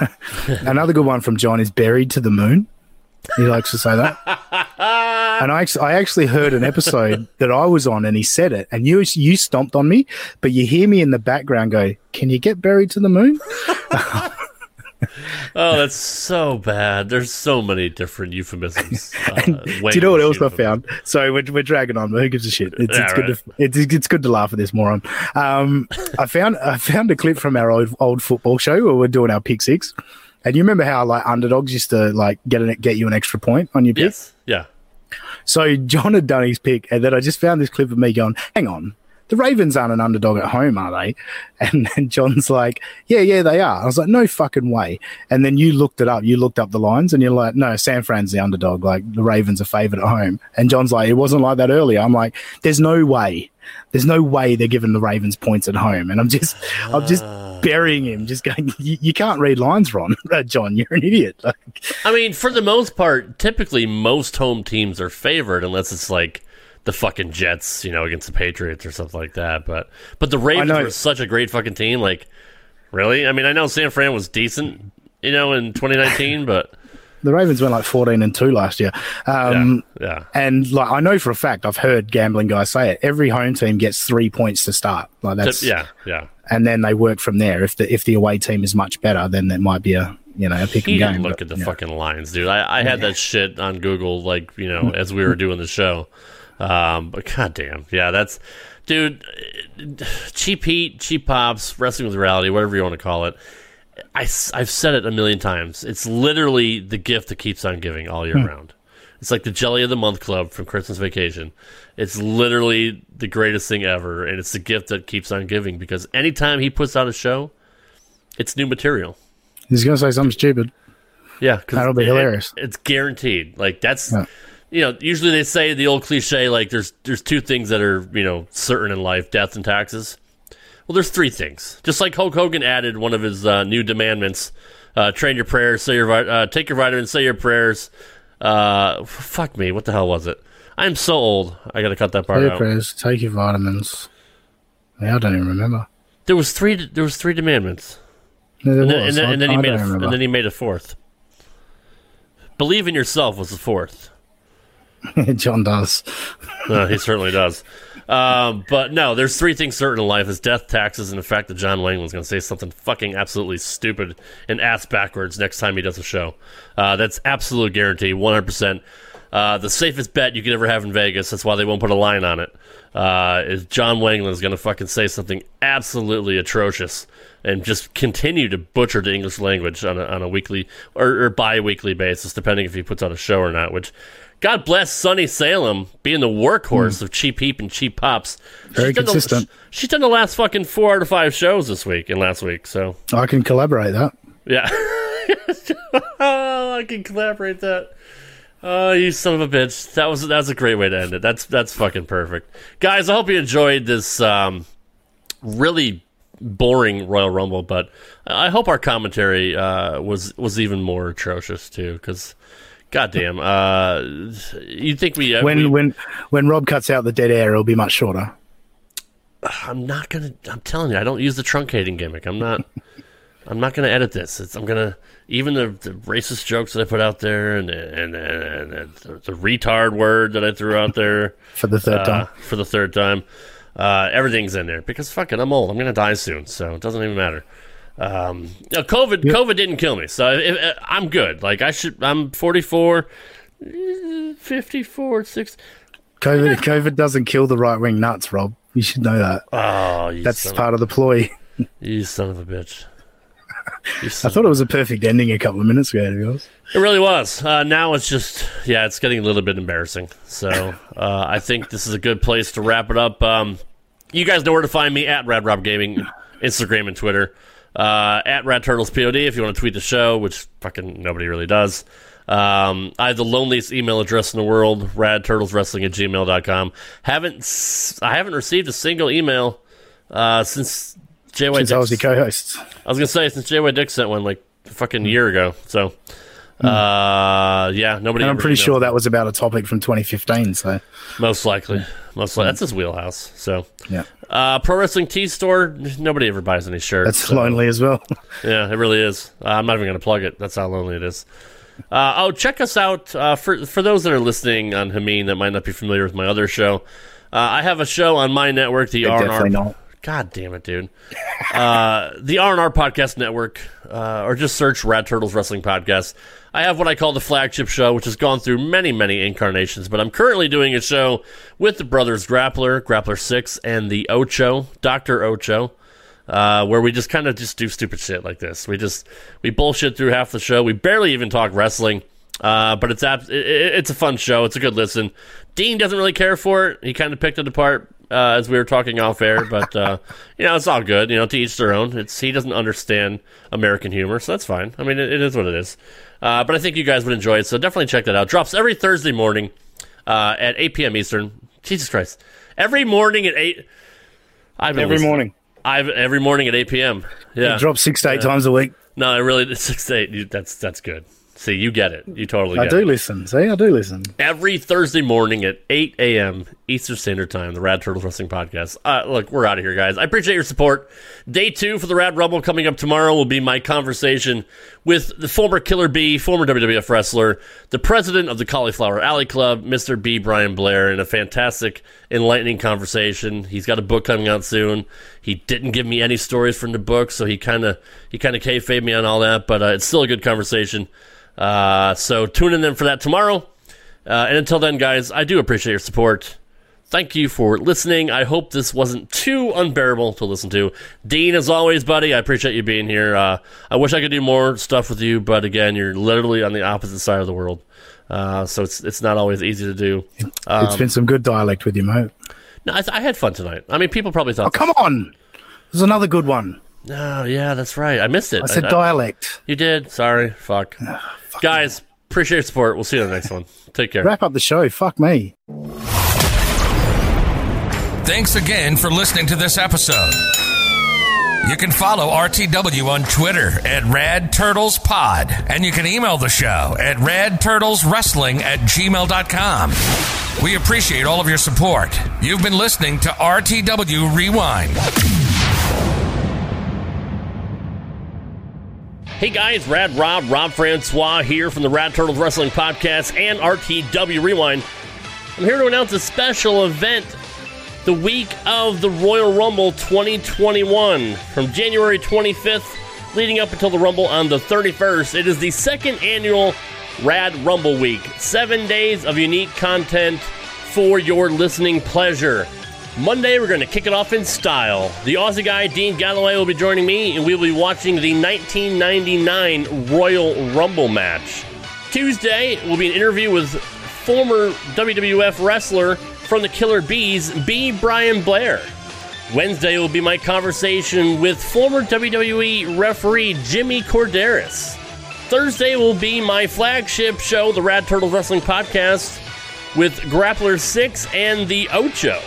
another good one from John is "Buried to the Moon." He likes to say that. and I actually, I actually heard an episode that I was on, and he said it, and you you stomped on me, but you hear me in the background go, "Can you get buried to the moon?"
oh, that's so bad. There's so many different euphemisms. Uh,
Do you know what else I
euphemisms.
found? Sorry, we're, we're dragging on, but who gives a shit? It's,
Yeah,
it's good.
right.
To, it's, it's good to laugh at this moron. Um, I found I found a clip from our old old football show where we're doing our pick six, and you remember how like underdogs used to like get an, get you an extra point on your pick.
Yes. Yeah.
So John had done his pick, and then I just found this clip of me going, "Hang on." The Ravens aren't an underdog at home, are they? And then John's like, Yeah, yeah, they are. I was like, No fucking way. And then you looked it up. You looked up the lines and you're like, No, San Fran's the underdog. Like, the Ravens are favored at home. And John's like, It wasn't like that earlier. I'm like, There's no way. There's no way they're giving the Ravens points at home. And I'm just, I'm just burying him, just going, You, you can't read lines, Ron. John, you're an idiot. Like,
I mean, for the most part, typically most home teams are favored unless it's like the fucking Jets, you know, against the Patriots or something like that. But but the Ravens
know.
were such a great fucking team. Like, really? I mean, I know San Fran was decent, you know, in 2019, but
the Ravens went like 14 and 2 last year.
yeah,
Um,
yeah.
And like I know for a fact, I've heard gambling guys say it. Every home team gets three points to start. Like that's
yeah, yeah.
and then they work from there. If the if the away team is much better, then that might be a you know a pick
He
and
didn't
game.
look
but,
at the
yeah.
fucking lines, dude. I, I had that shit on Google, like you know, as we were doing the show. Um, but goddamn, yeah, that's dude. Cheap heat, cheap pops, wrestling with reality, whatever you want to call it. I, have said it a million times. It's literally the gift that keeps on giving all year round. It's like the Jelly of the Month Club from Christmas Vacation. It's literally the greatest thing ever, and it's the gift that keeps on giving because anytime he puts out a show, it's new material.
He's gonna say something stupid.
Yeah, 'cause
That'll be
it-
hilarious.
It's guaranteed. Like that's,
Yeah.
you know, usually they say the old cliche like there's there's two things that are you know certain in life: death and taxes. Well, there's three things. Just like Hulk Hogan added one of his uh, new demandments: uh, train your prayers, say your vi- uh, take your vitamins, say your prayers. Uh, f- fuck me, what the hell was it? I'm so old. I gotta cut that part
Say your
out.
prayers, take your vitamins. Yeah, I don't even remember.
There was three. There was three demandments.
No, there
and then, and
was.
then,
I-
and then he
I
made
don't
a, f-
remember.
and then he made a fourth. Believe in yourself was the fourth.
John does.
Uh, he certainly does. Um, but no, there's three things certain in life: is death, taxes, and the fact that John Langland's going to say something fucking absolutely stupid and ass backwards next time he does a show. Uh, that's absolute guarantee, 100. percent uh, the safest bet you could ever have in Vegas. That's why they won't put a line on it. Uh, is John Wangland is going to fucking say something absolutely atrocious and just continue to butcher the English language on a, on a weekly or, or bi weekly basis, depending if he puts on a show or not, which God bless Sonny Salem being the workhorse of Cheap Heap and Cheap Pops.
Hmm. Very
done the-
consistent.
she's done the last fucking four out of five shows this week and last week. So
I can collaborate that.
yeah, Oh, I can collaborate that. Oh, you son of a bitch! That was that's a great way to end it. That's that's fucking perfect, guys. I hope you enjoyed this um, really boring Royal Rumble, but I hope our commentary uh, was was even more atrocious too. Because, goddamn, uh, you think we uh,
When
we-
when when Rob cuts out the dead air, it'll be much shorter.
I'm not gonna. I'm telling you, I don't use the truncating gimmick. I'm not. I'm not gonna edit this. It's, I'm gonna even the, the racist jokes that I put out there and and, and, and the, the retard word that I threw out there
For the third
uh,
time.
for the third time. Uh, everything's in there because fuck it, I'm old. I'm gonna die soon, so it doesn't even matter. Um, no, COVID, COVID didn't kill me, so if, if, uh, I'm good. Like I should. I'm 44, eh, 54, 6.
COVID COVID doesn't kill the right wing nuts, Rob. You should know that.
Oh, you
That's
son,
part of the ploy.
of, you son of a bitch. You
I
son
thought it was a perfect ending a couple of minutes ago, to be honest.
It really was. Uh, now it's just, yeah, it's getting a little bit embarrassing. So uh, I think this is a good place to wrap it up. Um, you guys know where to find me at Rad Rob Gaming, Instagram and Twitter. Uh, at Rad Turtles POD if you want to tweet the show, which fucking nobody really does. Um, I have the loneliest email address in the world, radturtleswrestling at gmail.com. Haven't, s- I haven't received a single email uh, since JY
Since I was your
Dix-
co host.
I was gonna say since JY Dick sent one like a fucking year ago. So uh yeah, nobody
Hmm. And I'm
ever
pretty
emailed.
sure that was about a topic from 2015. So,
most likely. Most likely that's his wheelhouse. So
yeah,
uh pro wrestling T store, nobody ever buys any shirts.
that's
so-
lonely as well.
Yeah, it really is. Uh, I'm not even going to plug it. That's how lonely it is. Uh, oh, check us out uh, for for those that are listening on Hameen that might not be familiar with my other show. Uh, I have a show on my network, the R and
definitely
R.
not.
God damn it, dude! Uh, the R and R Podcast Network, uh, or just search Rad Turtles Wrestling Podcast. I have what I call the flagship show, which has gone through many, many incarnations. But I'm currently doing a show with the brothers Grappler, Grappler Six, and the Ocho, Doctor Ocho uh, where we just kind of just do stupid shit like this. We just we bullshit through half the show. We barely even talk wrestling, uh, but it's ab- it, it- it's a fun show. It's a good listen. Dean doesn't really care for it. He kind of picked it apart uh, as we were talking off air, but uh, you know it's all good. You know to each their own. It's he doesn't understand American humor, so that's fine. I mean it, it is what it is. Uh, but I think you guys would enjoy it, so definitely check that out. Drops every Thursday morning uh, at 8 p.m. Eastern. Jesus Christ! Every morning at eight. I've been
Every
listening.
morning.
I've every morning at 8 p.m. Uh, Yeah.
It drops six to eight times a week.
no, it really it's six to eight. You, that's that's good. See, you get it. You totally
I
get
do
it.
listen. See, I do listen.
Every Thursday morning at 8 a.m. Eastern Standard Time, the Rad Turtles Wrestling Podcast. Uh, look, we're out of here, guys. I appreciate your support. Day two for the Rad Rumble coming up tomorrow will be my conversation with the former Killer B, former WWF wrestler, the president of the Cauliflower Alley Club, Mr. B. Brian Blair, in a fantastic, enlightening conversation. He's got a book coming out soon. He didn't give me any stories from the book, so he kind of he kind of kayfabe me on all that, but uh, it's still a good conversation. Uh, so tune in then for that tomorrow. Uh, and until then, guys, I do appreciate your support. Thank you for listening. I hope this wasn't too unbearable to listen to. Dean, as always, buddy, I appreciate you being here. Uh, I wish I could do more stuff with you, but again, you're literally on the opposite side of the world, uh, so it's it's not always easy to do. Um,
it's been some good dialect with you, mate.
No, I, I had fun tonight. I mean, people probably
Oh,
thought,
come on. There's another good one.
"Oh, yeah, that's right. I missed it."
I said Ah,
I-
dialect.
you did. Sorry, fuck. guys, appreciate your support. We'll see you on the next one. Take care.
Wrap up the show. Fuck me.
Thanks again for listening to this episode. You can follow RTW on Twitter at Rad Turtles Pod, and you can email the show at radturtleswrestling at gmail.com. We appreciate all of your support. You've been listening to RTW Rewind.
Hey guys, Rad Rob, Rob Francois here from the Rad Turtles Wrestling Podcast and RTW Rewind. I'm here to announce a special event the week of the Royal Rumble 2021 from January 25th leading up until the Rumble on the 31st. It is the second annual Rad Rumble Week. Seven days of unique content for your listening pleasure. Monday, we're going to kick it off in style. The Aussie guy, Dean Galloway, will be joining me, and we will be watching the 1999 Royal Rumble match. Tuesday will be an interview with former WWF wrestler from the Killer Bees, B. Brian Blair. Wednesday will be my conversation with former WWE referee Jimmy Corderas. Thursday will be my flagship show, the Rad Turtle Wrestling Podcast, with Grappler 6 and the Ocho.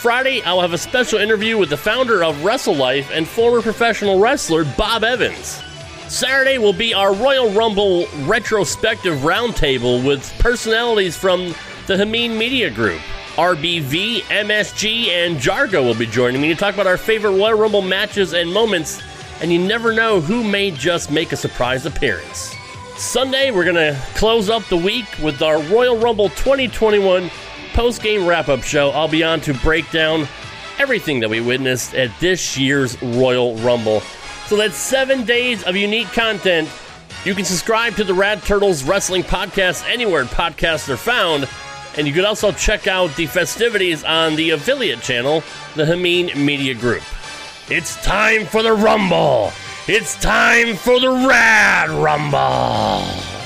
Friday, I'll have a special interview with the founder of Wrestle Life and former professional wrestler Bob Evans. Saturday will be our Royal Rumble retrospective roundtable with personalities from the Hameen Media Group. RBV, MSG, and Jargo will be joining me to talk about our favorite Royal Rumble matches and moments, and you never know who may just make a surprise appearance. Sunday, we're going to close up the week with our Royal Rumble 2021 post game wrap up show. I'll be on to break down everything that we witnessed at this year's Royal Rumble. So that's seven days of unique content. You can subscribe to the Rad Turtles Wrestling Podcast anywhere podcasts are found. And you can also check out the festivities on the affiliate channel, the Hameen Media Group. It's time for the Rumble! It's time for the Rad Rumble!